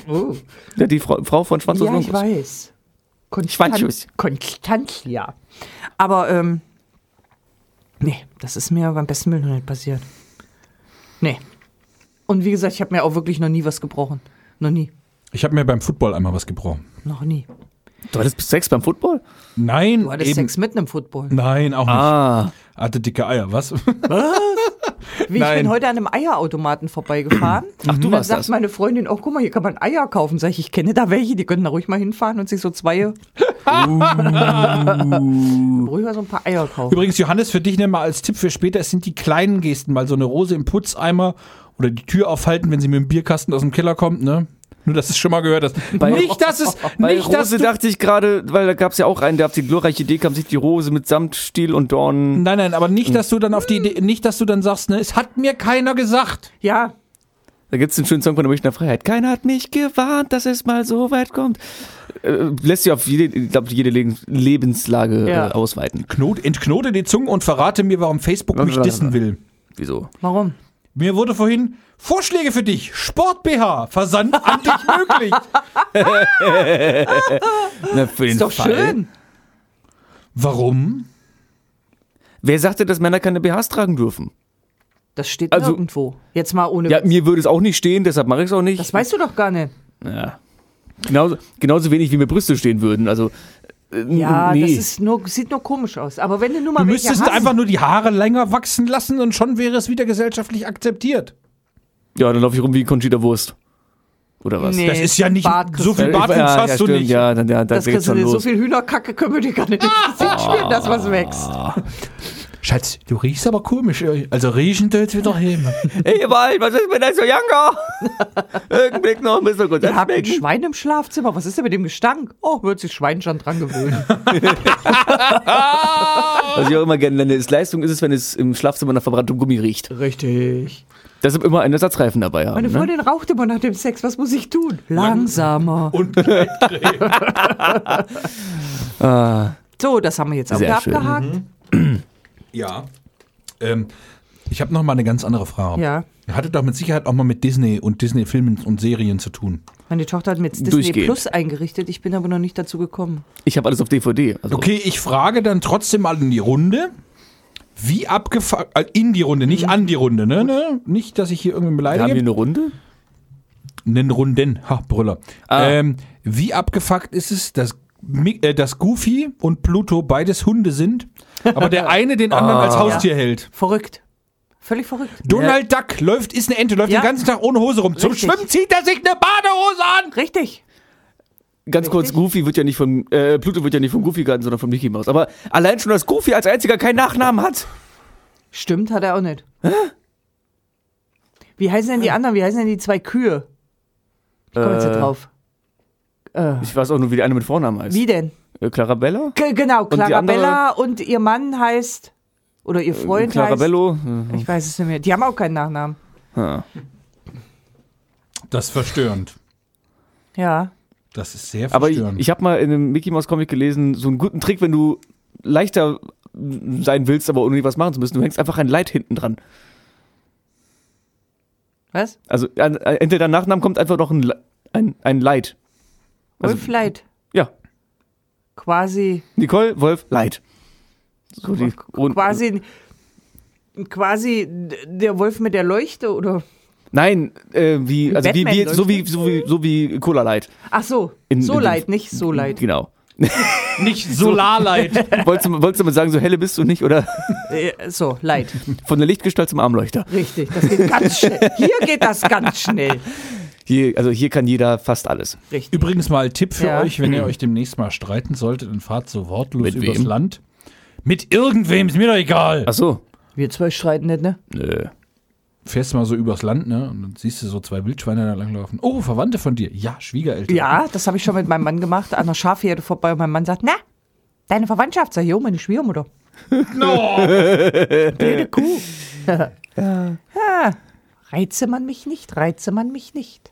S1: oh,
S2: Ja, die Frau, Frau von Schwanz aus
S1: ja, ich
S2: Longus.
S1: weiß.
S2: Schwanzschuss.
S1: Konstantia. Aber ähm, nee, das ist mir beim besten Willen noch nicht passiert. Nee. Und wie gesagt, ich habe mir auch wirklich noch nie was gebrochen. Noch nie.
S3: Ich habe mir beim Football einmal was gebrochen.
S1: Noch nie.
S2: Du hattest Sex beim Football?
S3: Nein,
S1: Du hattest
S3: eben.
S1: Sex mitten im Football.
S3: Nein, auch nicht.
S2: Ah.
S3: Hatte dicke Eier, was?
S1: Wie, ich
S3: Nein.
S1: bin heute an einem Eierautomaten vorbeigefahren.
S2: Ach, du
S1: Und dann
S2: warst
S1: sagt
S2: das.
S1: meine Freundin, oh, guck mal, hier kann man Eier kaufen. Sag ich, ich kenne da welche, die können da ruhig mal hinfahren und sich so zwei. ruhig mal so ein paar Eier kaufen.
S3: Übrigens, Johannes, für dich nochmal als Tipp für später, es sind die kleinen Gesten, mal so eine Rose im Putzeimer oder die Tür aufhalten, wenn sie mit dem Bierkasten aus dem Keller kommt, ne? Nur, dass du es schon mal gehört hast. nicht, dass es,
S2: Bei
S3: nicht, dass
S2: Rose
S3: du,
S2: dachte ich gerade, weil da gab es ja auch einen, der hat die glorreiche Idee, kam sich die Rose mit Samt, Stiel und Dornen.
S3: nein, nein, aber nicht, dass du dann auf die Idee, nicht, dass du dann sagst, ne, es hat mir keiner gesagt.
S1: Ja,
S2: Da gibt es einen schönen Song von der Münchner Freiheit. Keiner hat mich gewarnt, dass es mal so weit kommt. Äh, lässt sich auf jede, ich glaub, jede Le- Lebenslage
S1: Ja.
S2: äh, ausweiten.
S3: Knot, entknote die Zunge und verrate mir, warum Facebook mich dissen will.
S2: Wieso?
S1: warum?
S3: Mir wurde vorhin Vorschläge für dich. Sport BH, Versand an dich möglich.
S2: Na, für den
S1: Ist doch schön.
S3: Warum?
S2: Wer sagte, dass Männer keine BHs tragen dürfen?
S1: Das steht
S2: Also-
S1: nirgendwo. Jetzt mal ohne.
S2: Ja,
S1: Witz.
S2: mir würde es auch nicht stehen, deshalb mache ich es auch nicht.
S1: das weißt du doch gar nicht.
S2: ja. genauso, genauso wenig, wie mir Brüste stehen würden. Also, äh,
S1: Ja,
S2: nee.
S1: das ist nur, sieht nur komisch aus. Aber wenn du nur mal
S3: Du
S1: welche
S3: müsstest
S1: hast,
S3: einfach nur die Haare länger wachsen lassen und schon wäre es wieder gesellschaftlich akzeptiert.
S2: ja, dann laufe ich rum wie Conchita Wurst. Oder was?
S1: Nee.
S3: Das ist ja nicht
S1: Bart
S3: so
S1: kriegst du
S3: viel
S2: Äh,
S3: Bartwuchs
S2: ja,
S3: hast
S2: ja,
S3: du
S2: stimmt,
S3: nicht.
S2: Ja, dann, ja, dann
S1: das
S2: geht's
S1: kriegst du
S2: schon
S1: nicht. so
S2: los.
S1: viel Hühnerkacke können wir dir gar nicht ins Gesicht spüren, das was wächst.
S3: Schatz, du riechst aber komisch. Also riechen tut wieder hin.
S2: Ey, Wald, was ist mit deinem Janka? Augenblick noch, müssen wir kurz
S1: Ihr habt ein
S2: abschmecken.
S1: Schwein im Schlafzimmer. Was ist denn mit dem Gestank? Oh, wird sich Schwein schon dran gewöhnen.
S2: Was ich auch immer gerne nenne, ist Leistung ist es, wenn es im Schlafzimmer nach verbranntem Gummi riecht.
S1: Richtig.
S2: Das sind immer einen Ersatzreifen dabei haben.
S1: Meine
S2: Ne?
S1: Freundin raucht immer nach dem Sex. Was muss ich tun? Langsamer.
S3: Und
S1: So, das haben wir jetzt auch wieder
S2: Ah. Sehr schön. Mhm.
S1: abgehakt.
S3: ja. Ähm, ich habe noch mal eine ganz andere Frage.
S1: Ja.
S3: Ihr hattet doch mit Sicherheit auch mal mit Disney und Disney-Filmen und Serien zu tun.
S1: Meine Tochter hat mir jetzt Disney
S2: Durchgehend.
S1: Plus eingerichtet. Ich bin aber noch nicht dazu gekommen.
S2: Ich habe alles auf DVD. Also
S3: Okay, ich frage dann trotzdem mal in die Runde. Wie abgefuckt, in die Runde, nicht an die Runde, ne? ne? Nicht, dass ich hier irgendwie
S2: Haben wir
S3: beleidige.
S2: eine Runde?
S3: Nen Runden, ha, Brüller.
S2: Ah.
S3: Ähm, wie abgefuckt ist es, dass, Mi- äh, dass Goofy und Pluto beides Hunde sind, aber der eine den anderen
S2: Ah.
S3: als Haustier hält?
S1: Verrückt. Völlig verrückt.
S3: Donald Duck läuft, ist eine Ente, läuft
S1: Ja.
S3: den ganzen Tag ohne Hose rum. Zum
S1: Richtig.
S3: Schwimmen zieht er sich eine Badehose an!
S1: Richtig.
S2: Ganz kurz, Goofy wird ja nicht von, äh, Pluto wird ja nicht von Goofy gehalten, sondern von Mickey Mouse. Aber allein schon, dass Goofy als einziger keinen Nachnamen hat.
S1: Stimmt, hat er auch nicht. Wie heißen denn die anderen? Wie heißen denn die zwei Kühe? Ich komme jetzt nicht
S2: Äh.
S1: drauf.
S2: Ich weiß auch nur, wie der eine mit Vornamen heißt.
S1: Wie denn?
S2: Äh, Clarabella?
S1: G genau,
S2: die
S1: Clarabella und ihr Mann heißt, oder ihr
S2: Äh,
S1: Freund
S2: Clarabello? Hm.
S1: heißt, ich weiß es nicht mehr, die haben auch keinen Nachnamen.
S2: Ja.
S3: Das ist verstörend.
S1: Ja,
S3: Das ist sehr
S2: Aber ich,
S3: verstörend.
S2: ich habe mal in einem Mickey Mouse Comic gelesen, so einen guten Trick, wenn du leichter sein willst, aber ohne was machen zu müssen. Du hängst einfach ein Light hinten dran.
S1: was?
S2: Also an, an- hinter deinem Nachnamen kommt einfach noch ein, Le- ein, ein Light. Also-
S1: Wolf Leid,
S2: Ja,
S1: quasi,
S2: Nicole, Wolf, Light. So die Grund-
S1: quasi, quasi der Wolf mit der Leuchte, oder?
S2: Nein, äh, wie, also wie, wie,
S1: Batman
S2: so, wie, so, wie, so wie Cola Light.
S1: Ach so,
S2: In-
S1: so
S2: in dem-
S1: leid, nicht so leid.
S2: Genau.
S3: nicht Solarlight.
S2: Wolltest du, wolltest du mal sagen, so helle bist du nicht? Oder
S1: Äh, so, leid,
S2: von der Lichtgestalt zum Armleuchter.
S1: richtig, das geht ganz schnell. Hier geht das ganz schnell,
S2: Hier, also hier kann jeder fast alles.
S1: richtig.
S3: Übrigens mal Tipp für
S1: Ja.
S3: euch, wenn ihr euch demnächst mal streiten solltet, dann fahrt so wortlos
S2: Mit
S3: übers
S2: wem? Also
S3: Land. Mit irgendwem, ist mir doch egal.
S2: Ach so.
S1: Wir zwei streiten nicht, ne?
S2: Nö.
S3: Fährst mal so übers Land, ne? Und dann siehst du so zwei Wildschweine da langlaufen. Oh, Verwandte von dir. Ja, Schwiegereltern.
S1: Ja, das habe ich schon mit meinem Mann gemacht, an der Schafherde vorbei und mein Mann sagt, na, deine Verwandtschaft, sag ich, jo, meine Schwiegermutter.
S3: No.
S1: Blöde Kuh. ja. Reize man mich nicht, reize man mich nicht.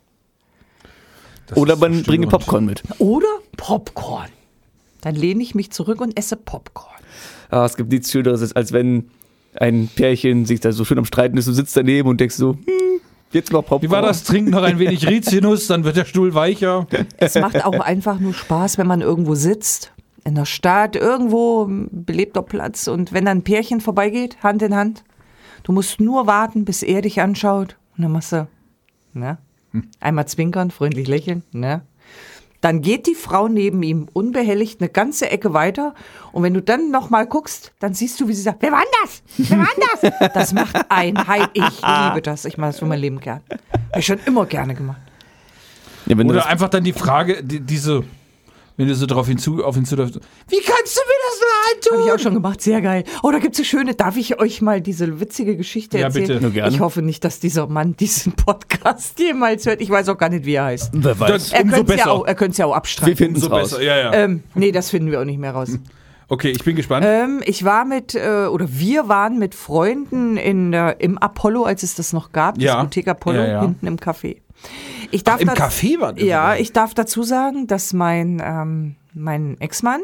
S3: Das
S2: Oder
S3: ist so
S2: man bringe
S3: störend.
S2: Popcorn mit.
S1: Oder Popcorn. Dann lehne ich mich zurück und esse Popcorn.
S2: Ah, es gibt nichts Schöneres, als wenn ein Pärchen sich da so schön am Streiten ist und sitzt daneben und denkst so, hm, jetzt noch Popcorn.
S3: Wie war das? Trink noch ein wenig Rizinus, dann wird der Stuhl weicher.
S1: Es macht auch einfach nur Spaß, wenn man irgendwo sitzt, in der Stadt, irgendwo, ein belebter Platz. Und wenn dann ein Pärchen vorbeigeht, Hand in Hand, du musst nur warten, bis er dich anschaut. Und dann machst du, ne? Einmal zwinkern, freundlich lächeln, ne? Dann geht die Frau neben ihm unbehelligt eine ganze Ecke weiter. Und wenn du dann nochmal guckst, dann siehst du, wie sie sagt, wer war denn das? Wer war denn das? Das macht ein Hype. Ich liebe das. Ich mache das für mein Leben gern. Habe ich schon immer gerne gemacht.
S2: Ja, wenn du
S3: Oder
S2: das
S3: einfach dann die Frage, die, diese, wenn du so drauf hinzu, auf hinzu Wie kannst du mir das nur
S1: Habe ich
S3: antun?
S1: auch schon gemacht, sehr geil. Oh, da gibt's so schöne, darf ich euch mal diese witzige Geschichte
S3: Ja,
S1: erzählen?
S3: bitte. Nur
S2: gerne.
S1: Ich hoffe nicht, dass dieser Mann diesen Podcast jemals hört. Ich weiß auch gar nicht, wie er heißt.
S2: Wer
S3: weiß.
S1: Er
S3: Umso
S1: könnte es ja
S3: besser.
S1: auch, er könnte ja auch
S2: Wir
S1: abstreiten.
S2: finden es
S3: So
S2: raus.
S3: besser, ja, ja.
S1: Ähm, nee, das finden wir auch nicht mehr raus.
S3: okay, ich bin gespannt.
S1: Ähm, ich war mit, äh, oder wir waren mit Freunden in der, im Apollo, als es das noch gab,
S3: Ja.
S1: Diskothek Apollo,
S3: Ja, ja.
S1: hinten im Café. Ich darf
S3: Im
S1: das-
S3: Café war das
S1: Ja,
S3: sogar.
S1: ich darf dazu sagen, dass mein, ähm, mein Ex-Mann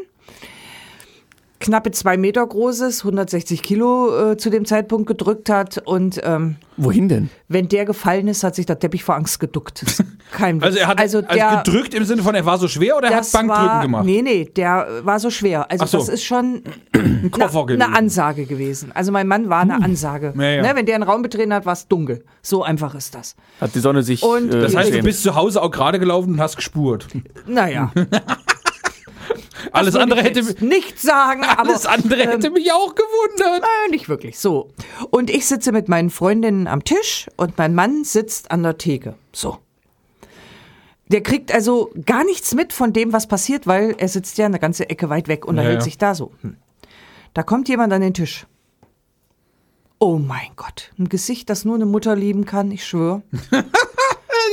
S1: knappe zwei Meter großes, 160 Kilo äh, zu dem Zeitpunkt gedrückt hat und ähm,
S2: Wohin denn?
S1: wenn der gefallen ist, hat sich der Teppich vor Angst geduckt. Das ist Kein
S3: also
S1: Witz.
S3: er hat also gedrückt im Sinne von, er war so schwer oder er hat
S1: das
S3: Bankdrücken
S1: war,
S3: gemacht?
S1: Nee, nee, der äh, war so schwer. Also
S3: Ach so.
S1: das ist schon
S3: Ein Koffer
S1: eine,
S3: gewesen.
S1: eine Ansage gewesen. Also mein Mann war eine Ansage.
S3: Hm. Ja, ja.
S1: Ne, wenn der einen Raum betreten hat, war es dunkel. So einfach ist das.
S2: Hat die Sonne sich.
S1: Und-
S2: äh,
S3: Das heißt, du
S2: geschämt?
S3: bist zu Hause auch gerade gelaufen und hast gespurt.
S1: Naja,
S3: Alles andere hätte,
S1: jetzt nicht sagen, aber ähm,
S3: alles andere hätte mich auch ähm, gewundert.
S1: Äh, nicht wirklich. So. Und ich sitze mit meinen Freundinnen am Tisch und mein Mann sitzt an der Theke. So. Der kriegt also gar nichts mit von dem, was passiert, weil er sitzt ja eine ganze Ecke weit weg und
S3: Ja,
S1: er hält
S3: ja.
S1: sich da so. Hm. Da kommt jemand an den Tisch. Oh mein Gott, ein Gesicht, das nur eine Mutter lieben kann, ich schwöre.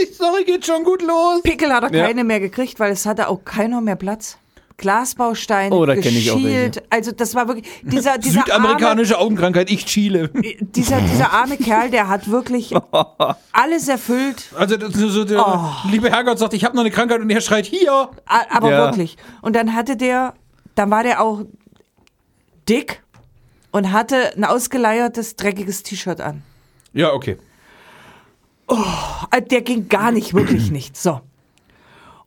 S3: Die Story geht schon gut los.
S1: Pickel hat er
S2: Ja.
S1: keine mehr gekriegt, weil es hatte auch keiner mehr Platz. Glasbaustein,
S2: Oh, da kenn ich auch
S1: geschielt. Also das war wirklich dieser, dieser arme,
S3: Südamerikanische Augenkrankheit, ich Chile.
S1: dieser, dieser arme Kerl, der hat wirklich alles erfüllt,
S3: Also das, so, so, der
S1: Oh.
S3: liebe Herrgott sagt, ich habe noch eine Krankheit und er schreit hier.
S1: a- aber
S2: Ja.
S1: wirklich. Und dann hatte der, dann war der auch dick und hatte ein ausgeleiertes, dreckiges T-Shirt an.
S3: Ja, okay.
S1: Äh, Der ging gar nicht, wirklich nicht. So.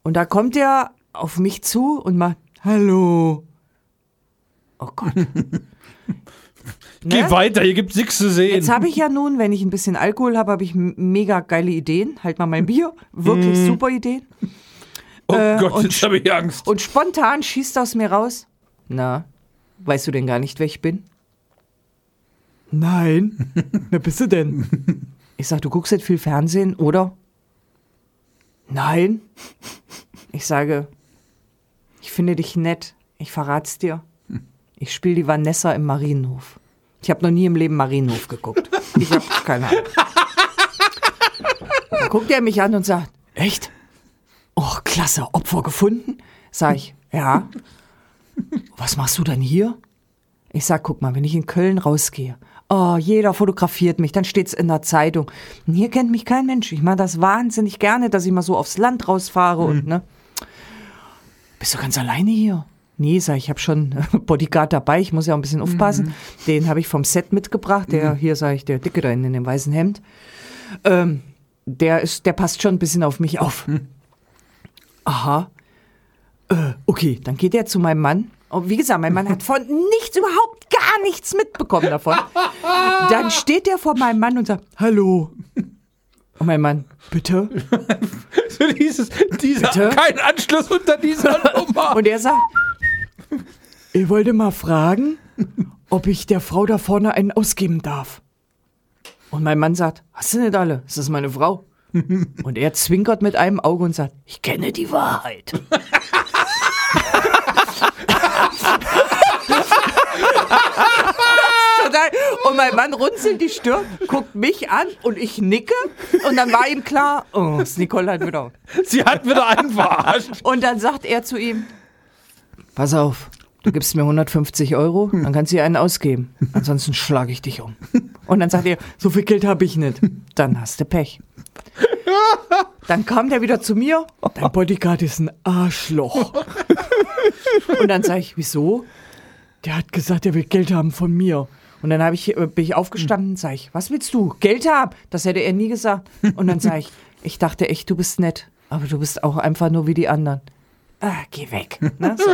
S1: Und da kommt er auf mich zu und macht, hallo. Oh Gott.
S3: Geh weiter, hier gibt's nichts zu sehen.
S1: Ne? Jetzt habe ich ja nun, wenn ich ein bisschen Alkohol habe, habe ich m- mega geile Ideen. Halt mal mein Bier. Wirklich super Ideen.
S3: oh
S1: äh,
S3: Gott,
S1: und
S3: jetzt habe ich Angst.
S1: Und spontan schießt aus mir raus. Na, weißt du denn gar nicht, wer ich bin? Nein. Wer bist du denn? Ich sag, du guckst jetzt viel Fernsehen, oder? Nein. Ich sage, ich finde dich nett. Ich verrat's dir. Ich spiele die Vanessa im Marienhof. Ich habe noch nie im Leben Marienhof geguckt. Ich habe keine Ahnung. Dann guckt er mich an und sagt, echt? Oh, klasse, Opfer gefunden? Sag ich, ja. Was machst du denn hier? Ich sag, guck mal, wenn ich in Köln rausgehe, oh, jeder fotografiert mich, dann steht's in der Zeitung. Und hier kennt mich kein Mensch. Ich mache das wahnsinnig gerne, dass ich mal so aufs Land rausfahre und ne. Bist du ganz alleine hier? Nee, sag ich, ich habe schon Bodyguard dabei, ich muss ja auch ein bisschen aufpassen. Den habe ich vom Set mitgebracht, der hier, sag ich, der Dicke da in dem weißen Hemd. Ähm, der ist, der passt schon ein bisschen auf mich auf. Aha. Äh, okay, dann geht er zu meinem Mann. Und wie gesagt, mein Mann hat von nichts, überhaupt gar nichts mitbekommen davon. Dann steht er vor meinem Mann und sagt, hallo. Und mein Mann, bitte?
S3: So dieses, dieser,
S1: Bitte?
S3: kein Anschluss unter dieser Nummer.
S1: Und er sagt, ich wollte mal fragen, ob ich der Frau da vorne einen ausgeben darf. Und mein Mann sagt, hast du nicht alle? Ist das meine Frau? Und er zwinkert mit einem Auge und sagt, ich kenne die Wahrheit. Total. Und mein Mann runzelt die Stirn, guckt mich an und ich nicke. Und dann war ihm klar, oh, das Nicole hat wieder.
S3: Sie hat wieder einen verarscht.
S1: Und dann sagt er zu ihm: Pass auf, du gibst mir 150 Euro, dann kannst du dir einen ausgeben. Ansonsten schlage ich dich um. Und dann sagt er: So viel Geld habe ich nicht. Dann hast du Pech. Dann kam der wieder zu mir: Dein Bodyguard ist ein Arschloch. Und dann sage ich: Wieso? Der hat gesagt, er will Geld haben von mir. Und dann habe ich, äh, bin ich aufgestanden und sage ich, was willst du? Geld haben? Das hätte er nie gesagt. Und dann sage ich, ich dachte echt, du bist nett, aber du bist auch einfach nur wie die anderen. Ah, geh weg. Ne? So.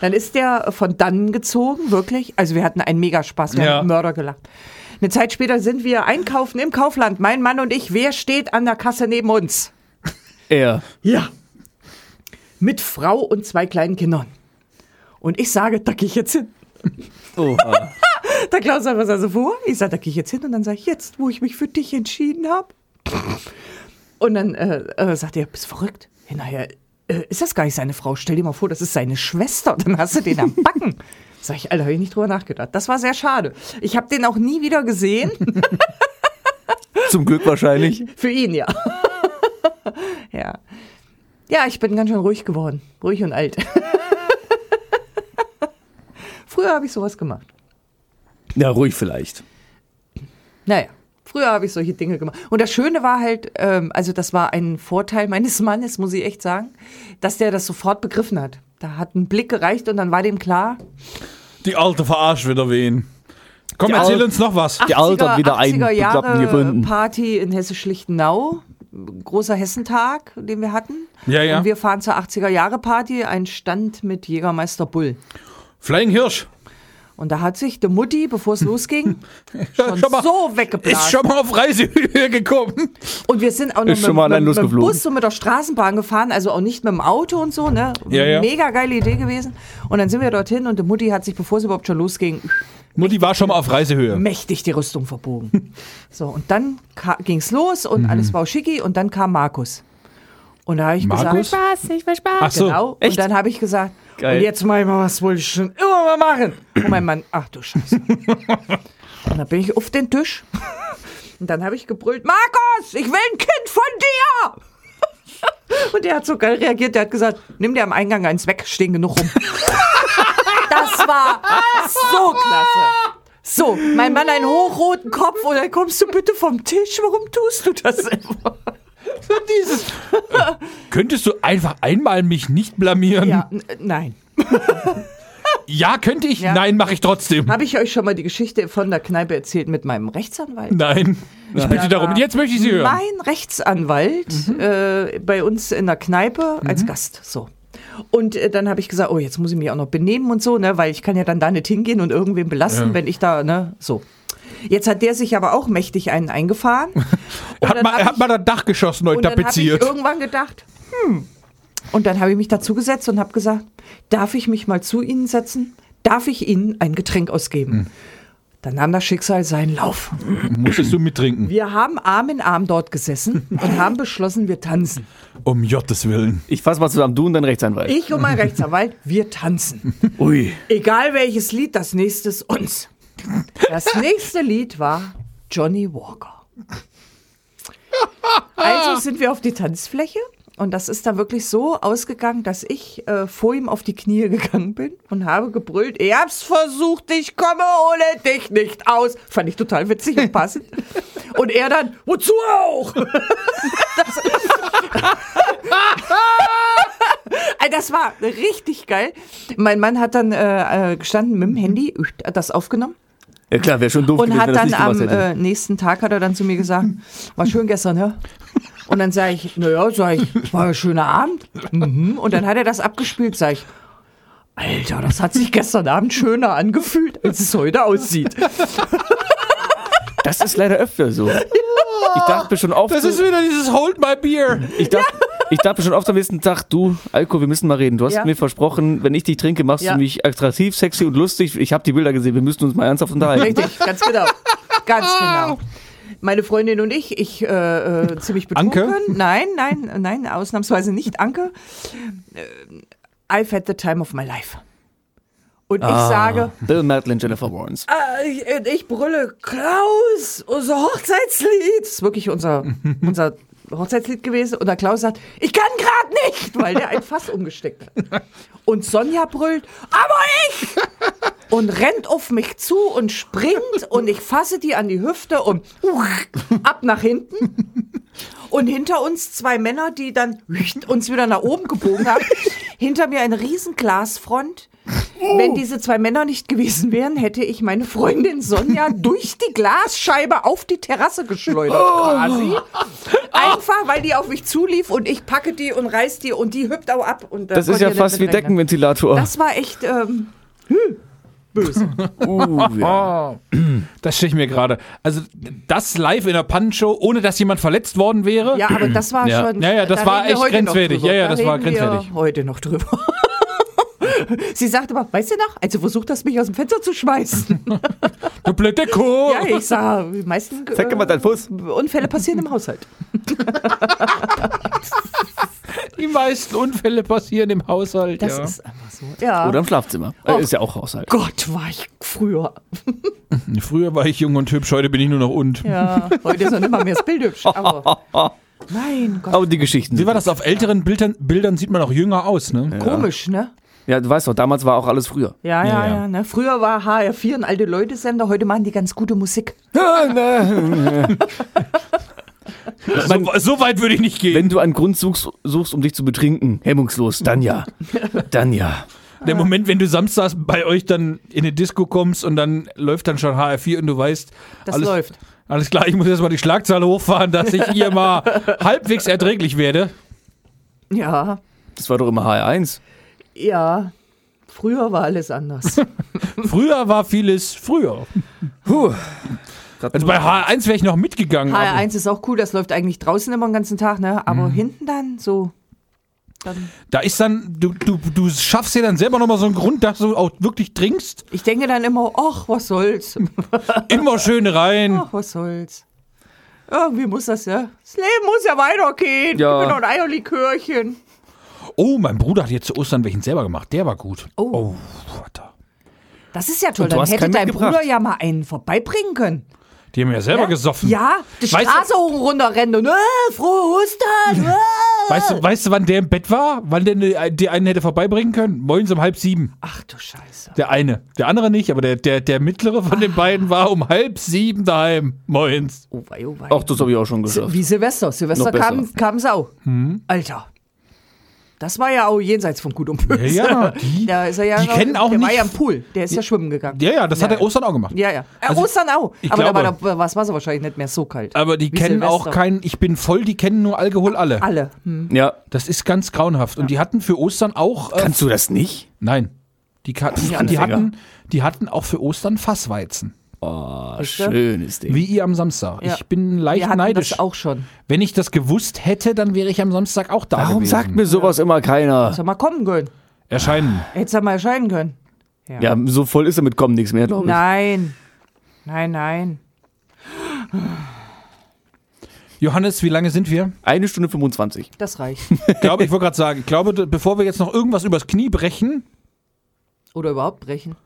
S1: Dann ist der von dannen gezogen, wirklich. Also wir hatten einen Megaspaß, wir
S3: Ja.
S1: haben Mörder gelacht. Eine Zeit später sind wir einkaufen im Kaufland, mein Mann und ich. Wer steht an der Kasse neben uns?
S2: Er.
S1: Ja. Mit Frau und zwei kleinen Kindern. Und ich sage, da gehe ich jetzt hin.
S3: Oh.
S2: Oha.
S1: Der Klaus sagt, was er so vor? Ich sage, da gehe ich jetzt hin und dann sage ich, jetzt, wo ich mich für dich entschieden habe. Und dann äh, äh, sagt er, bist verrückt? Hinterher äh, ist das gar nicht seine Frau. Stell dir mal vor, das ist seine Schwester. Dann hast du den am Backen. Sag ich, Alter, habe ich nicht drüber nachgedacht. Das war sehr schade. Ich habe den auch nie wieder gesehen.
S2: Zum Glück wahrscheinlich.
S1: Für ihn, ja. ja. Ja, ich bin ganz schön ruhig geworden. Ruhig und alt. Früher habe ich sowas gemacht.
S2: Ja, ruhig vielleicht.
S1: Naja, früher habe ich solche Dinge gemacht. Und das Schöne war halt, ähm, also das war ein Vorteil meines Mannes, muss ich echt sagen, dass der das sofort begriffen hat. Da hat ein Blick gereicht und dann war dem klar,
S3: Die alte verarscht wieder wen. Komm,
S2: Die
S3: erzähl
S2: Alte-
S3: uns noch
S1: Ah.
S3: was.
S2: Die Alte hat
S1: 80er
S2: wieder einen
S1: 80er
S2: bekloppten
S1: Jahre
S2: gefunden.
S1: Party in Hessisch-Lichtenau. Großer Hessentag, den wir hatten.
S3: Ja, ja.
S1: Und wir fahren zur 80er-Jahre-Party, ein Stand mit Jägermeister Bull.
S3: Flying Hirsch.
S1: Und da hat sich die Mutti, bevor es losging, schon
S3: schon mal-
S1: so
S3: Ist
S1: weggeblasen.
S3: schon mal auf Reisehöhe gekommen.
S1: Und wir sind auch noch
S2: Ist schon mal
S1: mit,
S2: allein
S1: mit, mit dem
S2: losgeflogen.
S1: Bus und mit der Straßenbahn gefahren, also auch nicht mit dem Auto und so, ne?
S3: Ja, ja.
S1: Mega geile Idee gewesen. Und dann sind wir dorthin und die Mutti hat sich, bevor es überhaupt schon losging,
S3: Mutti war schon mal auf Reisehöhe.
S1: mächtig die Rüstung verbogen. so, und dann ka- ging's los
S2: Mhm.
S1: und alles war schicki und dann kam Markus. Und da habe ich
S3: Markus?
S1: gesagt,
S4: Spaß, ich will Spaß.
S3: Ach so.
S1: genau. Und
S2: echt?
S1: dann habe ich gesagt,
S2: Geil.
S1: und jetzt mach ich mal was, wollte ich schon immer mal machen. Und mein Mann, ach du Scheiße. Und dann bin ich auf den Tisch. Und dann habe ich gebrüllt, Markus, ich will ein Kind von dir! Und der hat so geil reagiert, der hat gesagt, nimm dir am Eingang eins weg, stehen genug rum. Das war so klasse. So, mein Mann, einen hochroten Kopf, oder kommst du bitte vom Tisch? Warum tust du das immer?
S3: Dieses. Könntest du einfach einmal mich nicht blamieren?
S1: Ja, n- nein.
S3: Ja, könnte ich.
S1: Ja.
S3: Nein, mache ich trotzdem.
S1: Habe ich euch schon mal die Geschichte von der Kneipe erzählt mit meinem Rechtsanwalt?
S3: Nein. Ich bitte darum. Und jetzt möchte ich sie hören.
S1: Mein Rechtsanwalt
S3: Mhm.
S1: äh, bei uns in der Kneipe als Gast, so. Und äh, dann habe ich gesagt, oh, jetzt muss ich mich auch noch benehmen und so, ne, weil ich kann ja dann da nicht hingehen und irgendwen belasten, wenn ich da, ne, so. Jetzt hat der sich aber auch mächtig einen eingefahren. Und
S3: Hat
S1: dann
S3: mal,
S1: hab
S3: hat mal das Dachgeschoss neu
S1: und dann habe ich
S3: tapeziert.
S1: irgendwann gedacht, hm. Und dann habe ich mich dazu gesetzt und habe gesagt, darf ich mich mal zu Ihnen setzen? Darf ich Ihnen ein Getränk ausgeben? Dann nahm das Schicksal seinen Lauf.
S3: Musstest du mittrinken.
S1: Wir haben Arm in Arm dort gesessen und haben beschlossen, wir tanzen.
S3: Um Jottes Willen.
S2: Ich fasse mal zusammen, du und dein Rechtsanwalt.
S1: Ich und mein Rechtsanwalt, wir tanzen.
S2: Ui.
S1: Egal welches Lied, das nächste ist uns. Das nächste Lied war Johnny Walker. Also sind wir auf die Tanzfläche und das ist dann wirklich so ausgegangen, dass ich äh, vor ihm auf die Knie gegangen bin und habe gebrüllt, ich hab's versucht, ich komme ohne dich nicht aus. Fand ich total witzig und passend. Und er dann, wozu auch? Ey, Äh, Das war richtig geil. Mein Mann hat dann äh, äh, gestanden mit dem Handy, äh, das aufgenommen
S2: Ja klar, wäre schon doof
S1: und
S2: gewesen, wenn
S1: hat dann
S2: das nicht
S1: am
S2: gemacht hätte.
S1: äh, nächsten Tag hat er dann zu mir gesagt, war schön gestern, ja? Und dann sage ich, naja, sag ich, war ein schöner Abend. Mhm. Und dann hat er das abgespielt, sage ich, Alter, das hat sich gestern Abend schöner angefühlt, als es heute aussieht. äh,
S2: Das ist leider öfter so. Ich dachte mir schon oft,
S3: Das
S2: so-
S3: ist wieder dieses Hold my beer.
S2: ich dachte, ich dachte mir schon oft am nächsten Tag, du, Alko, wir müssen mal reden. Du hast
S1: Ja.
S2: mir versprochen, wenn ich dich trinke, machst
S1: Ja.
S2: du mich attraktiv, sexy und lustig. Ich habe die Bilder gesehen, wir müssen uns mal ernsthaft unterhalten.
S1: Richtig, ganz genau. Ganz genau. Meine Freundin und ich, ich äh, äh, ziemlich betrunken.
S3: Anke?
S1: Nein, nein, nein, ausnahmsweise nicht Anke. Äh, I've had the time of my life. Und ich sage,
S2: Bill Madeline, Jennifer Warrens.
S1: äh, ich, und ich brülle Klaus, unser Hochzeitslied. Das ist wirklich unser, unser Hochzeitslied gewesen. Und der Klaus sagt, ich kann gerade nicht, weil der ein Fass umgesteckt hat. Und Sonja brüllt, aber ich! Und rennt auf mich zu und springt und ich fasse die an die Hüfte und ab nach hinten. Und hinter uns zwei Männer, die dann uns wieder nach oben gebogen haben. Hinter mir eine riesen Glasfront. Wenn diese zwei Männer nicht gewesen wären, hätte ich meine Freundin Sonja durch die Glasscheibe auf die Terrasse geschleudert quasi. Einfach, weil die auf mich zulief und ich packe die und reiß die und die hüpft auch ab. Und äh, dann
S2: Das ist
S1: konnte
S2: ja
S1: ihr
S2: fast
S1: nicht
S2: wie
S1: mitrechnen.
S2: Deckenventilator.
S1: Das war echt ähm, hm, böse.
S2: uh, ja.
S3: Das stelle ich mir gerade. Also das live in der Pannenshow, ohne dass jemand verletzt worden wäre.
S1: Ja, aber das war
S3: Ja.
S1: schon.
S3: Ja, ja, das
S1: da
S3: war
S1: reden wir
S3: echt
S1: heute noch
S3: grenzwertig.
S1: drüber.
S3: Ja, ja,
S1: Da
S3: das war
S1: reden wir
S3: grenzwertig.
S1: Heute noch drüber. Sie sagte aber, weißt du noch, also versucht das, mich aus dem Fenster zu schmeißen.
S3: Du blöde Kuh.
S1: ja, ich sah, die meisten äh,
S2: Zeig dir mal deinen Fuß.
S1: Unfälle passieren im Haushalt.
S3: Die meisten Unfälle passieren im Haushalt.
S1: Das
S3: ja.
S1: ist einfach so. Ja.
S2: Oder im Schlafzimmer. Äh,
S1: Oh.
S2: Ist ja auch Haushalt.
S1: Gott, war ich früher.
S3: Früher war ich jung und hübsch, heute bin ich nur noch und.
S1: Ja, heute ist noch immer mehr das Bild hübsch. Aber mein Gott,
S2: Aber die Geschichten.
S3: Wie war das? Auf älteren Bildern, Bildern sieht man auch jünger aus, ne?
S1: komisch, ne?
S2: Ja, du weißt doch, damals war auch alles früher.
S1: Ja,
S3: Ja,
S1: ja,
S3: ja.
S1: ja. ne? Früher war HR4 ein alte Leute-Sender, heute machen die ganz gute Musik.
S3: So, Also so weit würde ich nicht gehen.
S2: Wenn du einen Grund suchst, suchst, um dich zu betrinken, hemmungslos, dann ja. Dann ja.
S3: Der Moment, wenn du samstags bei euch dann in eine Disco kommst und dann läuft dann schon HR4 und du weißt,
S1: Das
S3: alles,
S1: läuft.
S3: alles klar, ich muss erstmal die Schlagzahl hochfahren, dass ich hier mal halbwegs erträglich werde.
S1: Ja,
S2: Das war doch immer HR1.
S1: ja. Früher war alles anders.
S3: Früher war vieles früher. Also bei H1 wäre ich noch mitgegangen. aber-
S1: HR1 ist auch cool, das läuft eigentlich draußen immer den ganzen Tag, ne?
S2: Mhm.
S1: Aber hinten dann so. Dann,
S3: Da ist dann, du, du, du schaffst dir dann selber nochmal so einen Grund, dass du auch wirklich trinkst.
S1: ich denke dann immer, ach, was soll's?
S3: Immer schön rein.
S1: Ach, was soll's? Irgendwie muss das ja. Das Leben muss ja weitergehen.
S2: Ja.
S1: Ich bin noch ein Eierlikörchen.
S3: Oh, mein Bruder hat jetzt zu Ostern welchen selber gemacht. Der war gut.
S1: Oh.
S3: Vater.
S1: Das ist ja toll.
S2: Und du
S1: Dann
S2: hast
S1: hätte
S2: keinen
S1: dein
S2: mitgebracht.
S1: Bruder ja mal einen vorbeibringen können.
S3: Die haben ja selber gesoffen.
S1: Ja, die
S3: Weißt du-
S1: Straße hoch und runter rennen und äh, frohe Ostern. Äh.
S3: Weißt du, weißt du, wann der im Bett war? Wann der ne- die einen hätte vorbeibringen können? Morgens um halb sieben.
S1: Ach du Scheiße.
S3: Der eine. Der andere nicht, aber der, der, der mittlere von
S1: Ah.
S3: den beiden war um halb sieben daheim. Morgens.
S1: Oh wei, oh wei.
S2: Auch das habe ich auch schon geschafft.
S1: Wie Silvester. Silvester
S2: Noch besser.
S1: kam, kam Sau.
S3: Hm.
S1: Alter. Das war ja auch jenseits von Gut und Böse.
S3: Ja, die-
S1: da ist er ja
S3: die
S1: noch,
S3: kennen auch
S1: der war
S3: nicht-
S1: ja im Pool. Der ist ja schwimmen gegangen.
S3: Ja, ja, das hat der Ostern auch gemacht.
S1: Ja, ja. Äh,
S3: Also,
S1: Ostern auch.
S3: ich
S1: Aber da war,
S3: glaube-
S1: da war das Wasser wahrscheinlich nicht mehr so kalt.
S3: Aber die
S1: Wie
S3: kennen auch
S1: Silvester.
S3: keinen, ich bin voll, die kennen nur Alkohol alle.
S1: Alle. Hm.
S2: ja.
S3: Das ist ganz grauenhaft. Und die hatten für Ostern auch. äh,
S2: Kannst du das nicht?
S3: Nein. Die, ka- die, die,
S2: Anfänger.
S3: hatten, die hatten auch für Ostern Fassweizen.
S2: Oh,
S1: du?
S2: schönes Ding.
S3: Wie ihr am Samstag.
S1: Ja.
S3: Ich bin leicht
S1: Wir hatten
S3: neidisch.
S1: das auch schon.
S3: Wenn ich das gewusst hätte, dann wäre ich am Samstag auch da.
S2: Warum
S3: gewesen.
S2: sagt mir sowas immer keiner?
S1: Hätte mal kommen können.
S3: Erscheinen.
S1: Hätte mal erscheinen können.
S2: Ja, so voll ist er mit kommen nichts mehr, glaube ich.
S1: Nein. Nein, nein.
S3: Johannes, wie lange sind wir?
S2: Eine Stunde 25.
S1: Das reicht.
S3: Ich glaube, ich wollte gerade sagen, ich glaube, d- bevor wir jetzt noch irgendwas übers Knie brechen,
S1: Oder überhaupt brechen.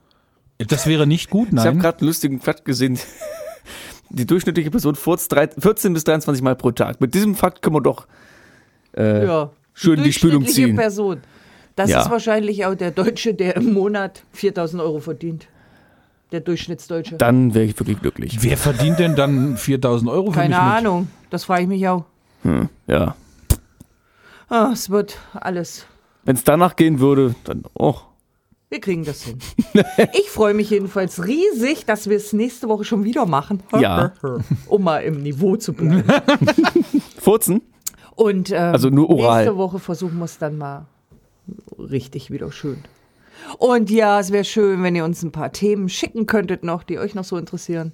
S3: das wäre nicht gut,
S2: Ich habe
S3: nein.
S2: gerade einen lustigen Fakt gesehen. Die durchschnittliche Person furzt drei- 14 bis 23 Mal pro Tag. Mit diesem Fakt können wir doch äh,
S1: Ja.
S2: schön die Spülung
S1: durchschnittliche
S2: ziehen.
S1: Person. Das
S2: Ja.
S1: ist wahrscheinlich auch der Deutsche, der im Monat 4000 Euro verdient. Der Durchschnittsdeutsche.
S2: Dann wäre ich wirklich glücklich.
S3: Wer verdient denn dann 4000 Euro für
S1: Keine
S3: mich mit?
S1: Ahnung. Das frage ich mich auch.
S2: Ja.
S1: Ah, es wird alles.
S2: Wenn es danach gehen würde, dann, oh,
S1: Wir kriegen das hin. Ich freue mich jedenfalls riesig, dass wir es nächste Woche schon wieder machen.
S2: ja.
S1: Um mal im Niveau zu bleiben.
S2: Furzen?
S1: Und ähm,
S2: Also nur oral.
S1: nächste Woche versuchen wir es dann mal richtig wieder schön. Und ja, es wäre schön, wenn ihr uns ein paar Themen schicken könntet noch, die euch noch so interessieren.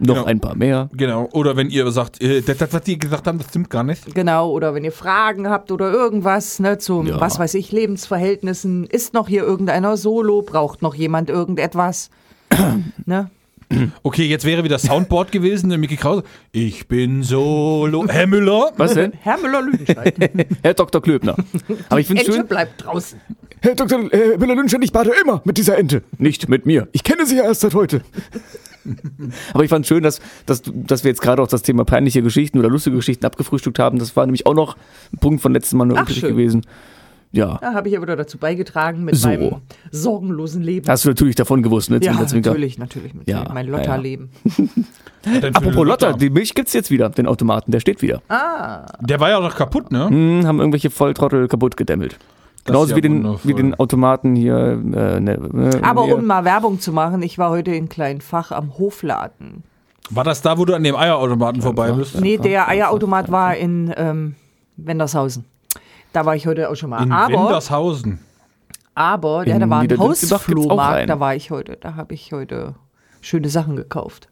S2: Noch
S3: Genau.
S2: ein paar mehr.
S3: Genau. Oder wenn ihr sagt, äh, das, das, was die gesagt haben, das stimmt gar nicht.
S1: Genau, oder wenn ihr Fragen habt oder irgendwas, ne, zum,
S2: Ja.
S1: was weiß ich, Lebensverhältnissen. Ist noch hier irgendeiner solo? Braucht noch jemand irgendetwas? ne?
S3: Okay, jetzt wäre wieder Soundboard gewesen, der Mickey Krause. Ich bin solo. Herr Müller.
S2: Was denn?
S1: Herr Müller-Lüdenscheid,
S2: Herr Dr. Klöbner. Aber ich finde
S1: Ente
S2: schön.
S1: bleibt draußen.
S2: Herr Dr. Müller-Lünschen, ich bade immer mit dieser Ente. Nicht mit mir. Ich kenne sie ja erst seit heute. Aber ich fand schön, dass, dass, du- dass wir jetzt gerade auch das Thema peinliche Geschichten oder lustige Geschichten abgefrühstückt haben. Das war nämlich auch noch ein Punkt von letzten Mal nur
S1: Ach,
S2: übrig
S1: schön.
S2: gewesen. Ja.
S1: Da habe ich ja wieder dazu beigetragen mit
S2: So.
S1: meinem sorgenlosen Leben.
S2: Hast du natürlich davon gewusst, ne?
S1: ja,
S2: Zwinker, zwinker.
S1: natürlich, natürlich. mit
S2: Ja,
S1: Mein
S2: ja, ja.
S1: Lotterleben.
S2: Apropos Lotter, die Milch gibt's jetzt wieder, den Automaten, der steht wieder.
S1: Ah.
S3: Der war ja doch kaputt, ne?
S2: Hm, haben irgendwelche Volltrottel kaputt gedämmelt. Genauso
S3: ja
S2: wie, den,
S3: wundervoll.
S2: wie den Automaten hier. Äh, ne, ne,
S1: Aber
S2: hier.
S1: um mal Werbung zu machen, ich war heute in Kleinfach am Hofladen.
S3: War das da, wo du an dem Eierautomaten vorbei bist?
S1: Nee, der Eierautomat war in ähm, Wendershausen. Da war ich heute auch schon mal.
S3: In
S1: aber,
S3: Wendershausen.
S1: aber ja,
S2: In
S1: da war ein
S2: Niederdünstebach gibt's auch einen.
S1: Hausflohmarkt, da war ich heute. Da habe ich heute schöne Sachen gekauft.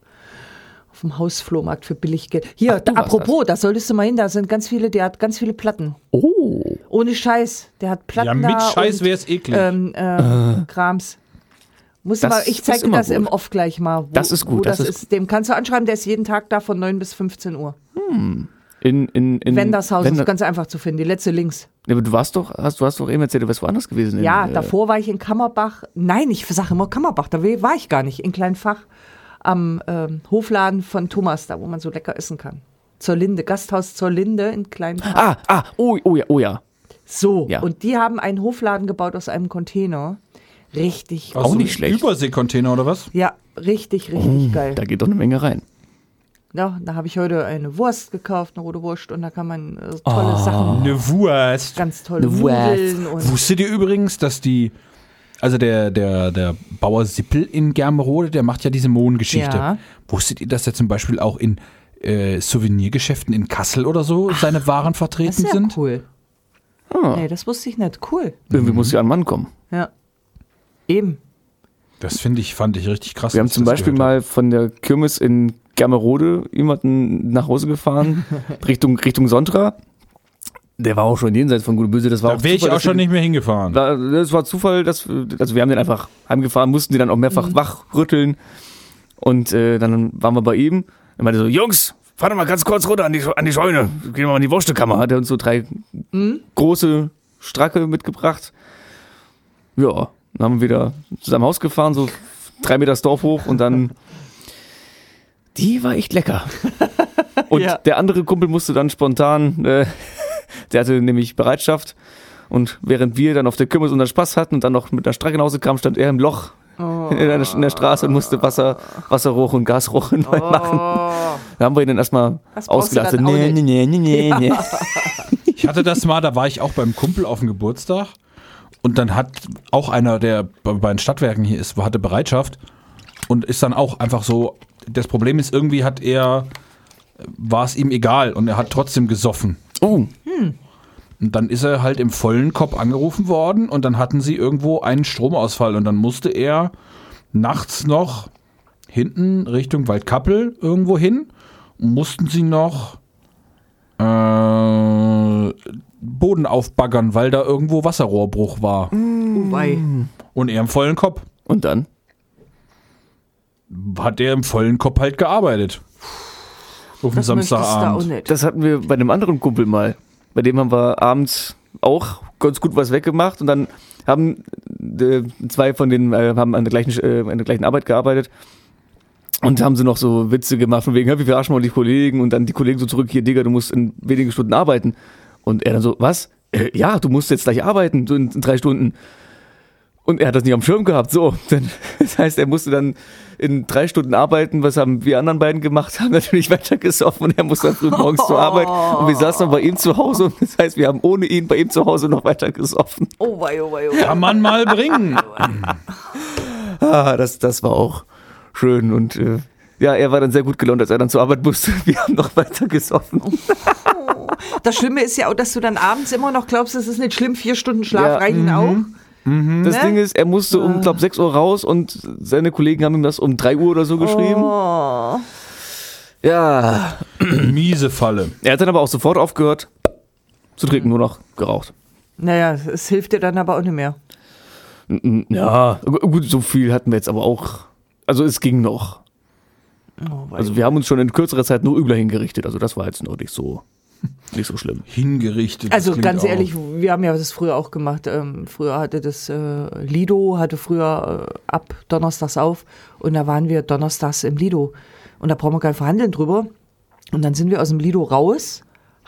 S1: Auf dem Hausflohmarkt für Billiggeld. Hier,
S2: Ach, du warst
S1: apropos, da solltest du mal hin, da sind ganz viele, der hat ganz viele Platten.
S2: Oh,
S1: Ohne Scheiß. Der hat Platten.
S3: Ja, mit
S1: da
S3: Scheiß
S1: und-
S3: wäre es eklig.
S1: ähm, äh, Krams. Muss
S2: Das
S1: mal, ich zeige
S2: ist
S1: dir
S2: immer
S1: das
S2: gut.
S1: im Off gleich mal. Wo,
S2: Das ist
S1: Wo
S2: gut, das
S1: das
S2: ist
S1: ist. Dem kannst du anschreiben, der ist jeden Tag da von 9 bis 15 Uhr.
S2: in, in, in
S1: Wendershausen
S2: Wender-
S1: ist ganz einfach zu finden, die letzte links.
S2: Ja, aber du warst doch, hast, du hast doch eben erzählt, du wärst woanders gewesen.
S1: Ja,
S2: in, äh,
S1: davor war ich in Kammerbach. Nein, ich sage immer Kammerbach, da war ich gar nicht. In Kleinfach am ähm, Hofladen von Thomas, da wo man so lecker essen kann. Zur Linde, Gasthaus zur Linde in Kleinfach.
S2: Ah, ah, oh, oh ja, oh ja.
S1: So,
S2: Ja.
S1: und die haben einen Hofladen gebaut aus einem Container. Richtig
S3: Aus so
S2: nicht
S3: einem
S2: schlecht.
S3: Überseekontainer oder was?
S1: Ja, richtig, richtig geil.
S2: Oh, Da geht doch eine Menge rein.
S1: Ja, da habe ich heute eine Wurst gekauft, eine rote Wurst, und da kann man äh, tolle Sachen,
S3: Eine Wurst.
S1: ganz tolle
S2: Ah, Eine
S1: Nudeln und
S3: Wusstet ihr übrigens, dass die, also der, der, der Bauer Sippel in Germerode, der macht ja diese Mohngeschichte.
S1: Ja.
S3: Wusstet ihr, dass der zum Beispiel auch in äh, Souvenirgeschäften in Kassel oder so seine Waren vertreten
S1: das ist ja
S3: sind?
S1: cool.
S2: Ah.
S1: Nee, das wusste ich nicht. Cool.
S2: Irgendwie muss ja ein Mann kommen.
S1: Ja. Eben.
S3: Das finde ich, fand ich richtig krass.
S2: Wir haben
S3: als ich
S2: zum
S3: das
S2: Beispiel
S3: gehört
S2: mal von der Kirmes in Germerode jemanden nach Hause gefahren, Richtung, Richtung Sontra. Der war auch schon jenseits von Gut und Böse. Das war
S3: habe. Da wäre ich
S2: Zufall,
S3: auch
S2: dass
S3: schon
S2: wir-
S3: nicht mehr hingefahren.
S2: War, das war Zufall, dass, also wir haben den einfach heimgefahren, mussten den dann auch mehrfach wachrütteln. Und äh, dann waren wir bei ihm. Er meinte so, Jungs, fahr doch mal ganz kurz runter an die, Sch- an die Scheune. Gehen wir mal in die Wurstekammer. Hat er uns so drei große Stracke mitgebracht. Ja, dann haben wir wieder zu seinem Haus gefahren, so drei Meter das Dorf hoch und dann. Die war echt lecker. Und
S1: Ja.
S2: der andere Kumpel musste dann spontan, äh, der hatte nämlich Bereitschaft. Und während wir dann auf der Kümmel unseren Spaß hatten und dann noch mit einer Strecke nach Hause kamen, stand er im Loch
S1: Oh.
S2: in, der, in der Straße und musste Wasser, Wasserrohr und Gasrohr neu machen. Da haben wir ihn dann erstmal
S1: Das Oh. brauchst du
S2: ausgelassen.
S1: dann auch
S2: Nee, nee,
S1: nicht.
S2: nee, nee, nee, nee.
S3: Ich hatte das mal, da war ich auch beim Kumpel auf dem Geburtstag und dann hat auch einer, der bei bei den Stadtwerken hier ist, hatte Bereitschaft und ist dann auch einfach so, das Problem ist, irgendwie hat er, äh, war es ihm egal und er hat trotzdem gesoffen.
S2: Oh,
S3: Und dann ist er halt im vollen Kopf angerufen worden und dann hatten sie irgendwo einen Stromausfall und dann musste er nachts noch hinten Richtung Waldkappel irgendwo hin und mussten sie noch äh, Boden aufbaggern, weil da irgendwo Wasserrohrbruch war.
S1: Wobei.
S2: Mm,
S3: Und er im vollen Kopf.
S2: und dann?
S3: Hat er im vollen Kopf halt gearbeitet. Auf dem
S1: Das möchtest du da auch
S3: Samstagabend.
S1: nicht.
S2: Das hatten wir bei einem anderen Kumpel mal. Bei dem haben wir abends auch ganz gut was weggemacht und dann haben äh, zwei von denen äh, haben an der gleichen äh, an der gleichen Arbeit gearbeitet und haben sie noch so Witze gemacht von wegen, "Hä, wie verarschen wir die Kollegen und dann die Kollegen so zurück hier, Digga, du musst in wenigen Stunden arbeiten und er dann so, was? Äh, ja, du musst jetzt gleich arbeiten so in, in drei Stunden. Und er hat das nicht am Schirm gehabt, so. Dann, das heißt, er musste dann in drei Stunden arbeiten. Was haben wir anderen beiden gemacht? Haben natürlich weiter gesoffen und er musste dann früh morgens zur Arbeit. Und wir saßen dann bei ihm zu Hause. Und das heißt, wir haben ohne ihn bei ihm zu Hause noch weiter gesoffen.
S1: Oh wei, oh wei, oh wei.
S3: Kann man mal bringen.
S2: Ah, das, das war auch schön. Und äh, ja, er war dann sehr gut gelaunt, als er dann zur Arbeit musste. Wir haben noch weiter gesoffen.
S1: Das Schlimme ist ja auch, dass du dann abends immer noch glaubst, es ist nicht schlimm, vier Stunden Schlaf
S2: Ja, mhm.
S1: reichen auch.
S2: Das
S1: Ne?
S2: Ding ist, er musste um, glaube 6 Uhr raus und seine Kollegen haben ihm das um 3 Uhr oder so geschrieben. Oh. Ja,
S3: Miese Falle.
S2: Er hat dann aber auch sofort aufgehört zu trinken, nur noch geraucht.
S1: Naja, es hilft dir dann aber auch nicht mehr.
S2: Ja, gu- gut, so viel hatten wir jetzt aber auch. Also es ging noch.
S1: Oh, wei.
S2: Also wir haben uns schon in kürzerer Zeit nur übler hingerichtet. Also das war jetzt noch nicht so, nicht so schlimm.
S3: Hingerichtet. das
S1: Also
S3: klingt
S1: ganz
S3: auch.
S1: ehrlich, wir haben ja das früher auch gemacht. Ähm, früher hatte das äh, Lido, hatte früher äh, ab Donnerstags auf und da waren wir Donnerstags im Lido. Und da brauchen wir kein Verhandeln drüber. Und dann sind wir aus dem Lido raus,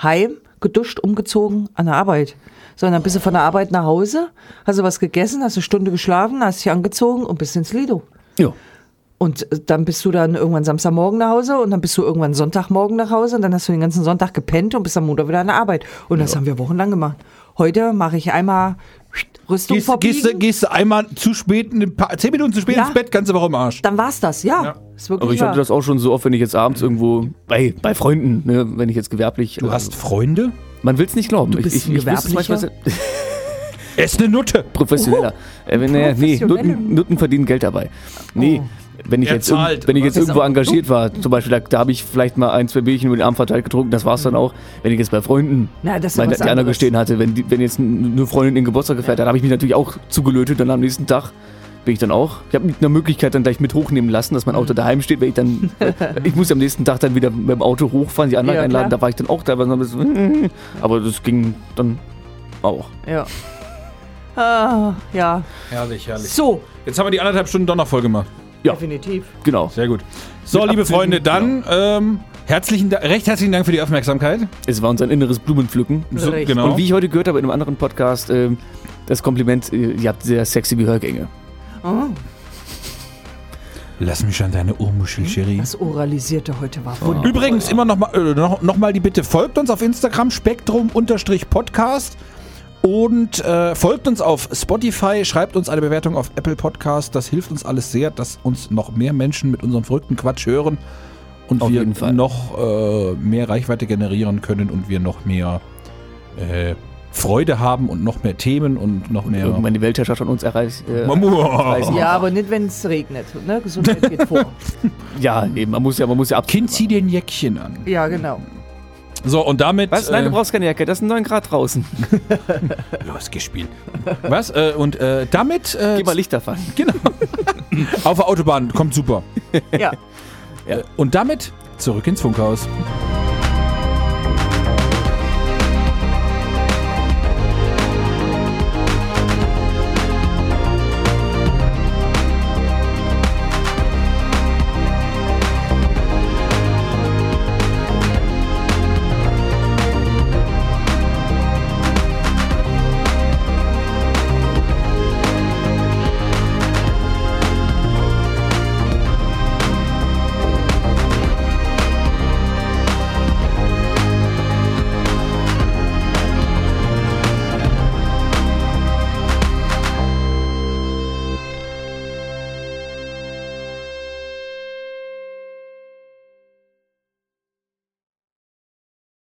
S1: heim, geduscht, umgezogen, an der Arbeit. So, und dann bist du von der Arbeit nach Hause, hast du was gegessen, hast eine Stunde geschlafen, hast dich angezogen und bist ins Lido.
S2: Ja.
S1: Und äh, dann bist du dann irgendwann Samstagmorgen nach Hause und dann bist du irgendwann Sonntagmorgen nach Hause und dann hast du den ganzen Sonntag gepennt und bist am Montag wieder an der Arbeit. Und das haben wir wochenlang gemacht. Heute mache ich einmal Rüstung
S3: Gehst,
S1: verbiegen.
S3: gehst, du- gehst du einmal zu spät, ein paar, zehn Minuten zu spät
S1: Ja.
S3: ins Bett, ganze Woche im Arsch.
S1: Dann war's das, ja.
S3: Ja.
S1: Ist wirklich
S2: Aber ich
S1: wahr.
S2: hatte das auch schon so oft, wenn ich jetzt abends irgendwo bei, bei Freunden, ne, wenn ich jetzt gewerblich. also
S3: Du hast Freunde?
S2: man will es nicht glauben.
S1: Du bist
S2: ich,
S1: ein
S2: ich, ich wüsste manchmal
S1: Gewerblicher?
S2: se-
S3: Es ist eine Nutte.
S2: professioneller.
S1: Uhuh.
S2: äh, wenn, naja, nee,
S1: Professionell.
S2: Nutten, Nutten verdienen Geld dabei. Nee,
S1: Oh.
S2: wenn ich
S3: Er
S2: jetzt, irg-
S3: zahlt.
S2: wenn ich jetzt
S1: Was ist
S2: irgendwo
S1: auch-
S2: engagiert war, zum Beispiel, da, da habe ich vielleicht mal ein, zwei Bierchen über den Arm verteilt getrunken, das war es dann auch. Wenn ich jetzt bei Freunden
S1: Mhm. Na, das ist ja
S2: meine,
S1: was
S2: die einer
S1: anderes.
S2: gestehen hatte, wenn, die, wenn jetzt n- eine Freundin den Geburtstag gefeiert hat, habe ich mich natürlich auch zugelötet und am nächsten Tag bin ich dann auch. Ich habe mit einer Möglichkeit dann gleich mit hochnehmen lassen, dass mein Auto
S1: Mhm.
S2: daheim steht, weil ich dann, ich muss am nächsten Tag dann wieder mit dem Auto hochfahren, die Anlage
S1: Ja, klar.
S2: einladen, da war ich dann auch da, ein bisschen, aber das ging dann auch.
S1: ja. Ah, ja.
S3: Herrlich, herrlich.
S1: So,
S3: Jetzt haben wir die anderthalb Stunden Donnerfolge gemacht.
S2: Ja.
S1: definitiv.
S2: Genau.
S3: Sehr gut. So,
S2: Mit
S3: liebe
S2: Abzügen,
S3: Freunde, dann ähm, herzlichen, Da- recht herzlichen Dank für die Aufmerksamkeit.
S2: Es war unser inneres Blumenpflücken.
S3: So,
S1: Recht.
S3: genau.
S2: Und wie ich heute gehört habe in einem anderen Podcast, ähm, das Kompliment, äh, ihr habt sehr sexy Gehörgänge.
S3: Lass mich an deine Ohrmuschel, Cherie.
S1: Das Oralisierte heute
S3: Oh.
S1: war wunderbar.
S3: Übrigens immer noch mal, äh, noch, noch mal die Bitte, folgt uns auf Instagram spektrum-podcast und äh, folgt uns auf Spotify, schreibt uns eine Bewertung auf Apple Podcast. Das hilft uns alles sehr, dass uns noch mehr Menschen mit unserem verrückten Quatsch hören und
S2: Auf
S3: wir
S2: jeden Fall.
S3: noch äh, mehr Reichweite generieren können und wir noch mehr äh, Freude haben und noch mehr Themen und noch mehr...
S2: Irgendwann die Weltherrschaft von uns erreicht. Äh,
S3: Mamu.
S1: Ja, aber nicht, wenn es regnet. Ne? Gesundheit geht vor.
S2: ja, eben, man muss ja, man muss ja ab.
S3: Kind, zieh dir ein Jäckchen an.
S1: Ja, genau.
S3: So, und damit... äh,
S2: Was? Nein, du brauchst keine Jacke, das sind 9 Grad draußen.
S3: Losgespielt. Was? Äh, und äh, damit... Äh,
S2: Geh mal Licht davon.
S3: Genau. Auf der Autobahn, kommt super.
S1: Ja.
S3: Und damit zurück ins Funkhaus.